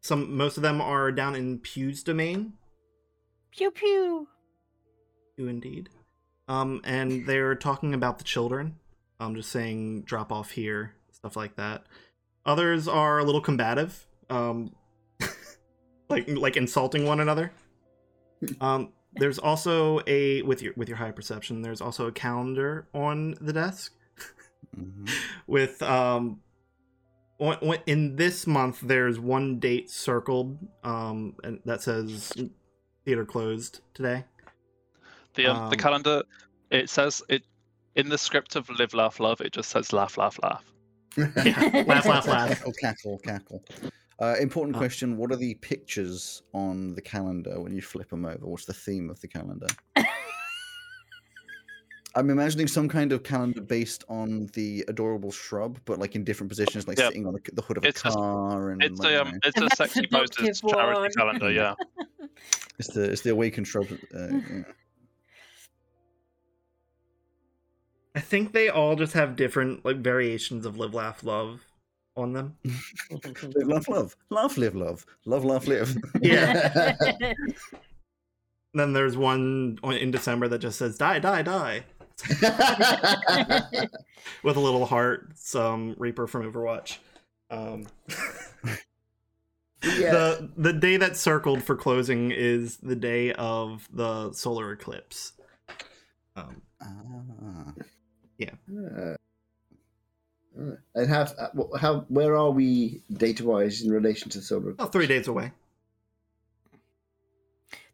Speaker 3: some most of them are down in Pew's domain.
Speaker 6: Pew pew.
Speaker 3: You indeed. Um, and they're talking about the children. um, just saying drop off here, stuff like that. Others are a little combative, um, like like insulting one another. Um, there's also a with your with your high perception. There's also a calendar on the desk
Speaker 1: Mhm.
Speaker 3: with um on- on- in this month there's one date circled um and that says theater closed today
Speaker 5: The um, the
Speaker 3: Um,
Speaker 5: calendar, it says it in the script of live, laugh, love. It just says laugh, laugh, laugh.
Speaker 3: laugh laugh laugh
Speaker 1: Cackle, cackle, cackle. Uh, important
Speaker 3: Uh,
Speaker 1: question: What are the pictures on the calendar when you flip them over? What's the theme of the calendar? I'm imagining some kind of calendar based on the adorable shrub, but like in different positions, like
Speaker 5: Yeah.
Speaker 1: sitting on the, the hood of
Speaker 5: It's
Speaker 1: a
Speaker 5: just-
Speaker 1: car,
Speaker 3: Mm,
Speaker 1: and
Speaker 5: It's
Speaker 1: like,
Speaker 5: a
Speaker 1: you
Speaker 5: um,
Speaker 1: know,
Speaker 5: it's a
Speaker 6: That's
Speaker 5: sexy
Speaker 6: an adoptive
Speaker 5: posters charity
Speaker 6: one.
Speaker 5: calendar. Yeah,
Speaker 1: it's the it's the awakened shrub. Uh, yeah.
Speaker 3: i think they all just have different like variations of live laugh love on them
Speaker 1: Live, laugh, love, laugh, live, love, love, laugh, live.
Speaker 3: yeah then there's one on- in december that just says die die die with a little heart some reaper from overwatch um
Speaker 2: yeah.
Speaker 3: the the day that's circled for closing is the day of the solar eclipse. Um,
Speaker 1: Ah.
Speaker 2: Uh, uh, and how, uh, wh- how, where are we data wise in relation to the solar?
Speaker 3: about three days away.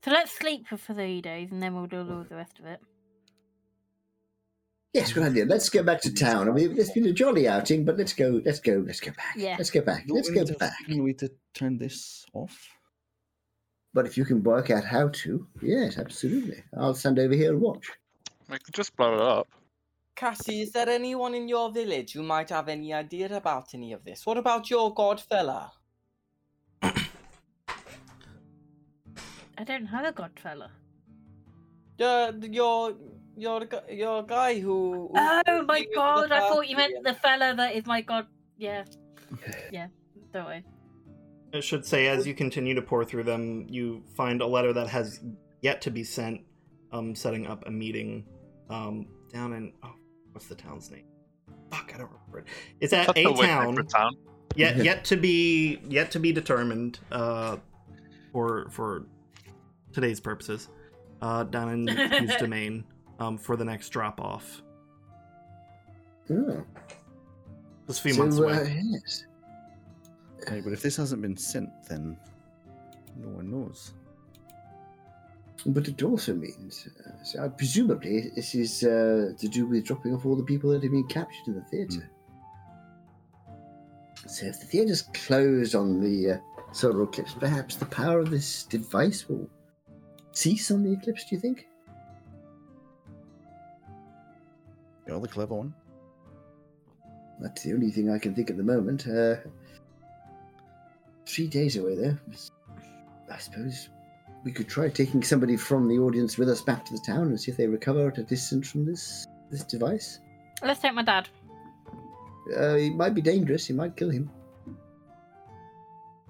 Speaker 6: So let's sleep for three days and then we'll do all the rest of it.
Speaker 2: Yes, good idea. Let's go back to town. I mean, it's been a jolly outing, but let's go, let's go, let's go back.
Speaker 6: Yeah.
Speaker 2: Let's go back.
Speaker 1: Don't
Speaker 2: Let's
Speaker 1: we
Speaker 2: go
Speaker 1: need to-
Speaker 2: back.
Speaker 1: don't we need to turn this off?
Speaker 2: But if you can work out how to, yes, absolutely. I'll stand over here and watch.
Speaker 5: we can just blow it up.
Speaker 4: Cassie, is there anyone in your village who might have any idea about any of this? What about your godfella?
Speaker 6: I don't have a godfella.
Speaker 4: Uh, your your gu- your guy who. who-
Speaker 6: Oh
Speaker 4: who
Speaker 6: my
Speaker 4: came into the
Speaker 6: god, I thought you
Speaker 4: party
Speaker 6: meant
Speaker 4: and-
Speaker 6: the fella that is my god. Yeah. Yeah. Don't worry.
Speaker 3: It should say as you continue to pour through them, you find a letter that has yet to be sent, um, setting up a meeting um, down in oh, what's the town's name? Fuck, I don't remember it. It's at
Speaker 5: Such
Speaker 3: a
Speaker 5: weird
Speaker 3: town
Speaker 5: separate town.
Speaker 3: yet yet to be yet to be determined uh, for for today's purposes, uh, down in Q's domain um, for the next drop off.
Speaker 2: Oh.
Speaker 3: Just a few months
Speaker 2: so,
Speaker 3: away.
Speaker 2: uh, yes.
Speaker 1: Hey, but if this hasn't been sent, then no one knows.
Speaker 2: But it also means, uh, so uh, presumably, this is uh, to do with dropping off all the people that have been captured in the theatre.
Speaker 1: Hmm.
Speaker 2: So if the theatre's closed on the uh, solar eclipse, perhaps the power of this device will cease on the eclipse, do you think?
Speaker 1: You're the clever one.
Speaker 2: That's the only thing I can think at the moment. Uh, three days away, though. I suppose we could try taking somebody from the audience with us back to the town and see if they recover at a distance from this this device.
Speaker 6: Let's take my dad.
Speaker 2: Uh, it might be dangerous. It might kill him.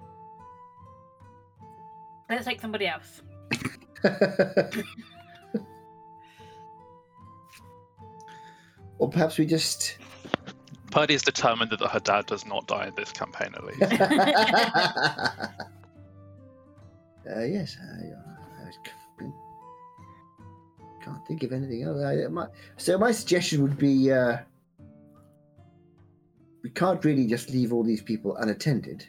Speaker 6: Let's take somebody else.
Speaker 2: or perhaps we just.
Speaker 5: Purdy is determined that her dad does not die in this campaign, at least.
Speaker 2: uh, yes, I, I c- can't think of anything else. I, uh, my, so my suggestion would be uh, we can't really just leave all these people unattended,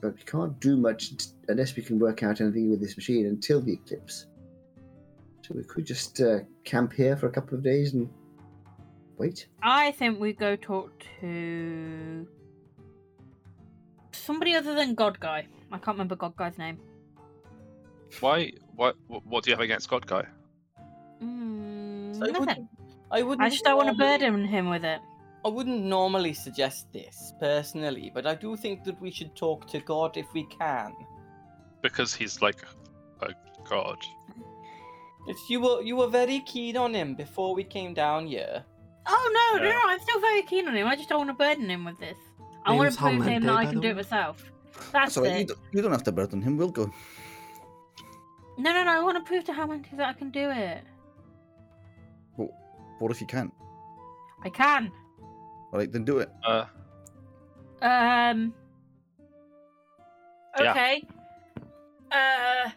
Speaker 2: but we can't do much t- unless we can work out anything with this machine until the eclipse. So we could just uh, camp here for a couple of days and wait.
Speaker 6: I think we go talk to somebody other than God Guy. I can't remember God Guy's name.
Speaker 5: Why? What? What do you have against God Guy?
Speaker 6: Mm,
Speaker 4: So I
Speaker 6: nothing.
Speaker 4: wouldn't- I wouldn't.
Speaker 6: I just don't want to
Speaker 4: normally-
Speaker 6: burden him with it.
Speaker 4: I wouldn't normally suggest this personally, but I do think that we should talk to God if we can.
Speaker 5: Because he's like a god.
Speaker 4: If you were you were very keen on him before we came down here.
Speaker 6: Oh no, no,
Speaker 5: Yeah.
Speaker 6: no! I'm still very keen on him. I just don't want to burden him with this. I want
Speaker 3: Name's
Speaker 6: to prove to
Speaker 3: Homeland
Speaker 6: him
Speaker 3: Day,
Speaker 6: that I
Speaker 3: by
Speaker 6: can
Speaker 3: the
Speaker 6: do it
Speaker 3: way.
Speaker 6: myself. That's
Speaker 1: That's all right. You
Speaker 6: it.
Speaker 1: don't, you don't have to burden him. We'll go.
Speaker 6: No, no, no! I want to prove to Hammond that I can do it.
Speaker 1: What if you can't?
Speaker 6: I can.
Speaker 1: All right, then do it.
Speaker 5: Uh,
Speaker 6: Um.
Speaker 5: Yeah.
Speaker 6: Okay. Uh.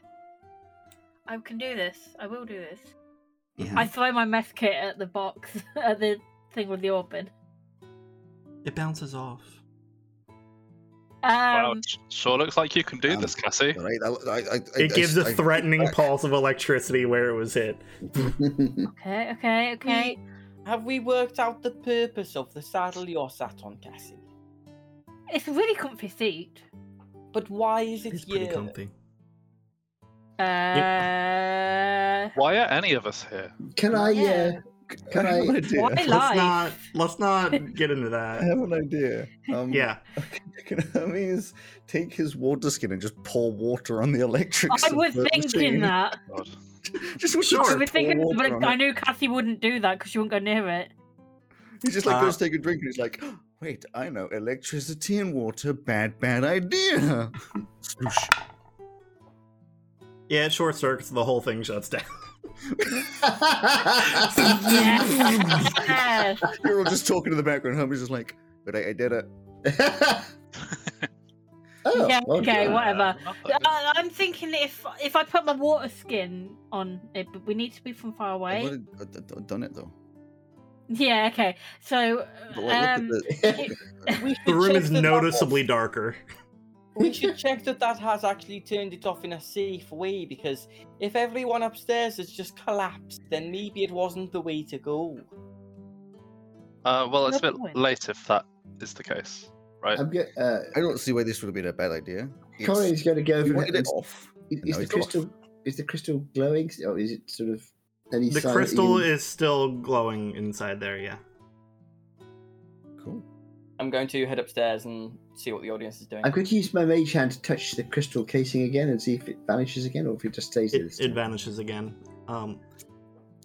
Speaker 6: I can do this. I will do this.
Speaker 1: Hmm.
Speaker 6: I throw my mess kit at the box, at the thing with the open.
Speaker 3: It bounces off.
Speaker 6: Um,
Speaker 5: wow, sure looks like you can do
Speaker 1: um,
Speaker 5: this, Cassie.
Speaker 1: All right. I, I, I, I-
Speaker 3: It gives
Speaker 1: I-
Speaker 3: a
Speaker 1: I-
Speaker 3: threatening
Speaker 1: back.
Speaker 3: pulse of electricity where it was hit.
Speaker 6: Okay, okay, okay.
Speaker 4: Have we worked out the purpose of the saddle you're sat on, Cassie?
Speaker 6: It's a really comfy seat.
Speaker 4: But why is it
Speaker 3: It's pretty
Speaker 4: here?
Speaker 3: comfy.
Speaker 6: Uh,
Speaker 5: Why are any of us here?
Speaker 2: can I? Uh,
Speaker 6: Yeah.
Speaker 2: can
Speaker 1: I
Speaker 2: I?
Speaker 1: have an idea.
Speaker 6: Why
Speaker 3: Let's not.
Speaker 6: life?
Speaker 3: Let's not get into
Speaker 1: I
Speaker 3: that.
Speaker 1: have an idea. Um,
Speaker 3: Yeah.
Speaker 1: Can Hermes take his water skin and just pour water on the electric?
Speaker 6: I was
Speaker 1: subvert
Speaker 6: thinking
Speaker 1: machine?
Speaker 6: that.
Speaker 5: God.
Speaker 1: Just just
Speaker 3: Sure.
Speaker 6: I
Speaker 1: pour
Speaker 6: was thinking,
Speaker 1: water
Speaker 6: but
Speaker 1: on
Speaker 6: I
Speaker 1: it.
Speaker 6: knew Kathy wouldn't do that because she wouldn't go near it.
Speaker 1: He just like
Speaker 3: Uh,
Speaker 1: goes to take a drink and he's like, wait, I know electricity and water, bad, bad idea. Swoosh.
Speaker 3: Yeah, it short circuits the whole thing shuts down.
Speaker 6: Yes.
Speaker 1: You're all just talking in the background. Hermes is like, but I, I did it.
Speaker 2: Oh,
Speaker 6: Yeah,
Speaker 2: well
Speaker 6: okay,
Speaker 2: done.
Speaker 6: whatever.
Speaker 5: Uh,
Speaker 6: I, I'm thinking if if I put my water skin on it, but we need to be from far
Speaker 1: I
Speaker 6: away.
Speaker 1: would've I d- d- done it though.
Speaker 6: Yeah, okay. So,
Speaker 1: But like,
Speaker 6: um,
Speaker 1: look at the,
Speaker 6: it-
Speaker 4: We
Speaker 3: The
Speaker 4: should
Speaker 3: room
Speaker 4: check
Speaker 3: is
Speaker 4: that that
Speaker 3: noticeably darker.
Speaker 4: we should check that that has actually turned it off in a safe way because if everyone upstairs has just collapsed, then maybe it wasn't the way to go.
Speaker 5: uh, well, it's a
Speaker 6: Good
Speaker 5: bit
Speaker 6: point.
Speaker 5: late if that is the case.
Speaker 2: I'm go- uh,
Speaker 1: I don't see why this would have been a bad idea. It's-
Speaker 2: Connie's going to go
Speaker 1: you
Speaker 2: for
Speaker 1: wanted
Speaker 2: it.
Speaker 1: it
Speaker 2: Is,
Speaker 1: off.
Speaker 2: is
Speaker 1: No, it's
Speaker 2: the
Speaker 1: off.
Speaker 2: crystal? Is the crystal glowing, or is it sort of any?
Speaker 3: The
Speaker 2: sign
Speaker 3: crystal
Speaker 2: that you-
Speaker 3: is still glowing inside there. Yeah.
Speaker 1: Cool.
Speaker 4: I'm going to head upstairs and see what the audience is doing.
Speaker 2: I'm going to use my mage hand to touch the crystal casing again and see if it vanishes again, or if it just stays there.
Speaker 3: It,
Speaker 2: This
Speaker 3: it
Speaker 2: time.
Speaker 3: vanishes again. Um,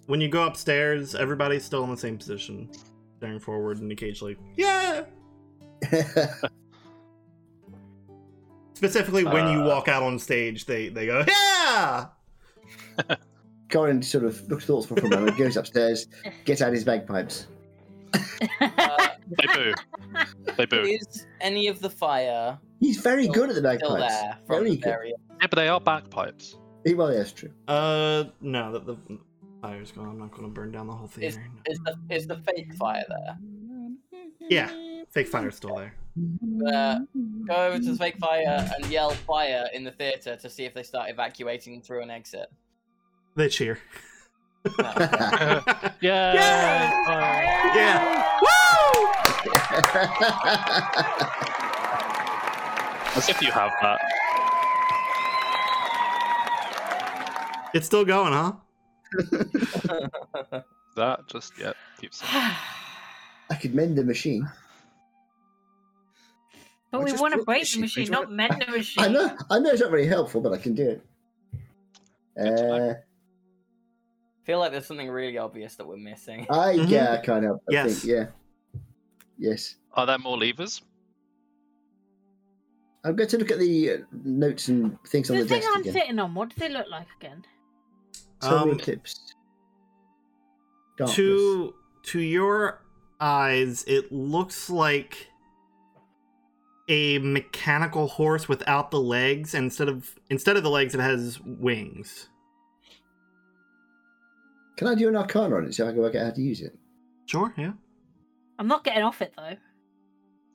Speaker 3: when you go upstairs, everybody's still in the same position, staring forward and occasionally, yeah. Specifically, when you
Speaker 5: Uh.
Speaker 3: walk out on stage, they they go, yeah.
Speaker 2: Corin sort of looks thoughtful for a moment, goes upstairs, gets out his bagpipes.
Speaker 4: Uh,
Speaker 5: They boo. they boo.
Speaker 4: is any of the fire
Speaker 2: He's very
Speaker 4: Still-
Speaker 2: good at the
Speaker 4: still
Speaker 2: bagpipes.
Speaker 4: there from
Speaker 2: Very
Speaker 4: the
Speaker 2: good.
Speaker 4: burial?
Speaker 5: Yeah, but they are bagpipes.
Speaker 2: Well, yeah, that's true.
Speaker 3: Uh, no, the, the fire's gone. I'm not going to burn down the whole theater. No.
Speaker 4: Is the is the fake fire there?
Speaker 3: Yeah, fake fire's still there.
Speaker 4: Uh, go over to the fake fire and yell fire in the theater to see if they start evacuating through an exit.
Speaker 3: They cheer.
Speaker 4: No.
Speaker 5: Yeah.
Speaker 3: yeah.
Speaker 5: As if you have that.
Speaker 3: It's still going, huh?
Speaker 5: That just yeah keeps. it.
Speaker 2: I could mend the machine.
Speaker 6: But
Speaker 1: I
Speaker 6: we
Speaker 1: just
Speaker 6: want to
Speaker 1: broke the
Speaker 6: break the
Speaker 1: machine,
Speaker 6: machine,
Speaker 1: please,
Speaker 6: not mend the machine.
Speaker 2: I know, I know it's not very helpful, but I can do it. Uh,
Speaker 4: feel like there's something really obvious that we're missing.
Speaker 2: I
Speaker 3: Mhm.
Speaker 2: yeah, I can't help. I
Speaker 3: Yes.
Speaker 2: think, yeah. Yes.
Speaker 5: Are there more levers?
Speaker 2: I'm going to look at the uh, notes and things on
Speaker 6: the
Speaker 2: the,
Speaker 6: thing
Speaker 2: desk
Speaker 6: I'm
Speaker 2: again.
Speaker 6: sitting on, what do they look like again?
Speaker 2: Solar
Speaker 3: Um,
Speaker 2: eclipse. Darkness.
Speaker 3: to to your eyes it looks like a mechanical horse without the legs and instead of instead of the legs it has wings
Speaker 2: Can I do an arcana on it so I can work out how to use it?
Speaker 3: sure yeah
Speaker 6: I'm not getting off it though.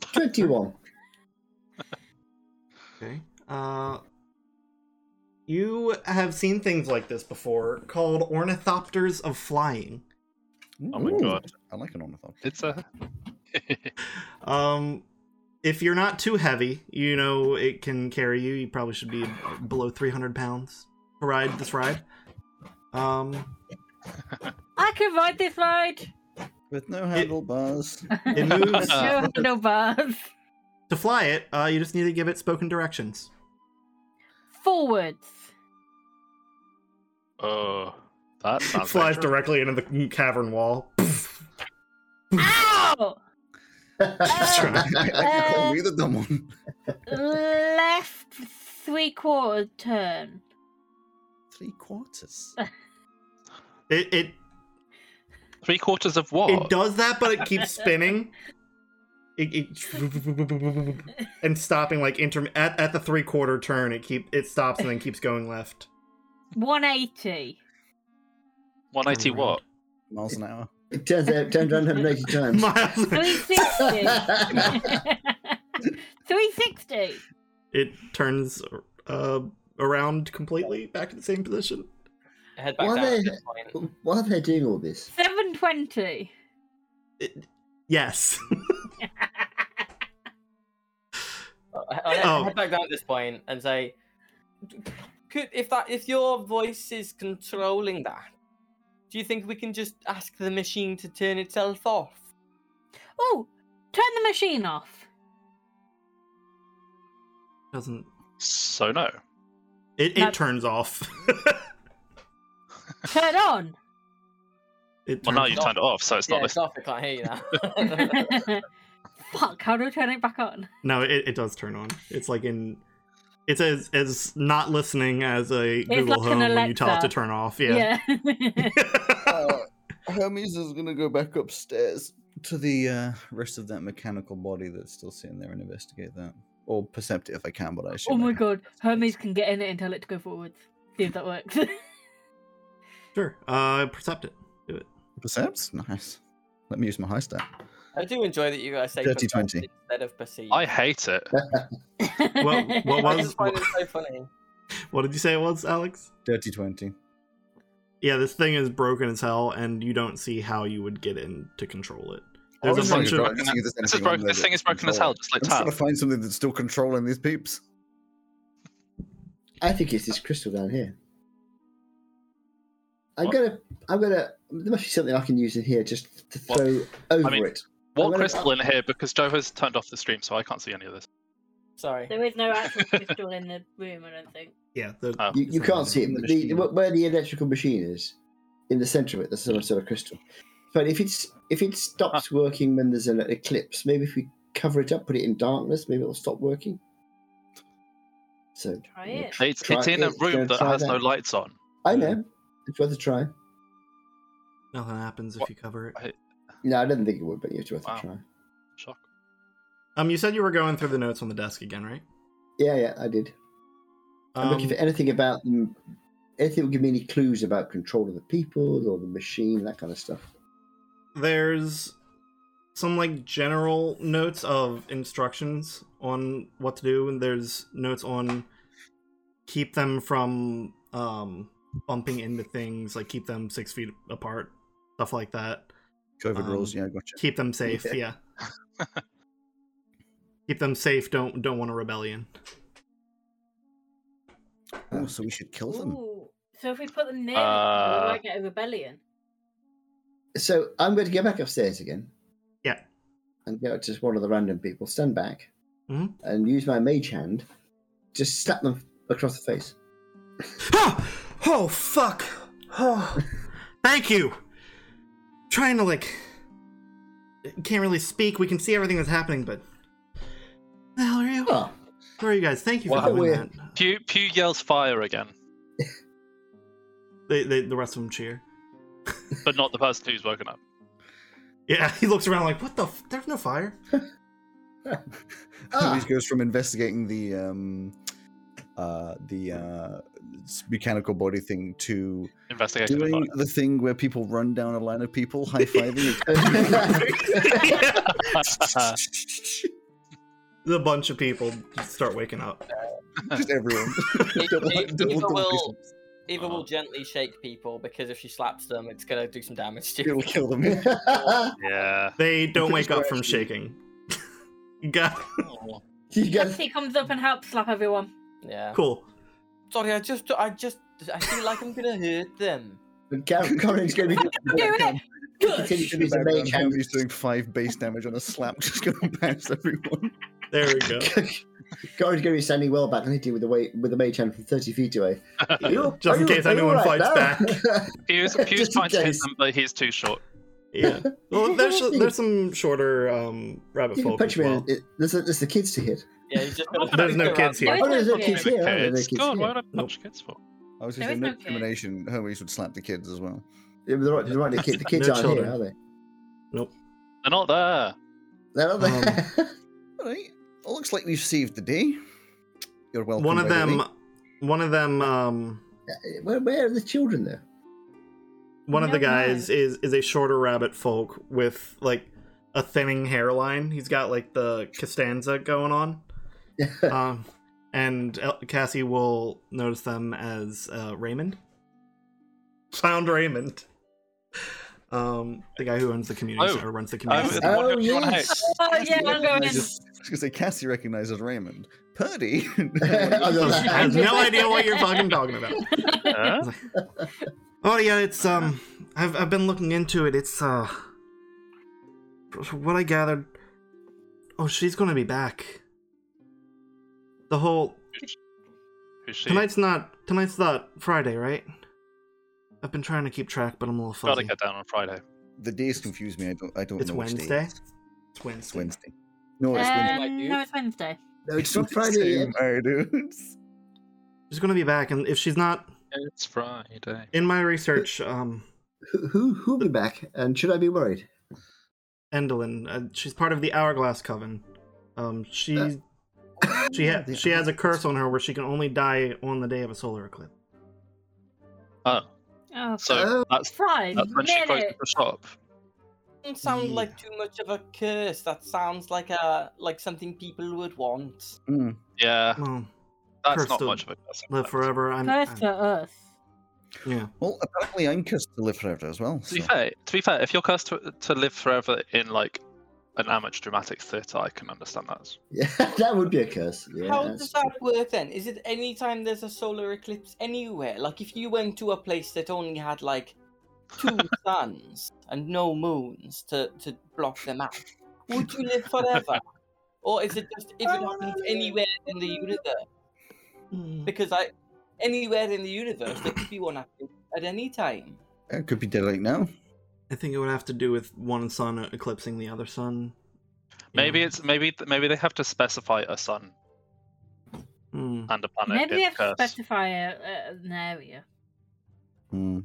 Speaker 2: Twenty-one.
Speaker 3: okay uh you have seen things like this before called ornithopters of flying
Speaker 5: Oh my
Speaker 1: Ooh,
Speaker 5: god.
Speaker 1: I like an ornithopter.
Speaker 5: It's a.
Speaker 3: Um, if you're not too heavy, you know it can carry you. You probably should be below 300 pounds to ride this ride. Um,
Speaker 6: I can ride this ride.
Speaker 1: With no handlebars.
Speaker 3: it moves
Speaker 5: Uh.
Speaker 6: no, no bars.
Speaker 3: to fly it. Uh, you just need to give it spoken directions.
Speaker 6: Forwards.
Speaker 5: Oh, that
Speaker 3: It
Speaker 5: sounds.
Speaker 3: flies
Speaker 5: dangerous.
Speaker 3: directly into the cavern wall.
Speaker 6: Ow! Uh,
Speaker 3: That's right.
Speaker 1: I can call me the dumb one.
Speaker 6: Left three quarter turn.
Speaker 1: Three quarters.
Speaker 3: It it
Speaker 5: Three quarters of what?
Speaker 3: it does that, but it keeps spinning. It, it and stopping like inter at, at the three quarter turn. It keep it stops and then keeps going left.
Speaker 6: 180.
Speaker 5: 180 what?
Speaker 1: Miles an hour.
Speaker 2: It turns out turned around 180 times.
Speaker 3: Miles.
Speaker 6: 360. 360.
Speaker 3: it turns uh, around completely back to the same position.
Speaker 4: Head back
Speaker 2: Why
Speaker 4: down at
Speaker 2: they-
Speaker 4: this point.
Speaker 2: Why are they doing all this?
Speaker 6: 720.
Speaker 3: Yes.
Speaker 4: I'll head,
Speaker 3: Oh.
Speaker 4: head back down at this point and say, could if that if your voice is controlling that, do you think we can just ask the machine to turn itself off?
Speaker 6: Oh, turn the machine off.
Speaker 3: Doesn't
Speaker 5: So no.
Speaker 3: it?
Speaker 6: No.
Speaker 3: It turns off.
Speaker 6: Turn on.
Speaker 3: it turns
Speaker 5: Well, now you
Speaker 3: off.
Speaker 5: turned it off, so it's
Speaker 4: yeah,
Speaker 5: not
Speaker 4: it's
Speaker 5: this.
Speaker 4: off. I can't hear you now.
Speaker 6: Fuck, how do I turn it back on?
Speaker 3: No, it, it does turn on. It's like in. It's as as not listening as a Google
Speaker 6: like an
Speaker 3: Home when you tell it to
Speaker 6: Alexa.
Speaker 3: turn off. Yeah.
Speaker 1: Uh, Hermes is going to go back upstairs to the uh, rest of that mechanical body that's still sitting there and investigate that. Or percept it if I can, but I assume.
Speaker 6: oh
Speaker 1: I
Speaker 6: my
Speaker 1: can't.
Speaker 6: god, Hermes can get in it and tell it to go forwards. See if that works.
Speaker 3: sure. Uh, percept it.
Speaker 1: Percepts? Nice. Let me use my high stat.
Speaker 4: I do enjoy that you guys say
Speaker 1: 30,
Speaker 4: percept
Speaker 1: 20.
Speaker 4: instead of perceive.
Speaker 5: I hate it.
Speaker 3: Well, what
Speaker 4: I
Speaker 3: was
Speaker 4: just find it so funny.
Speaker 3: what did you say it was, Alex?
Speaker 1: Dirty 20.
Speaker 3: Yeah, this thing is broken as hell, and you don't see how you would get in to control it.
Speaker 1: I
Speaker 3: There's
Speaker 1: was
Speaker 3: a
Speaker 1: trying
Speaker 3: bunch
Speaker 1: to drive,
Speaker 3: of
Speaker 1: see if there's
Speaker 5: This, is
Speaker 1: anything on
Speaker 5: broken,
Speaker 1: there
Speaker 5: this
Speaker 1: that
Speaker 5: thing is
Speaker 1: can
Speaker 5: broken as
Speaker 1: control
Speaker 5: hell,
Speaker 1: it.
Speaker 5: just like
Speaker 1: I'm just trying
Speaker 5: Tab.
Speaker 1: to find something that's still controlling these peeps.
Speaker 2: I think it's this crystal down here. I'm
Speaker 5: What?
Speaker 2: gonna, I'm gonna. There must be something I can use in here just to
Speaker 5: What?
Speaker 2: throw over
Speaker 5: mean-
Speaker 2: it.
Speaker 5: What
Speaker 2: gonna-
Speaker 5: crystal in here? Because Joe has turned off the stream, so I can't see any of this.
Speaker 4: Sorry.
Speaker 6: there is no actual crystal in the room, I don't think.
Speaker 3: Yeah, the,
Speaker 5: Oh.
Speaker 2: You, you
Speaker 3: Something
Speaker 2: can't see it,
Speaker 1: in the
Speaker 2: but the,
Speaker 1: machine.
Speaker 2: wh- where the electrical machine is, in the centre of it, there's some sort of crystal. But if it's if it stops working when there's an eclipse, maybe if we cover it up, put it in darkness, maybe it'll stop working. So
Speaker 6: Try
Speaker 2: we'll
Speaker 6: it.
Speaker 2: tr-
Speaker 5: It's,
Speaker 2: try
Speaker 5: it's in a
Speaker 2: it,
Speaker 5: room
Speaker 2: don't
Speaker 5: that
Speaker 2: try
Speaker 5: has no
Speaker 2: that.
Speaker 5: lights on.
Speaker 2: I know. It's worth a try.
Speaker 3: nothing happens if you cover it.
Speaker 2: No, I don't think it would, but it's worth
Speaker 5: Wow.
Speaker 2: a try.
Speaker 5: Shock.
Speaker 3: Um, you said you were going through the notes on the desk again, right?
Speaker 2: Yeah, yeah, I did. I'm
Speaker 3: Um,
Speaker 2: looking for anything about the m- anything would give me any clues about control of the people or the machine, that kind of stuff.
Speaker 3: There's some like general notes of instructions on what to do, and there's notes on keep them from um, bumping into things, like keep them six feet apart, stuff like that.
Speaker 1: COVID rules.
Speaker 3: Um,
Speaker 1: Yeah, gotcha.
Speaker 3: Keep them safe. Yeah. keep them safe. Don't don't want a rebellion.
Speaker 1: Oh, so we should kill them.
Speaker 6: Ooh, so if we put them near, the people,
Speaker 5: Uh,
Speaker 6: we won't get a rebellion.
Speaker 2: So I'm going to go back upstairs again.
Speaker 3: Yeah.
Speaker 2: And go up to one of the random people, stand back,
Speaker 3: Mhm.
Speaker 2: and use my mage hand, just slap them across the face.
Speaker 3: Oh, oh fuck. Oh, thank you. Trying to like can't really speak. We can see everything that's happening, but the hell are you?
Speaker 2: Oh,
Speaker 3: Where are you guys? Thank you
Speaker 5: Wow.
Speaker 3: for doing
Speaker 2: We're-
Speaker 3: that.
Speaker 5: Pew Pew yells fire again,
Speaker 3: They, they, the rest of them cheer.
Speaker 5: but not the person who's woken up.
Speaker 3: Yeah, he looks around like, what the? F- There's no fire.
Speaker 2: Ah.
Speaker 1: This goes from investigating the um, uh, the uh, s- mechanical body thing to
Speaker 5: Investigation. of
Speaker 1: doing
Speaker 5: fire.
Speaker 1: the thing where people run down a line of people, high fiving.
Speaker 3: The bunch of people start waking up.
Speaker 1: just everyone. Double-
Speaker 4: Eva
Speaker 1: double- double
Speaker 4: will, Eva
Speaker 5: Uh-huh.
Speaker 4: will gently shake people because if she slaps them, it's gonna do some damage to
Speaker 1: It'll
Speaker 4: you.
Speaker 1: kill them.
Speaker 5: yeah.
Speaker 3: They don't
Speaker 1: Pretty
Speaker 3: wake up from
Speaker 1: scratchy.
Speaker 3: shaking. God,
Speaker 2: you guys,
Speaker 6: Jesse comes up and helps slap everyone.
Speaker 4: Yeah.
Speaker 3: cool.
Speaker 4: Sorry, I just, I just, I feel like I'm gonna hurt them.
Speaker 2: Car- Corin's going to be
Speaker 6: Do it!
Speaker 2: continue to use a mage hand.
Speaker 1: Henry's doing five base damage on a slap, just going past everyone.
Speaker 3: There we go.
Speaker 2: Corin's going to be standing well back, hitting with the way with the mage hand from thirty feet away. You-
Speaker 3: Uh, Just
Speaker 2: are
Speaker 3: in
Speaker 2: you-
Speaker 3: case
Speaker 2: are you
Speaker 3: anyone
Speaker 2: all
Speaker 3: fights back.
Speaker 2: now?
Speaker 5: Pew's, Pew's
Speaker 2: Just in
Speaker 5: trying to hit
Speaker 2: case.
Speaker 5: them, but he's too short.
Speaker 3: Yeah. Well, there's there's some shorter um, rabbit
Speaker 2: you can
Speaker 3: folk
Speaker 2: punch
Speaker 3: as
Speaker 2: me. in
Speaker 3: well.
Speaker 2: it- it- There's, there's the kids to hit.
Speaker 4: Yeah, he's just gonna
Speaker 3: There's no kids here.
Speaker 2: Oh, there's no
Speaker 6: Yeah.
Speaker 2: kids
Speaker 5: The
Speaker 2: here. are there? No
Speaker 5: kids.
Speaker 2: kids
Speaker 5: God,
Speaker 2: here.
Speaker 5: why would I punch kids for?
Speaker 1: I was
Speaker 6: There
Speaker 1: going to say, no
Speaker 6: is no kid.
Speaker 1: discrimination. Hermes would slap the kids as well.
Speaker 2: Yeah, but they're not- they're not the kids. The kids
Speaker 3: No
Speaker 2: aren't
Speaker 3: children.
Speaker 2: here, are they?
Speaker 5: They're not there.
Speaker 2: They're
Speaker 1: Um,
Speaker 2: not there.
Speaker 1: All right. Well, looks like we've saved the day. You're welcome.
Speaker 3: One
Speaker 1: by
Speaker 3: of
Speaker 1: the
Speaker 3: them,
Speaker 1: way.
Speaker 3: one of them, um,
Speaker 2: where, where are the children though?
Speaker 3: one of
Speaker 6: No,
Speaker 3: the
Speaker 6: no.
Speaker 3: guys is is a shorter rabbit folk with like a thinning hairline. He's got like the Costanza going on.
Speaker 1: Uh,
Speaker 3: um, and El- Cassie will notice them as uh, Raymond. Found Raymond. Um, the guy who owns the community
Speaker 5: Oh.
Speaker 3: or runs the
Speaker 5: Oh,
Speaker 3: community.
Speaker 5: the
Speaker 3: center.
Speaker 5: one who
Speaker 2: Oh,
Speaker 5: everyone
Speaker 2: yes.
Speaker 5: hates.
Speaker 6: Oh
Speaker 1: Cassie
Speaker 6: yeah, I'm going in.
Speaker 1: recognizes- I was going to say, Cassie recognizes Raymond. Purdy.
Speaker 3: I have no idea what you're fucking talking about.
Speaker 5: Huh?
Speaker 3: Oh yeah, it's um, I've I've been looking into it. It's uh, what I gathered. Oh, she's gonna be back. The whole
Speaker 5: Who's she?
Speaker 3: tonight's not tonight's not Friday, right? I've been trying to keep track, but I'm a little
Speaker 5: Gotta
Speaker 3: fuzzy.
Speaker 5: get down on Friday.
Speaker 1: the days confuse me. I don't. I don't
Speaker 3: It's
Speaker 1: know which day.
Speaker 3: Wednesday. It's
Speaker 1: It's
Speaker 3: Wednesday.
Speaker 1: Wednesday.
Speaker 3: Oh,
Speaker 1: No, it's Wednesday.
Speaker 6: Uh,
Speaker 4: Like you?
Speaker 6: no, it's Wednesday.
Speaker 2: No, it's not Friday. uh,
Speaker 1: Same, I dudes.
Speaker 3: She's gonna be back, and if she's not
Speaker 5: It's Friday.
Speaker 3: in my research, um,
Speaker 2: Who who who'll be back? And should I be worried?
Speaker 3: Endelin, uh, she's part of the Hourglass Coven. Um, she
Speaker 2: Uh,
Speaker 3: she ha- she has a curse on her where she can only die on the day of a solar eclipse.
Speaker 5: Oh,
Speaker 6: Oh,
Speaker 5: so
Speaker 2: Oh.
Speaker 5: that's
Speaker 6: five
Speaker 5: that's when she closes
Speaker 6: minutes.
Speaker 5: the shop.
Speaker 4: doesn't sound like too much of a curse. That sounds like a like something people would want.
Speaker 1: Mm.
Speaker 5: Yeah,
Speaker 3: Well,
Speaker 5: that's
Speaker 3: Curse
Speaker 5: not
Speaker 3: to
Speaker 5: much of a curse.
Speaker 3: live forever. I'm,
Speaker 6: First
Speaker 3: I'm-
Speaker 6: for us.
Speaker 3: yeah.
Speaker 1: Well, apparently I'm cursed to live forever as well.
Speaker 5: To be
Speaker 1: so-
Speaker 5: fair, to be fair, if you're cursed to, to live forever in like an amateur dramatic theatre, I can understand that.
Speaker 2: Yeah, that would be a curse. Yeah,
Speaker 4: How
Speaker 2: that's-
Speaker 4: does that work then? Is it any time there's a solar eclipse anywhere? Like if you went to a place that only had like two suns and no moons to, to block them out, would you live forever? or is it just if it happens anywhere in the universe?
Speaker 3: Mm.
Speaker 4: Because I anywhere in the universe there could be one happening at any time.
Speaker 1: Yeah, could be dead right now.
Speaker 3: I think it would have to do with one sun eclipsing the other sun.
Speaker 5: Maybe it's maybe th- maybe they have to specify a sun
Speaker 3: Hmm.
Speaker 5: and a planet.
Speaker 6: Maybe
Speaker 5: in
Speaker 6: we have to
Speaker 5: curse.
Speaker 6: specify a, a, an area.
Speaker 1: Mm.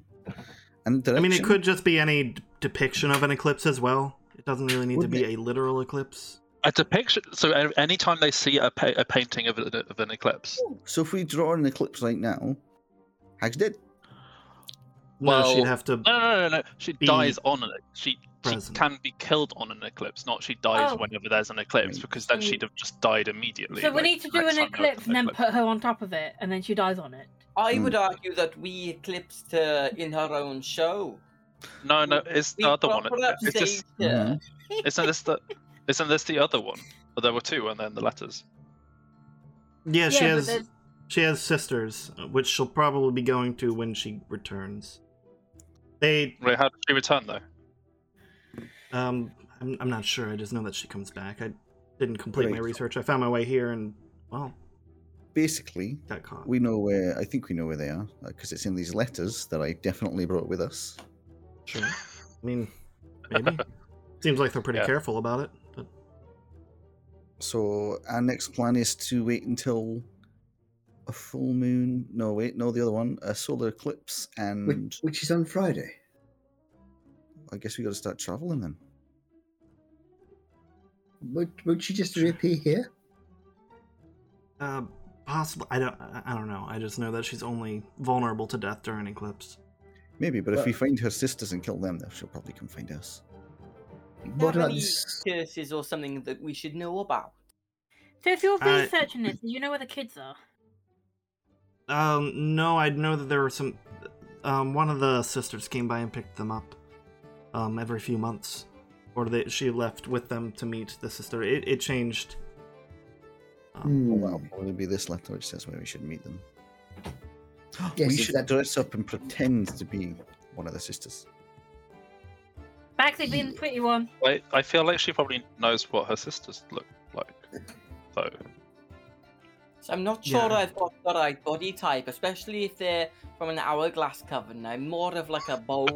Speaker 1: And
Speaker 3: I mean, it
Speaker 1: direction.
Speaker 3: could just be any d- depiction of an eclipse as well. It doesn't really need
Speaker 1: Wouldn't
Speaker 3: to be a literal eclipse.
Speaker 5: a depiction. So a- anytime they see a, pa- a painting of, a, of an eclipse,
Speaker 1: So if we draw an eclipse right now, Hag's dead.
Speaker 5: Well, uh,
Speaker 3: no, she'd have to.
Speaker 5: No, no, no, no, no. She
Speaker 3: Be
Speaker 5: dies on an she she
Speaker 3: present.
Speaker 5: can be killed on an eclipse, not she dies
Speaker 6: Oh.
Speaker 5: whenever there's an eclipse, because then
Speaker 6: Mm.
Speaker 5: she'd have just died immediately.
Speaker 6: So we
Speaker 5: like,
Speaker 6: need to
Speaker 5: the
Speaker 6: do
Speaker 5: next
Speaker 6: an
Speaker 5: time there was
Speaker 6: eclipse and then put her on top of it, and then she dies on it.
Speaker 4: I
Speaker 1: Hmm.
Speaker 4: would argue that we eclipsed her in her own show.
Speaker 5: No, no, it's
Speaker 4: We
Speaker 5: the other one.
Speaker 4: proper up
Speaker 5: It's just,
Speaker 4: staged her.
Speaker 5: isn't this the isn't this the other one? But there were two, and then the letters.
Speaker 3: Yeah, she
Speaker 6: but
Speaker 3: has.
Speaker 6: there's-
Speaker 3: She has sisters, uh, which she'll probably be going to when she returns. They,
Speaker 5: Wait, how did she return though?
Speaker 3: um, I'm, I'm not sure. I just know that she comes back. I didn't complete my
Speaker 1: Right.
Speaker 3: research. I found my way here and, well,
Speaker 1: Basically,
Speaker 3: got caught.
Speaker 1: we know where. I think we know where they are because it's in these letters that I definitely brought with us.
Speaker 3: Sure. I mean, maybe. Seems like they're pretty
Speaker 5: Yeah.
Speaker 3: careful about it. But
Speaker 1: So our next plan is to wait until a full moon. No, wait, no, the other one, a solar eclipse, and
Speaker 2: Which, which is on Friday.
Speaker 1: I guess we got to start traveling then.
Speaker 2: Would, would she just reappear here?
Speaker 3: uh, possibly. I don't. I I don't know. I just know that she's only vulnerable to death during eclipse.
Speaker 1: Maybe, but if we
Speaker 2: Well-
Speaker 1: find her sisters and kill them, then she'll probably come find us.
Speaker 2: What
Speaker 4: How
Speaker 2: about
Speaker 4: many
Speaker 2: this?
Speaker 4: curses or something that we should know about?
Speaker 6: So if you're
Speaker 3: Uh,
Speaker 6: researching this, do you know where the kids are?
Speaker 3: Um, no, I know that there were some. Um, one of the sisters came by and picked them up. Um, every few months, or they, she left with them to meet the sister. It, it changed. Um,
Speaker 1: Oh,
Speaker 2: Hmm.
Speaker 1: Well, probably be this letter which says where we should meet them.
Speaker 2: Hmm, Yes,
Speaker 1: we
Speaker 2: it's
Speaker 1: should
Speaker 2: that-
Speaker 1: dress up and pretend to be one of the sisters.
Speaker 6: Baxley being the pretty one.
Speaker 5: I I feel like she probably knows what her sisters look like. So
Speaker 4: So I'm not sure
Speaker 3: Yeah.
Speaker 4: I've got the right body type, especially if they're from an hourglass coven. I'm more of like a bowl.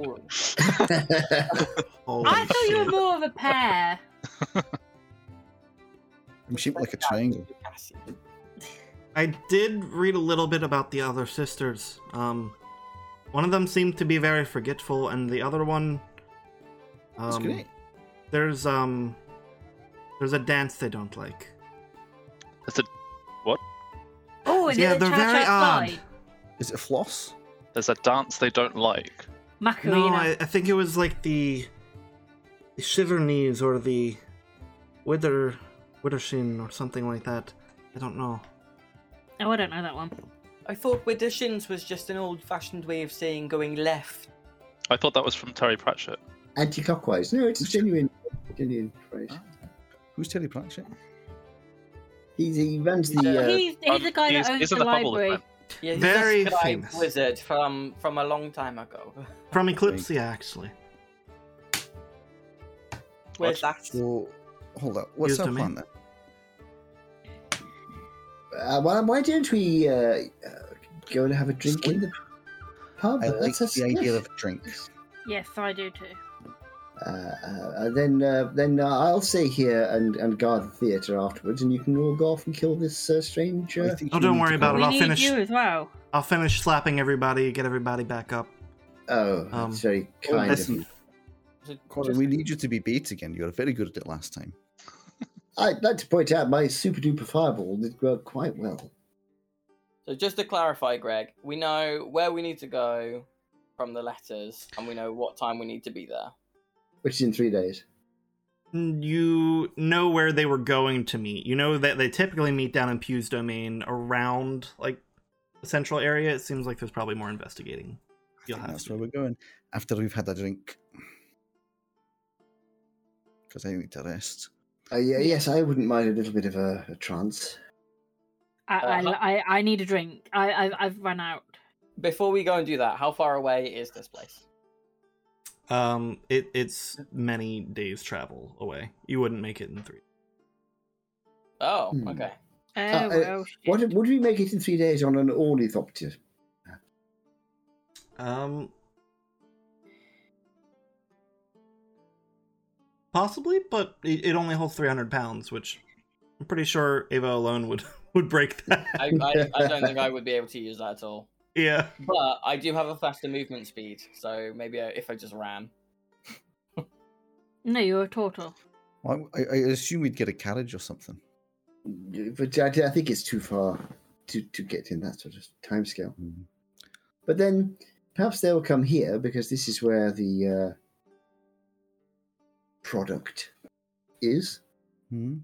Speaker 3: holy
Speaker 6: I thought you were
Speaker 3: Oh, shit.
Speaker 6: more of a pair.
Speaker 1: I'm shaped like a triangle.
Speaker 3: I did read a little bit about the other sisters. Um, one of them seemed to be very forgetful, and the other one.
Speaker 1: That's
Speaker 3: Um,
Speaker 1: great.
Speaker 3: There's um, there's a dance they don't like.
Speaker 5: it's a,
Speaker 6: Oh, and
Speaker 3: yeah,
Speaker 6: the
Speaker 3: they're
Speaker 6: cha-cha
Speaker 3: very odd.
Speaker 6: slide.
Speaker 1: Is it a floss?
Speaker 5: there's a dance they don't like.
Speaker 6: Macarena.
Speaker 3: No, I, I think it was like the, the shiver knees or the wither withershin or something like that. I don't know.
Speaker 6: Oh, I don't know that one.
Speaker 4: I thought Widdershins was just an old-fashioned way of saying going left.
Speaker 5: I thought that was from Terry Pratchett.
Speaker 2: Anti clockwise. No, it's a genuine, genuine phrase.
Speaker 1: Ah. Who's Terry Pratchett?
Speaker 2: He's, he runs the.
Speaker 6: Oh,
Speaker 2: Uh,
Speaker 6: he's, he's
Speaker 5: Um,
Speaker 6: the guy
Speaker 5: he's-
Speaker 6: that owns
Speaker 5: he's
Speaker 6: the,
Speaker 5: in the bubble
Speaker 6: library.
Speaker 5: then.
Speaker 4: Yeah, he's a
Speaker 3: Very
Speaker 4: scribe
Speaker 3: famous.
Speaker 4: wizard from from a long time ago.
Speaker 3: From Eclipse, yeah, actually.
Speaker 4: Where's that?
Speaker 1: So, hold up. What's
Speaker 3: Used
Speaker 1: our
Speaker 3: to
Speaker 1: plan
Speaker 3: me.
Speaker 1: then?
Speaker 2: uh, why, why don't we uh, uh, go and have a drink in the pub?
Speaker 1: I like
Speaker 2: That's-
Speaker 1: the idea of
Speaker 2: yes.
Speaker 1: a drink.
Speaker 6: Yes, I do too.
Speaker 2: Uh, uh, then uh, then uh, I'll stay here and, and guard the theatre afterwards, and you can all go off and kill this uh, strange.
Speaker 1: I
Speaker 2: Uh...
Speaker 1: think
Speaker 3: Oh,
Speaker 1: you
Speaker 3: don't
Speaker 1: need
Speaker 3: worry
Speaker 1: to
Speaker 3: about
Speaker 1: go-
Speaker 6: we
Speaker 3: I'll
Speaker 6: need
Speaker 3: finish-
Speaker 6: you as well.
Speaker 3: I'll finish slapping everybody, get everybody back up.
Speaker 2: Oh,
Speaker 3: Um,
Speaker 2: that's very
Speaker 1: Oh,
Speaker 2: kind of you.
Speaker 1: listen, Corin, we need you to be bait again. You were very good at it last time.
Speaker 2: I'd like to point out my super duper fireball did work quite well.
Speaker 4: So just to clarify, Greg, we know where we need to go from the letters, and we know what time we need to be there.
Speaker 2: Which is in three days.
Speaker 3: You know where they were going to meet. You know that they typically meet down in Pew's domain around like the central area. It seems like there's probably more investigating.
Speaker 1: I
Speaker 3: You'll
Speaker 1: think
Speaker 3: have
Speaker 1: that's
Speaker 3: to.
Speaker 1: where we're going after we've had a drink. Because I need to rest.
Speaker 2: Uh, yeah, yes, I wouldn't mind a little bit of a, a trance.
Speaker 6: I, I,
Speaker 2: Uh-huh.
Speaker 4: Uh,
Speaker 6: I, I need a drink. I, I, I've run out.
Speaker 4: Before we go and do that, how far away is this place?
Speaker 3: Um, it it's many days travel away. You wouldn't make it in three.
Speaker 4: Oh,
Speaker 2: Hmm.
Speaker 4: okay.
Speaker 6: Oh,
Speaker 2: uh,
Speaker 6: well,
Speaker 2: What
Speaker 6: shit.
Speaker 2: would we make it in three days on an ornithopter?
Speaker 3: Um, possibly, but it, it only holds 300 pounds, which I'm pretty sure Ava alone would would break that.
Speaker 4: I, I, I don't think I would be able to use that at all.
Speaker 3: yeah.
Speaker 4: But I do have a faster movement speed, so maybe I, if I just ran.
Speaker 6: No, you're a turtle.
Speaker 1: Well, I, I assume we'd get a carriage or something.
Speaker 2: Mm, But I, I
Speaker 3: Mm-hmm.
Speaker 2: think it's too far to, to get in that sort of timescale.
Speaker 1: Mm.
Speaker 2: But then Perhaps they'll come here because this is where the uh, product is.
Speaker 1: Hmm?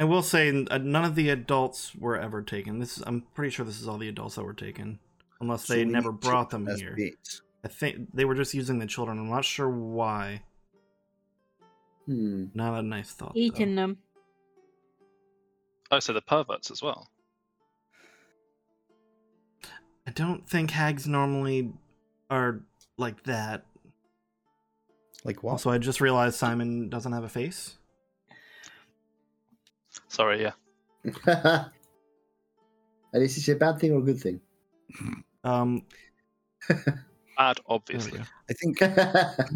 Speaker 3: I will say n- uh, none of the adults were ever taken. This I'm pretty sure this is all the adults that were taken, unless
Speaker 1: So
Speaker 3: they
Speaker 1: we
Speaker 3: never
Speaker 1: need
Speaker 3: brought
Speaker 1: children
Speaker 3: them
Speaker 1: as
Speaker 3: here.
Speaker 1: bait.
Speaker 3: I think they were just using the children. I'm not sure why.
Speaker 2: Hmm.
Speaker 3: Not a nice thought. though.
Speaker 6: Eating them.
Speaker 5: Oh, so the perverts as well.
Speaker 3: I don't think hags normally are like that.
Speaker 1: Like what?
Speaker 3: Also, I just realized Simon doesn't have a face.
Speaker 5: Sorry, yeah.
Speaker 2: and is this a bad thing or a good thing?
Speaker 3: Um,
Speaker 5: Bad,
Speaker 3: there we
Speaker 5: obviously.
Speaker 3: go.
Speaker 1: I think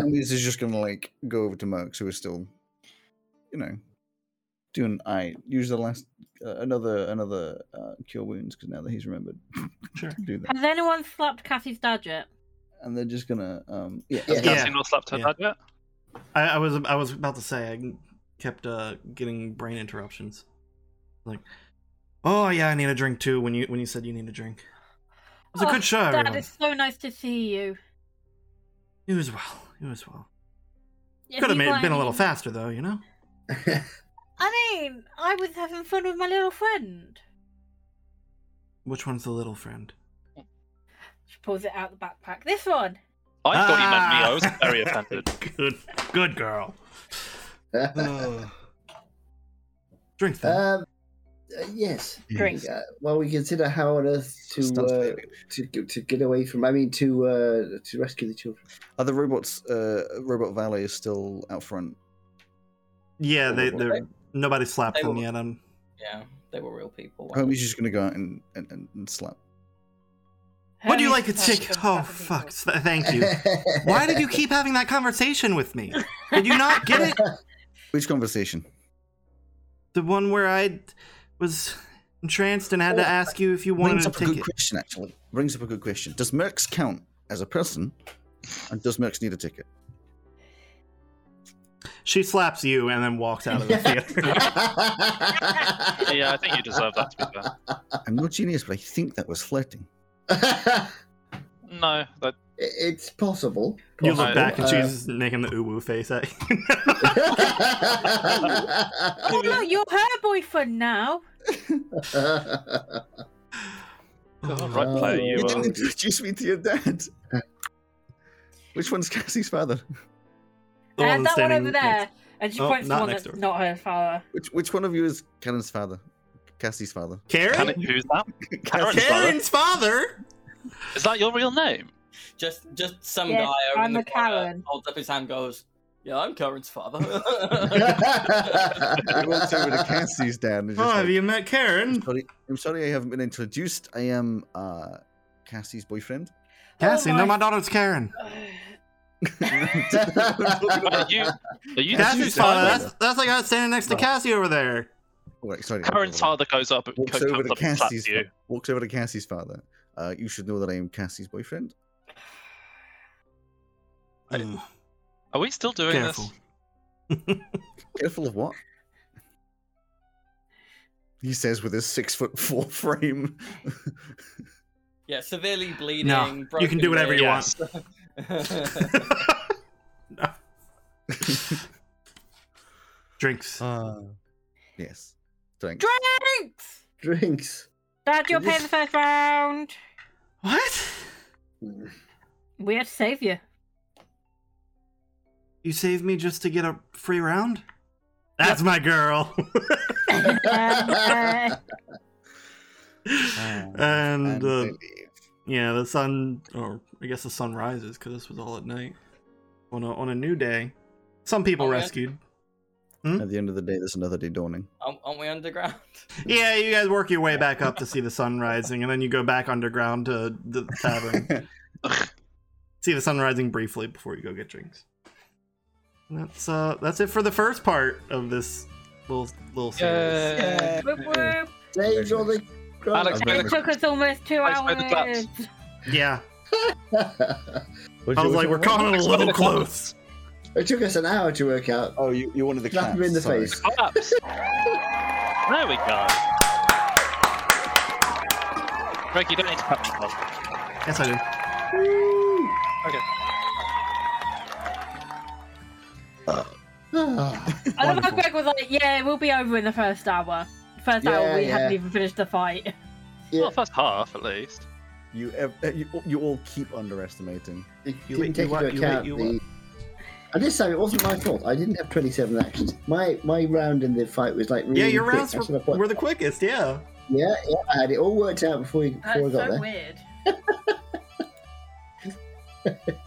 Speaker 1: Liz is just gonna like go over to Mercs, who is still, you know, doing. I use the last uh, another another uh, cure wounds because now that he's remembered,
Speaker 3: Sure.
Speaker 1: do that.
Speaker 6: Has anyone slapped Kathy's dad yet?
Speaker 1: And they're just gonna, um, yeah,
Speaker 2: Yeah.
Speaker 5: Has
Speaker 3: Yeah.
Speaker 5: Cassie not slapped her
Speaker 3: Yeah.
Speaker 5: dad yet?
Speaker 3: I, I was I was about to say I kept uh, getting brain interruptions. Like, oh yeah, I need a drink too. When you when you said you need a drink, it was a
Speaker 6: Oh,
Speaker 3: good show.
Speaker 6: Dad,
Speaker 3: Everyone.
Speaker 6: it's so nice to see you.
Speaker 3: You as well. You as well.
Speaker 6: If
Speaker 3: Could have
Speaker 6: you
Speaker 3: made
Speaker 6: got
Speaker 3: been a little
Speaker 6: any-
Speaker 3: faster though, you know.
Speaker 6: I mean, I was having fun with my little friend.
Speaker 3: Which one's the little friend?
Speaker 6: She pulls it out the backpack. This one.
Speaker 5: I thought he meant me.
Speaker 3: Ah!
Speaker 5: I was very offended.
Speaker 3: good, good girl. Ugh. Drink that.
Speaker 2: Um, uh, yes.
Speaker 6: Drink.
Speaker 2: Uh, while we consider how on earth to
Speaker 1: Stunt
Speaker 2: uh,
Speaker 1: baby.
Speaker 2: to g- to get away from, I mean, to uh, to rescue the children.
Speaker 1: Are the robots? Uh, Robot Valley is still out front.
Speaker 3: yeah, they
Speaker 1: Well,
Speaker 3: they are nobody slapped
Speaker 4: they
Speaker 3: them
Speaker 4: will-
Speaker 3: yet. Um,
Speaker 4: Yeah, they were real people.
Speaker 1: Homie's just gonna go out and and, and, and slap.
Speaker 3: what do you like to
Speaker 6: Hermes
Speaker 3: take?
Speaker 6: touched them
Speaker 3: Oh
Speaker 6: other people.
Speaker 3: fuck! th- Thank you. Why did you keep having that conversation with me? Did you not get it?
Speaker 1: Which conversation?
Speaker 3: The one where I was entranced and had to ask you if you wanted
Speaker 1: Brings
Speaker 3: to
Speaker 1: up a good
Speaker 3: take it.
Speaker 1: question. Actually, brings up a good question. Does Mercs count as a person? And does Mercs need a ticket?
Speaker 3: She slaps you and then walks out of the theater.
Speaker 5: Yeah, I think you deserve that, to be fair.
Speaker 1: I'm not genius, but I think that was flirting.
Speaker 5: No, that,
Speaker 2: it's possible.
Speaker 3: you
Speaker 5: Well,
Speaker 3: look
Speaker 5: I-
Speaker 3: back and
Speaker 2: Uh,
Speaker 3: she's making the uwu face at you.
Speaker 6: Oh no, you're her boyfriend now.
Speaker 2: Uh,
Speaker 3: Oh,
Speaker 5: God, right player Uh, you
Speaker 1: You
Speaker 5: are.
Speaker 1: didn't introduce me to your dad. Which one's Cassie's father?
Speaker 3: The
Speaker 6: Uh,
Speaker 3: one
Speaker 6: that one
Speaker 3: standing
Speaker 6: over there.
Speaker 3: next.
Speaker 6: And she
Speaker 3: Oh,
Speaker 6: points to
Speaker 3: not
Speaker 6: the one
Speaker 3: next
Speaker 6: that's
Speaker 3: door.
Speaker 6: not her father.
Speaker 1: Which which one of you is Cannon's father? Cassie's father.
Speaker 5: Can
Speaker 3: Karen?
Speaker 5: it, who's that?
Speaker 1: Cass-
Speaker 5: Karen's father?
Speaker 3: Karen's father?
Speaker 5: Is that your real name?
Speaker 4: Just, just some
Speaker 6: Yes,
Speaker 4: guy over
Speaker 6: I'm
Speaker 4: in the
Speaker 6: a
Speaker 4: corner
Speaker 6: Karen.
Speaker 4: holds up his hand, and goes, "Yeah, I'm Karen's father."
Speaker 1: He walks over to Cassie's dad and is
Speaker 3: Oh,
Speaker 1: just
Speaker 3: have
Speaker 1: like,
Speaker 3: you met Karen?
Speaker 1: I'm, sorry, I'm sorry I haven't been introduced. I am uh, Cassie's boyfriend.
Speaker 3: Cassie,
Speaker 6: Oh
Speaker 3: no,
Speaker 6: my-
Speaker 3: my daughter's Karen.
Speaker 5: Are you, are you
Speaker 3: Cassie's
Speaker 5: the
Speaker 3: father.
Speaker 5: father?
Speaker 3: That's, that's like us standing next to
Speaker 5: Oh.
Speaker 1: Right.
Speaker 3: Cassie over there.
Speaker 1: All right, sorry.
Speaker 5: Karen's father goes up and co-
Speaker 1: walks
Speaker 5: comes
Speaker 1: over to
Speaker 5: up and slaps
Speaker 1: Cassie's.
Speaker 5: you.
Speaker 1: fa- Walks over to Cassie's father. Uh, you should know that I am Cassie's boyfriend.
Speaker 5: I-
Speaker 3: Mm,
Speaker 5: Are we still doing
Speaker 3: Careful.
Speaker 1: Careful of what? He says with his six foot four frame.
Speaker 4: yeah, severely bleeding.
Speaker 3: you can do
Speaker 4: broken
Speaker 3: whatever you
Speaker 4: ribs.
Speaker 5: Yes.
Speaker 3: No. Drinks.
Speaker 1: yes. Drink.
Speaker 6: Drinks!
Speaker 2: Drinks.
Speaker 6: Dad, you're paying the first round.
Speaker 3: What?
Speaker 6: We had to save you.
Speaker 3: You saved me just to get a free round? That's my girl.
Speaker 6: Um, uh,
Speaker 3: and
Speaker 1: they
Speaker 3: uh,
Speaker 1: leave.
Speaker 3: yeah, the sun, or I guess the sun rises because this was all at night. On a on a new day, some people
Speaker 4: Oh, yeah.
Speaker 3: rescued.
Speaker 1: at the end of the day, there's another day dawning.
Speaker 4: Aren't, aren't we underground?
Speaker 3: Yeah, you guys work your way back up to see the sun rising, and then you go back underground to the tavern. see the sun rising briefly before you go get drinks. And that's uh, that's it for the first part of this little little series.
Speaker 5: Yay.
Speaker 6: whoop, whoop.
Speaker 2: Save all the.
Speaker 5: Alex,
Speaker 1: Okay.
Speaker 6: It took us almost two
Speaker 5: Nice by the
Speaker 6: hours.
Speaker 3: Yeah,
Speaker 1: What'd
Speaker 3: I
Speaker 1: you-
Speaker 3: was like, we're
Speaker 1: what'd you-
Speaker 3: calling it a little close.
Speaker 2: It took us an hour to work out.
Speaker 1: Oh, you, you wanted the
Speaker 2: Slap
Speaker 1: clap.
Speaker 2: him in the
Speaker 1: sorry.
Speaker 2: face.
Speaker 5: Collapse. There we go. Greg, you don't need to clap yourself.
Speaker 3: Yes, I do.
Speaker 2: Ah,
Speaker 6: I love how
Speaker 3: Wonderful.
Speaker 6: Greg was like, "Yeah, we'll be over in the first hour. First
Speaker 2: Yeah,
Speaker 6: hour, we
Speaker 2: yeah.
Speaker 6: haven't even finished the fight."
Speaker 5: Well, first half at least.
Speaker 1: You, ev- uh, you you all keep underestimating.
Speaker 2: it
Speaker 3: You
Speaker 2: didn't
Speaker 3: wait,
Speaker 2: take into
Speaker 3: you what, you wait,
Speaker 2: account
Speaker 3: you
Speaker 2: the. And this time it wasn't my fault. I didn't have 27 actions. My my round in the fight was like really
Speaker 3: yeah, your
Speaker 2: quick.
Speaker 3: rounds
Speaker 2: I should
Speaker 3: were,
Speaker 2: have put-
Speaker 3: were the quickest. Yeah.
Speaker 2: Yeah, yeah, I had it all worked out before, we, before I
Speaker 6: That's
Speaker 2: got
Speaker 6: so
Speaker 2: there.
Speaker 6: weird.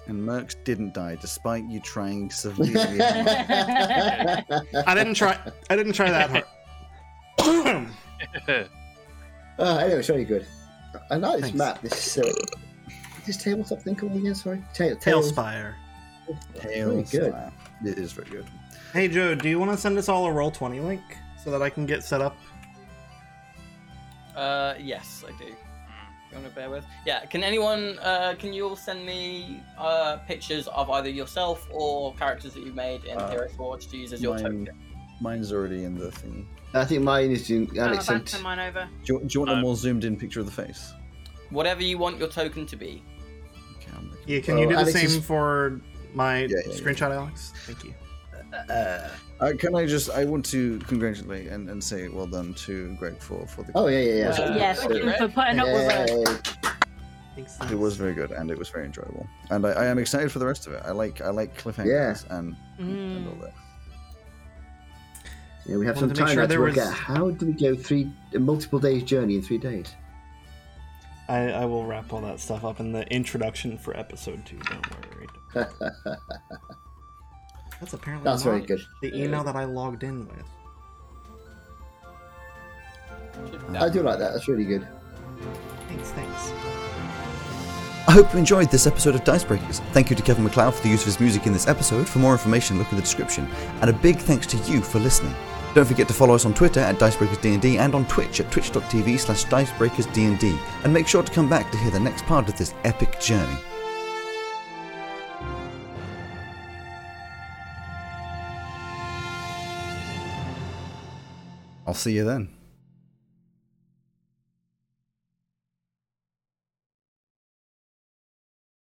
Speaker 1: And Mercs didn't die despite you trying severely. hard.
Speaker 3: I didn't try. I didn't try that hard.
Speaker 2: Oh, anyway, it's very good. I like this
Speaker 3: Thanks.
Speaker 2: map. This uh, this tabletop thing called again. Sorry, Tail, tails.
Speaker 3: Tailspire.
Speaker 1: Tails.
Speaker 2: good.
Speaker 1: uh, It is very good.
Speaker 3: Hey Joe, do you want to send us all a roll twenty link so that I can get set up?
Speaker 4: Uh, yes, I do. You want to bear with? Yeah. Can anyone? Uh, can you all send me uh, pictures of either yourself or characters that you've made in
Speaker 1: Uh,
Speaker 4: Heroes Forge to use as your
Speaker 1: Mine-
Speaker 4: token?
Speaker 1: mine's already in the thing.
Speaker 2: I think mine is in
Speaker 6: Oh,
Speaker 2: Alex.
Speaker 6: that's
Speaker 2: sent-
Speaker 6: mine over.
Speaker 1: Do you, do you want a
Speaker 5: Um,
Speaker 1: more zoomed in picture of the face?
Speaker 4: Whatever you want your token to be.
Speaker 1: Okay, I'm looking.
Speaker 3: Yeah, can
Speaker 2: Oh,
Speaker 3: you do the
Speaker 2: Alex
Speaker 3: same
Speaker 2: is-
Speaker 3: for my
Speaker 1: Yeah, yeah, yeah.
Speaker 3: screenshot, Alex? Thank you.
Speaker 1: Uh, can I just? I want to congratulate and, and say well done to Greg for for the.
Speaker 2: Oh yeah, yeah, yeah.
Speaker 4: Uh,
Speaker 6: yeah,
Speaker 4: so-
Speaker 6: thank you for putting up with us.
Speaker 2: Yay.
Speaker 3: Thanks.
Speaker 1: It was very good and it was very enjoyable, and I, I am excited for the rest of it. I like I like cliffhangers and, and all
Speaker 6: Mm.
Speaker 1: that.
Speaker 2: Yeah, we have
Speaker 3: Wanted
Speaker 2: some
Speaker 3: to
Speaker 2: time
Speaker 3: make
Speaker 2: now
Speaker 3: sure
Speaker 2: to
Speaker 3: there
Speaker 2: work
Speaker 3: was-
Speaker 2: out how do we go three multiple days journey in three days.
Speaker 3: I, I will wrap all that stuff up in the introduction for episode two. Don't worry. That's apparently
Speaker 2: That's very
Speaker 3: not
Speaker 2: good.
Speaker 3: The email that I logged in with.
Speaker 2: I do like that. That's really good.
Speaker 3: Thanks, thanks.
Speaker 8: I hope you enjoyed this episode of Dicebreakers. Thank you to Kevin McLeod for the use of his music in this episode. For more information, look in the description. And a big thanks to you for listening. Don't forget to follow us on Twitter at DicebreakersDND and on Twitch at twitch.tv slash DicebreakersDND. And make sure to come back to hear the next part of this epic journey.
Speaker 1: I'll see you then.